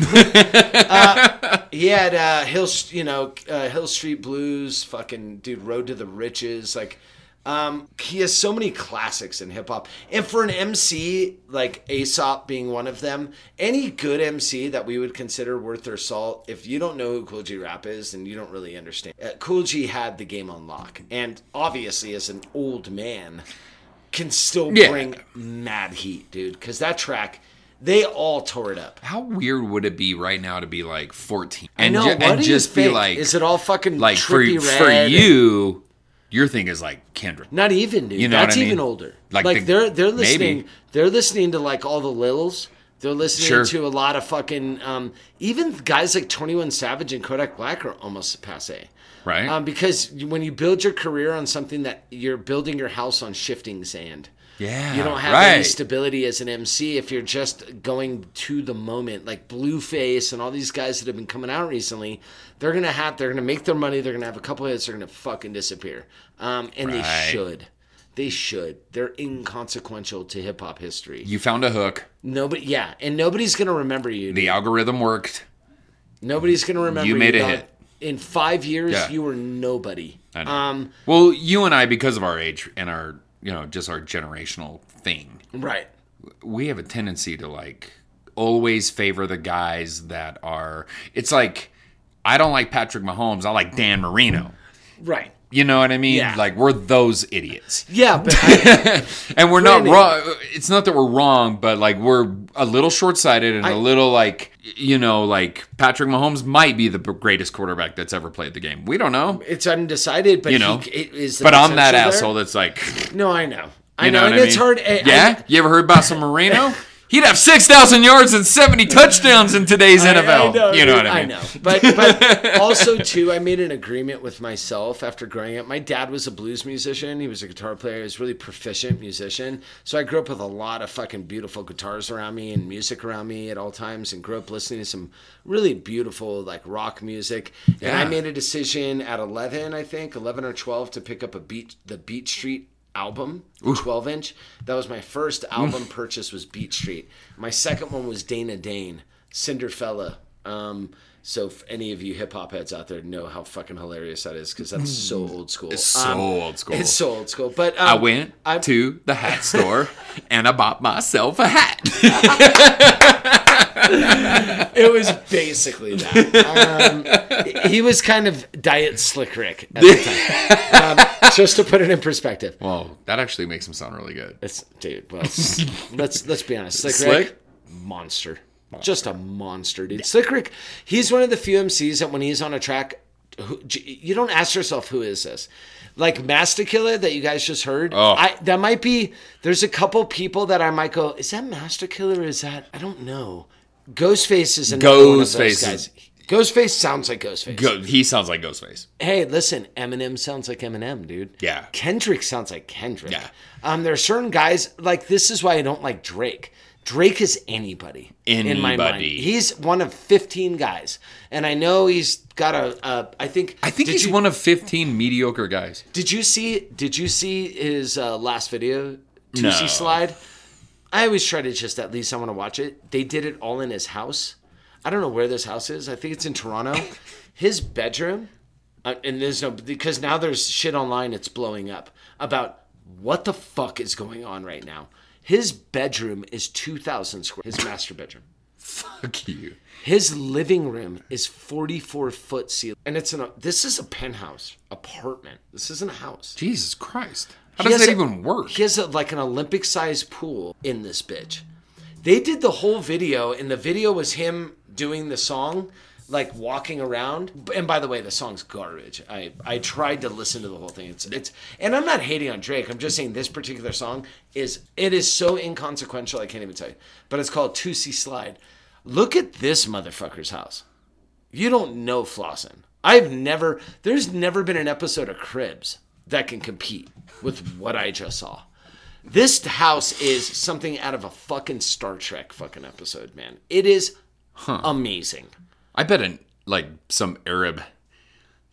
[SPEAKER 7] Uh, he had uh, Hill, you know, uh, Hill Street Blues, fucking dude, Road to the Riches, like. Um, he has so many classics in hip hop, and for an MC like Aesop being one of them, any good MC that we would consider worth their salt, if you don't know who Cool G Rap is, then you don't really understand. Uh, cool G had the game on lock, and obviously, as an old man, can still
[SPEAKER 8] Yeah.
[SPEAKER 7] bring mad heat, dude. Because that track, they all tore it up.
[SPEAKER 8] How weird would it be right now to be like 14
[SPEAKER 7] I
[SPEAKER 8] and,
[SPEAKER 7] know,
[SPEAKER 8] ju-
[SPEAKER 7] what
[SPEAKER 8] and
[SPEAKER 7] do you
[SPEAKER 8] just be
[SPEAKER 7] think?
[SPEAKER 8] like,
[SPEAKER 7] is it all fucking
[SPEAKER 8] like for,
[SPEAKER 7] trippy red
[SPEAKER 8] for
[SPEAKER 7] and-
[SPEAKER 8] you, your thing is like Kendrick.
[SPEAKER 7] Not even, dude.
[SPEAKER 8] You know
[SPEAKER 7] That's
[SPEAKER 8] what I mean?
[SPEAKER 7] even older. Like,
[SPEAKER 8] Like the-
[SPEAKER 7] they're they're listening.
[SPEAKER 8] maybe.
[SPEAKER 7] They're listening to like all the Lils. They're listening
[SPEAKER 8] Sure.
[SPEAKER 7] to a lot of fucking um, even guys like Twenty One Savage and Kodak Black are almost passe.
[SPEAKER 8] Right.
[SPEAKER 7] Um, because you- when you build your career on something that you're building your house on shifting sand.
[SPEAKER 8] Yeah,
[SPEAKER 7] You don't have any
[SPEAKER 8] right.
[SPEAKER 7] stability as an MC if you're just going to the moment. Like Blueface and all these guys that have been coming out recently, they're gonna have they're gonna make their money, they're gonna have a couple hits, they're gonna fucking disappear. Um, and
[SPEAKER 8] Right.
[SPEAKER 7] they should. They should. They're inconsequential to hip hop history.
[SPEAKER 8] you found a hook.
[SPEAKER 7] Nobody yeah, and nobody's gonna remember you.
[SPEAKER 8] The algorithm worked.
[SPEAKER 7] Nobody's gonna remember
[SPEAKER 8] You made a
[SPEAKER 7] dog.
[SPEAKER 8] hit.
[SPEAKER 7] In five years
[SPEAKER 8] Yeah. Uh,
[SPEAKER 7] you were nobody.
[SPEAKER 8] I know.
[SPEAKER 7] Um
[SPEAKER 8] Well, you and I, because of our age and our, you know, just our generational thing,
[SPEAKER 7] Right.
[SPEAKER 8] we have a tendency to like always favor the guys that are. It's like I don't like Patrick Mahomes. I like Dan Marino.
[SPEAKER 7] Right.
[SPEAKER 8] You know what I mean?
[SPEAKER 7] Yeah.
[SPEAKER 8] Like we're those idiots, *laughs*
[SPEAKER 7] Yeah, but I,
[SPEAKER 8] and we're
[SPEAKER 7] Granted.
[SPEAKER 8] not wrong. It's not that we're wrong, but like we're a little short-sighted and a little like you know, like Patrick Mahomes might be the b- greatest quarterback that's ever played the game. We don't know,
[SPEAKER 7] it's undecided, but
[SPEAKER 8] you know.
[SPEAKER 7] he, it is the
[SPEAKER 8] but I'm that
[SPEAKER 7] potential there.
[SPEAKER 8] asshole that's like. *laughs*
[SPEAKER 7] No, I know. I
[SPEAKER 8] You
[SPEAKER 7] know,
[SPEAKER 8] know, what
[SPEAKER 7] and
[SPEAKER 8] I
[SPEAKER 7] it's
[SPEAKER 8] mean?
[SPEAKER 7] hard. I-
[SPEAKER 8] yeah,
[SPEAKER 7] I,
[SPEAKER 8] you ever heard about
[SPEAKER 7] *laughs*
[SPEAKER 8] some Marino? He'd have six thousand yards and seventy touchdowns in today's
[SPEAKER 7] I- I
[SPEAKER 8] NFL. you know
[SPEAKER 7] dude,
[SPEAKER 8] what I mean?
[SPEAKER 7] know,
[SPEAKER 8] *laughs*
[SPEAKER 7] but but also too, I made an agreement with myself after growing up. My dad was a blues musician. He was a guitar player. He was a really proficient musician. So I grew up with a lot of fucking beautiful guitars around me and music around me at all times, and grew up listening to some really beautiful like rock music. And I
[SPEAKER 8] Yeah.
[SPEAKER 7] made a decision at eleven, I think, eleven or twelve, to pick up a beat the Beat Street album 12 inch that was my first album purchase was beat street my second one was dana dane cinderfella um so if any of you hip-hop heads out there know how fucking hilarious that is because that's so old school
[SPEAKER 8] Mm. It's so
[SPEAKER 7] Um,
[SPEAKER 8] old school.
[SPEAKER 7] it's so old school but um,
[SPEAKER 8] I went
[SPEAKER 7] I'm-
[SPEAKER 8] to the hat
[SPEAKER 7] *laughs*
[SPEAKER 8] store and I bought myself a hat.
[SPEAKER 7] it was basically that um, he was kind of diet slick rick at the
[SPEAKER 8] *laughs*
[SPEAKER 7] time um, just to put it in perspective
[SPEAKER 8] Well, that actually makes him sound really good.
[SPEAKER 7] It's dude.
[SPEAKER 8] *laughs*
[SPEAKER 7] Well, it's- let's let's be honest. Slick,
[SPEAKER 8] Slick?
[SPEAKER 7] Rick, monster, just a monster, dude. Slick Rick, he's one of the few MCs that when he's on a track, who, j- you don't ask yourself who is this. Like Master Killer that you guys just heard.
[SPEAKER 8] Oh.
[SPEAKER 7] I that might be. There's a couple people that I might go. Is that Master Killer? Is that I don't know. Ghostface is another one of those
[SPEAKER 8] Ghostface is-
[SPEAKER 7] guys. Ghostface sounds like Ghostface.
[SPEAKER 8] Go, he sounds like Ghostface.
[SPEAKER 7] Hey, listen, Eminem sounds like Eminem, dude.
[SPEAKER 8] Yeah.
[SPEAKER 7] Kendrick sounds like Kendrick.
[SPEAKER 8] Yeah.
[SPEAKER 7] Um, there are certain guys like this is why I don't like Drake. Drake is anybody. In my mind.
[SPEAKER 8] Anybody.
[SPEAKER 7] He's one of 15 guys. And I know he's got a. a I think
[SPEAKER 8] I think
[SPEAKER 7] did
[SPEAKER 8] he's
[SPEAKER 7] you,
[SPEAKER 8] one of fifteen mediocre guys.
[SPEAKER 7] Did you see did you see his uh, last video 2C
[SPEAKER 8] No.
[SPEAKER 7] slide? I always try to just at least I want to watch it. They did it all in his house. I don't know where this house is. I think it's in Toronto. his bedroom, uh, and there's no because now there's shit online. It's blowing up about what the fuck is going on right now. His bedroom is two thousand square. His master bedroom.
[SPEAKER 8] Fuck you.
[SPEAKER 7] His living room is 44 foot ceiling, and it's an. This is a penthouse apartment. This isn't a house.
[SPEAKER 8] Jesus Christ. How
[SPEAKER 7] He
[SPEAKER 8] does
[SPEAKER 7] has
[SPEAKER 8] that
[SPEAKER 7] a-
[SPEAKER 8] even work?
[SPEAKER 7] He has a, like an Olympic sized pool in this bitch. They did the whole video, and the video was him doing the song, like walking around. And by the way, the song's garbage. I I tried to listen to the whole thing. It's it's, and I'm not hating on Drake. I'm just saying this particular song is it is so inconsequential. I can't even tell you. But it's called Two C Slide. Look at this motherfucker's house. You don't know Flossin. I've never, there's never been an episode of Cribs that can compete with what I just saw. This house is something out of a fucking Star Trek fucking episode, man. It is Amazing.
[SPEAKER 8] I bet an like some Arab,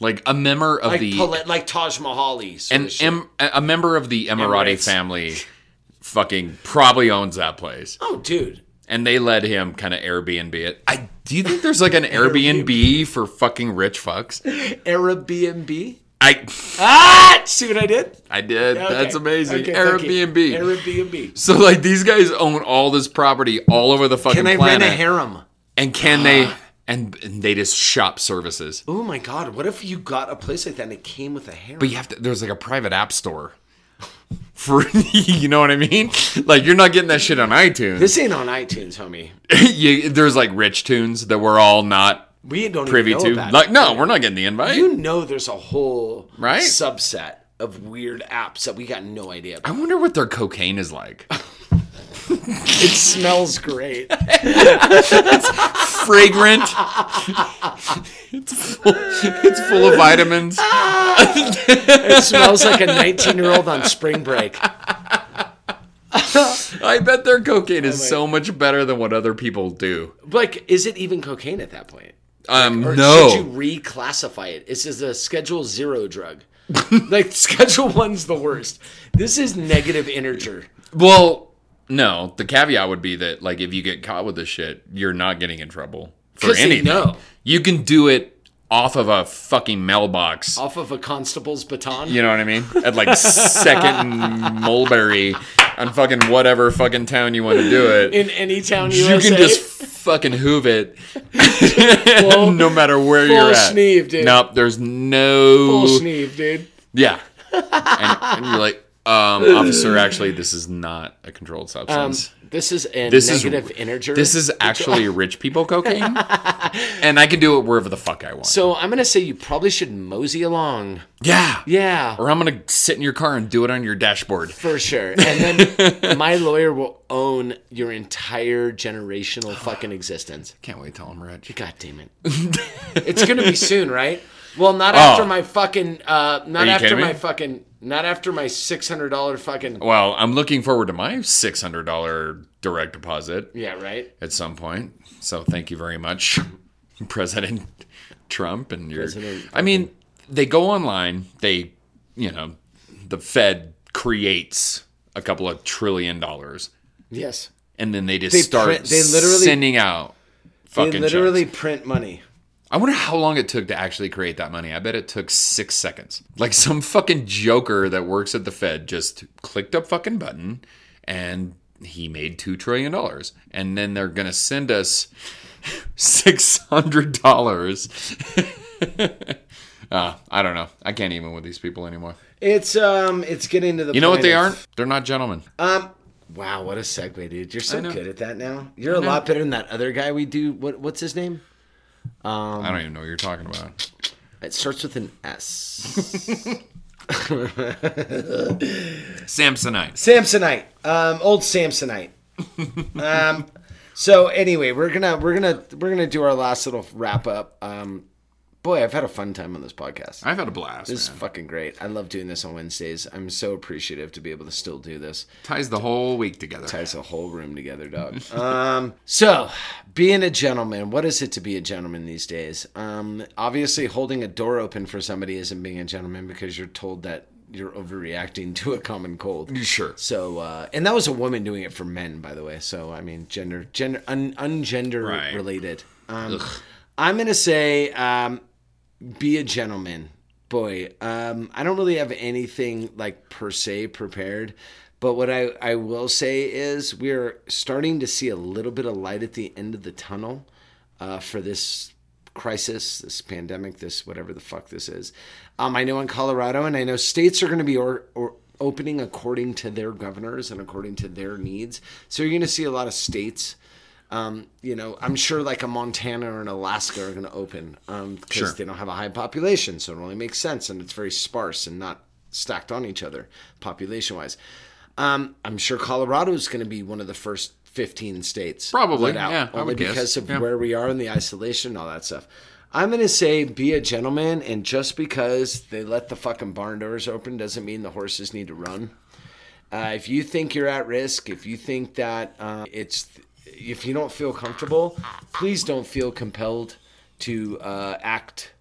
[SPEAKER 8] like a member of
[SPEAKER 7] Like
[SPEAKER 8] the
[SPEAKER 7] Pala- like Taj Mahali's.
[SPEAKER 8] an em, a member of the Emirati
[SPEAKER 7] Emirates.
[SPEAKER 8] family, fucking probably owns that place,
[SPEAKER 7] oh, dude.
[SPEAKER 8] and they let him kind of Airbnb it. I do you think there's like
[SPEAKER 7] *laughs*
[SPEAKER 8] an Airbnb for fucking rich fucks?
[SPEAKER 7] Airbnb.
[SPEAKER 8] I
[SPEAKER 7] Ah, see what I did?
[SPEAKER 8] I did. That's
[SPEAKER 7] Okay.
[SPEAKER 8] amazing.
[SPEAKER 7] Okay, thank you.
[SPEAKER 8] Airbnb.
[SPEAKER 7] Airbnb.
[SPEAKER 8] So like these guys own all this property all over the fucking
[SPEAKER 7] Can I
[SPEAKER 8] planet,
[SPEAKER 7] rent a harem?
[SPEAKER 8] and can they? *gasps* And, and they just shop services.
[SPEAKER 7] Oh my god, what if you got a place like that and it came with a harem?
[SPEAKER 8] But you have to. There's like a private app store. *laughs* For *laughs* you know what I mean? Like you're not getting that shit on iTunes.
[SPEAKER 7] this ain't on iTunes, homie.
[SPEAKER 8] *laughs* you, there's like rich tunes that we're all not
[SPEAKER 7] We don't
[SPEAKER 8] privy
[SPEAKER 7] even know
[SPEAKER 8] to.
[SPEAKER 7] about
[SPEAKER 8] Like
[SPEAKER 7] it.
[SPEAKER 8] no, we're not getting the invite.
[SPEAKER 7] You know there's a whole
[SPEAKER 8] Right?
[SPEAKER 7] subset of weird apps that we got no
[SPEAKER 8] I
[SPEAKER 7] idea about.
[SPEAKER 8] wonder what their cocaine is like. *laughs*
[SPEAKER 7] It smells great.
[SPEAKER 8] Fragrant. *laughs* it's full. It's full of vitamins.
[SPEAKER 7] *laughs* it smells like a 19 year old on spring break.
[SPEAKER 8] I bet their cocaine
[SPEAKER 7] Oh
[SPEAKER 8] is so much better than what other people do.
[SPEAKER 7] Like, is it even cocaine at that point?
[SPEAKER 8] Um,
[SPEAKER 7] Or should you
[SPEAKER 8] no,
[SPEAKER 7] reclassify it? This is a Schedule Zero drug.
[SPEAKER 8] *laughs*
[SPEAKER 7] like Schedule One's the worst. This is negative integer.
[SPEAKER 8] well, no. The caveat would be that like if you get caught with this shit, you're not getting in trouble for
[SPEAKER 7] 'Cause they
[SPEAKER 8] anything.
[SPEAKER 7] know.
[SPEAKER 8] You can do it off of a fucking mailbox.
[SPEAKER 7] Off of a constable's baton.
[SPEAKER 8] You know what I mean? At like second and Mulberry on fucking whatever fucking town you want to do it.
[SPEAKER 7] In any town
[SPEAKER 8] you
[SPEAKER 7] USA.
[SPEAKER 8] can just fucking hoove it *laughs* no matter where
[SPEAKER 7] *laughs* full
[SPEAKER 8] you're at.
[SPEAKER 7] sneeve, dude.
[SPEAKER 8] Nope, there's no
[SPEAKER 7] full sneeve, dude.
[SPEAKER 8] Yeah. And, and you're like,
[SPEAKER 7] *laughs*
[SPEAKER 8] um, officer, actually, this is not a controlled
[SPEAKER 7] Um,
[SPEAKER 8] substance.
[SPEAKER 7] this is a
[SPEAKER 8] This is-
[SPEAKER 7] negative integer.
[SPEAKER 8] this is
[SPEAKER 7] *laughs*
[SPEAKER 8] actually rich people cocaine, and I can do it wherever the fuck I want.
[SPEAKER 7] So I'm gonna say you probably should mosey along.
[SPEAKER 8] yeah,
[SPEAKER 7] Yeah.
[SPEAKER 8] Or I'm gonna sit in your car and do it on your dashboard.
[SPEAKER 7] For sure.
[SPEAKER 8] *laughs*
[SPEAKER 7] And then my lawyer will own your
[SPEAKER 8] *sighs*
[SPEAKER 7] entire generational fucking existence.
[SPEAKER 8] Can't wait till I'm rich.
[SPEAKER 7] God damn
[SPEAKER 8] *laughs*
[SPEAKER 7] it. it's going to be soon, right? Well, not after
[SPEAKER 8] Oh.
[SPEAKER 7] my fucking uh not
[SPEAKER 8] you
[SPEAKER 7] after
[SPEAKER 8] kidding me?
[SPEAKER 7] my fucking not after my $600 fucking
[SPEAKER 8] Well, I'm looking forward to my $600 direct deposit
[SPEAKER 7] Yeah, right?
[SPEAKER 8] at some point. So thank you very much, *laughs* President Trump and your.
[SPEAKER 7] President-
[SPEAKER 8] I mean, they go online. They, you know, the Fed creates a couple of trillion dollars,
[SPEAKER 7] Yes.
[SPEAKER 8] and then they just
[SPEAKER 7] They
[SPEAKER 8] start
[SPEAKER 7] print- they literally-
[SPEAKER 8] sending out fucking.
[SPEAKER 7] They literally
[SPEAKER 8] checks.
[SPEAKER 7] print money.
[SPEAKER 8] I wonder how long it took to actually create that money. I bet it took six seconds. Like some fucking joker that works at the Fed just clicked a fucking button and he made $2 trillion. And then they're going to send us *laughs* $600. uh, I don't know. I can't even with these people anymore.
[SPEAKER 7] It's um it's getting to the
[SPEAKER 8] You know what they
[SPEAKER 7] point of- um,
[SPEAKER 8] aren't? They're not gentlemen.
[SPEAKER 7] Wow, what a segue, dude. You're so
[SPEAKER 8] know.
[SPEAKER 7] good at that now. You're a lot better than that other guy we do. What what's his name? Um,
[SPEAKER 8] I don't even know what you're talking about.
[SPEAKER 7] It starts with an S.
[SPEAKER 8] Samsonite.
[SPEAKER 7] *laughs* Samsonite. Um, old Samsonite. um, so anyway, we're gonna we're gonna we're gonna do our last little wrap up. Um, boy, I've had a fun time on this podcast.
[SPEAKER 8] I've had a blast.
[SPEAKER 7] This is
[SPEAKER 8] man.
[SPEAKER 7] fucking great. I love doing this on Wednesdays. I'm so appreciative to be able to still do this.
[SPEAKER 8] Ties the whole week together.
[SPEAKER 7] Ties the whole room together, dog. Um, so, being a gentleman, what is it to be a gentleman these days? Um, obviously, holding a door open for somebody isn't being a gentleman because you're told that you're overreacting to a common cold.
[SPEAKER 8] Sure.
[SPEAKER 7] So, uh, and that was a woman doing it for men, by the way. So, I mean, gender, gender, un, ungender
[SPEAKER 8] Right.
[SPEAKER 7] related. Um, I'm gonna say, um, be a gentleman, boy. Um, I don't really have anything like per se prepared, but what I I will say is we're starting to see a little bit of light at the end of the tunnel uh, for this crisis, this pandemic, this whatever the fuck this is. Um, I know in Colorado, and I know states are going to be or, or opening according to their governors and according to their needs. So you're going to see a lot of states. Um, you know, I'm sure like a Montana or an Alaska are going to open because
[SPEAKER 8] Sure.
[SPEAKER 7] they don't have a high population, so it only makes sense, and it's very sparse and not stacked on each other population wise. Um, I'm sure Colorado is going to be one of the first 15 states
[SPEAKER 8] Probably,
[SPEAKER 7] let out,
[SPEAKER 8] yeah, I
[SPEAKER 7] only
[SPEAKER 8] would guess,
[SPEAKER 7] because of
[SPEAKER 8] yeah.
[SPEAKER 7] where we are in the isolation and all that stuff. I'm gonna say be a gentleman, and just because they let the fucking barn doors open doesn't mean the horses need to run. Uh, if you think you're at risk, if you think that uh, it's if you don't feel comfortable, please don't feel compelled to uh, act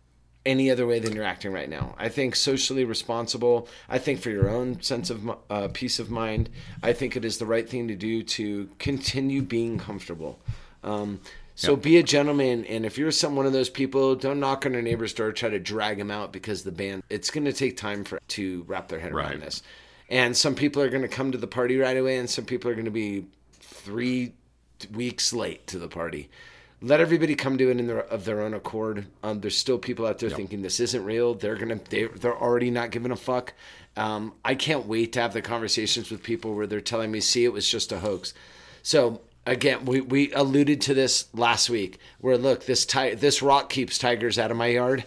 [SPEAKER 7] any other way than you're acting right now. I think socially responsible. I think for your own sense of mi- uh, peace of mind, I think it is the right thing to do to continue being comfortable. Um, so be a gentleman, and if you're some one of those people, don't knock on your neighbor's door, try to drag them out because the band. It's going to take time for to wrap their head around
[SPEAKER 8] Right.
[SPEAKER 7] this, and some people are going to come to the party right away, and some people are going to be three t- weeks late to the party. Let everybody come to it in their, of their own accord. Um, there's still people out there thinking this isn't real. They're gonna they, they're already not giving a fuck. Um, I can't wait to have the conversations with people where they're telling me, "See, it was just a hoax." So again, we, we alluded to this last week. Where look, this ti- this rock keeps tigers out of my yard.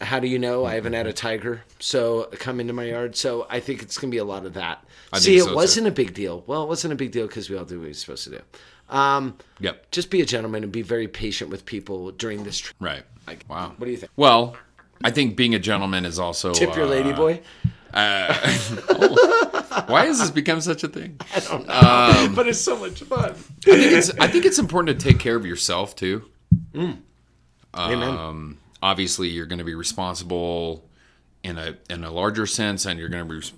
[SPEAKER 7] How do you know I haven't had
[SPEAKER 8] Mm-hmm.
[SPEAKER 7] a tiger? So come into my yard. So I think it's gonna be a lot of that.
[SPEAKER 8] I
[SPEAKER 7] See,
[SPEAKER 8] think
[SPEAKER 7] it
[SPEAKER 8] so, too.
[SPEAKER 7] wasn't a big deal. Well, it wasn't a big deal because we all do what we're supposed to do. Um,
[SPEAKER 8] Yep.
[SPEAKER 7] just be a gentleman and be very patient with people during this. Tri-
[SPEAKER 8] Right. wow.
[SPEAKER 7] what do you think?
[SPEAKER 8] Well, I think being a gentleman is also
[SPEAKER 7] Tip your
[SPEAKER 8] uh,
[SPEAKER 7] lady boy,
[SPEAKER 8] Why has this become such a
[SPEAKER 7] *laughs*
[SPEAKER 8] thing?
[SPEAKER 7] but it's so much fun.
[SPEAKER 8] it's, I think it's important to take care of yourself too.
[SPEAKER 7] Mm.
[SPEAKER 8] Um,
[SPEAKER 7] Amen.
[SPEAKER 8] Obviously, you're going to be responsible in a in a larger sense, and you're going to be res-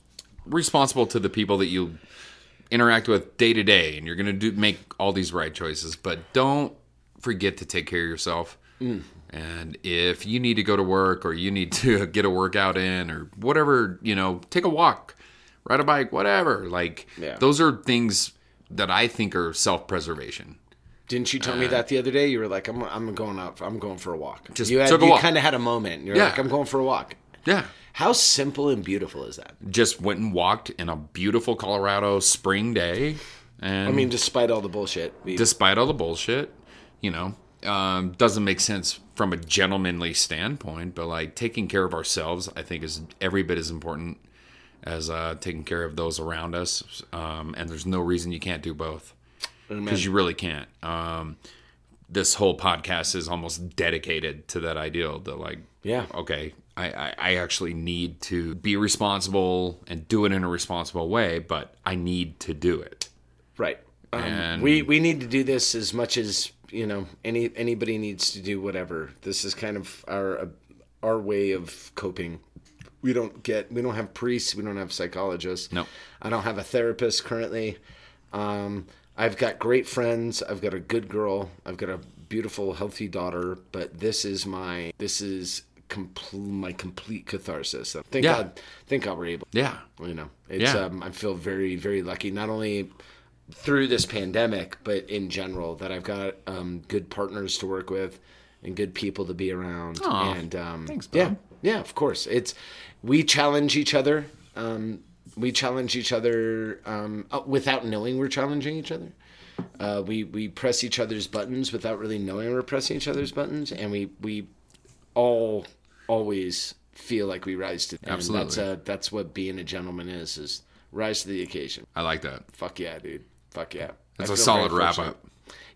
[SPEAKER 8] responsible to the people that you interact with day to day, and you're going to do make all these right choices. But don't forget to take care of yourself.
[SPEAKER 7] Mm.
[SPEAKER 8] And if you need to go to work or you need to *laughs* get a workout in or whatever, you know, take a walk, ride a bike, whatever. Like
[SPEAKER 7] Yeah.
[SPEAKER 8] those are things that I think are self preservation.
[SPEAKER 7] Didn't you tell me that the other day? You were like, "I'm I'm going out. I'm going for a walk."
[SPEAKER 8] Just
[SPEAKER 7] you had,
[SPEAKER 8] took a
[SPEAKER 7] you
[SPEAKER 8] walk.
[SPEAKER 7] kind of had a moment. You're
[SPEAKER 8] Yeah.
[SPEAKER 7] like, "I'm going for a walk."
[SPEAKER 8] Yeah.
[SPEAKER 7] How simple and beautiful is that?
[SPEAKER 8] just went and walked in a beautiful Colorado spring day. And
[SPEAKER 7] I mean, despite all the bullshit, we,
[SPEAKER 8] despite all the bullshit, you know, um, doesn't make sense from a gentlemanly standpoint, but like taking care of ourselves, I think is every bit as important as uh, taking care of those around us. Um, and there's no reason you can't do both because you really can't. Um, this whole podcast is almost dedicated to that ideal that like,
[SPEAKER 7] Yeah.
[SPEAKER 8] okay, I, I, I actually need to be responsible and do it in a responsible way, but I need to do it.
[SPEAKER 7] right? Um,
[SPEAKER 8] And-
[SPEAKER 7] we we need to do this as much as you know. Any anybody needs to do whatever. This is kind of our uh, our way of coping. We don't get. We don't have priests. We don't have psychologists.
[SPEAKER 8] No.
[SPEAKER 7] I don't have a therapist currently. Um, I've got great friends. I've got a good girl. I've got a beautiful, healthy daughter. But this is my this is compl- my complete catharsis. So thank
[SPEAKER 8] Yeah.
[SPEAKER 7] God, thank God we're able.
[SPEAKER 8] Yeah.
[SPEAKER 7] You know, it's
[SPEAKER 8] Yeah.
[SPEAKER 7] um, I feel very very lucky. Not only through this pandemic, but in general, that I've got um, good partners to work with and good people to be around.
[SPEAKER 8] Aw,
[SPEAKER 7] and um,
[SPEAKER 8] thanks,
[SPEAKER 7] yeah,
[SPEAKER 8] Bob.
[SPEAKER 7] yeah, of course. It's we challenge each other. Um, we challenge each other um, uh, without knowing we're challenging each other. Uh, we we press each other's buttons without really knowing we're pressing each other's buttons, and we we all always feel like we rise to. and That's
[SPEAKER 8] Absolutely.
[SPEAKER 7] uh, that's what being a gentleman is: is rise to the occasion.
[SPEAKER 8] I like that.
[SPEAKER 7] Fuck yeah, dude. Fuck yeah.
[SPEAKER 8] That's
[SPEAKER 7] I
[SPEAKER 8] a
[SPEAKER 7] feel
[SPEAKER 8] solid
[SPEAKER 7] very
[SPEAKER 8] wrap
[SPEAKER 7] fortunate.
[SPEAKER 8] up.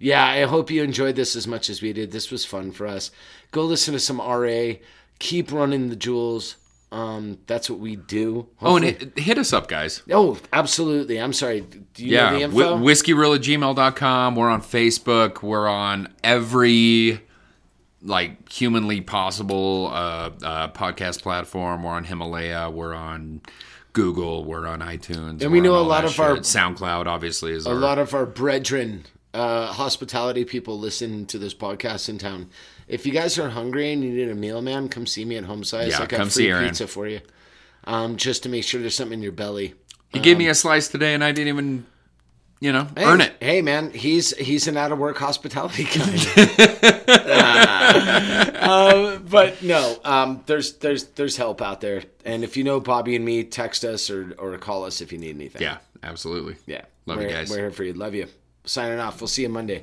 [SPEAKER 7] Yeah, I hope you enjoyed this as much as we did. This was fun for us. Go listen to some RA. Keep running the jewels. Um, that's what we do.
[SPEAKER 8] Oh, and
[SPEAKER 7] Hopefully-
[SPEAKER 8] hit, hit us up, guys.
[SPEAKER 7] oh, absolutely. I'm sorry. Do you know the
[SPEAKER 8] Yeah,
[SPEAKER 7] info?
[SPEAKER 8] whi- whiskeyreal@gmail.com. We're on Facebook. We're on every like humanly possible uh, uh, podcast platform. We're on Himalaya. We're on Google. We're on iTunes.
[SPEAKER 7] And we
[SPEAKER 8] We're
[SPEAKER 7] know
[SPEAKER 8] on
[SPEAKER 7] a
[SPEAKER 8] all
[SPEAKER 7] lot
[SPEAKER 8] that
[SPEAKER 7] of our-
[SPEAKER 8] shit. SoundCloud, obviously, is
[SPEAKER 7] a lot of our brethren, uh, hospitality people, listen to this podcast in town. If you guys are hungry and you need a meal, man, come see me at Home Size.
[SPEAKER 8] Yeah,
[SPEAKER 7] I got
[SPEAKER 8] come
[SPEAKER 7] free
[SPEAKER 8] see Aaron.
[SPEAKER 7] pizza for you, um, just to make sure there's something in your belly.
[SPEAKER 8] He gave me a slice today, and I didn't even, you know, earn it.
[SPEAKER 7] um, Hey man, he's he's an out of work
[SPEAKER 8] *laughs*
[SPEAKER 7] hospitality guy. *laughs* Uh, but no, um, there's there's there's help out there, and if you know Bobby and me, text us or or call us if you need anything.
[SPEAKER 8] Yeah, absolutely.
[SPEAKER 7] yeah,
[SPEAKER 8] Love
[SPEAKER 7] we're,
[SPEAKER 8] you guys.
[SPEAKER 7] We're here for you. Love you. Signing off. We'll see you Monday.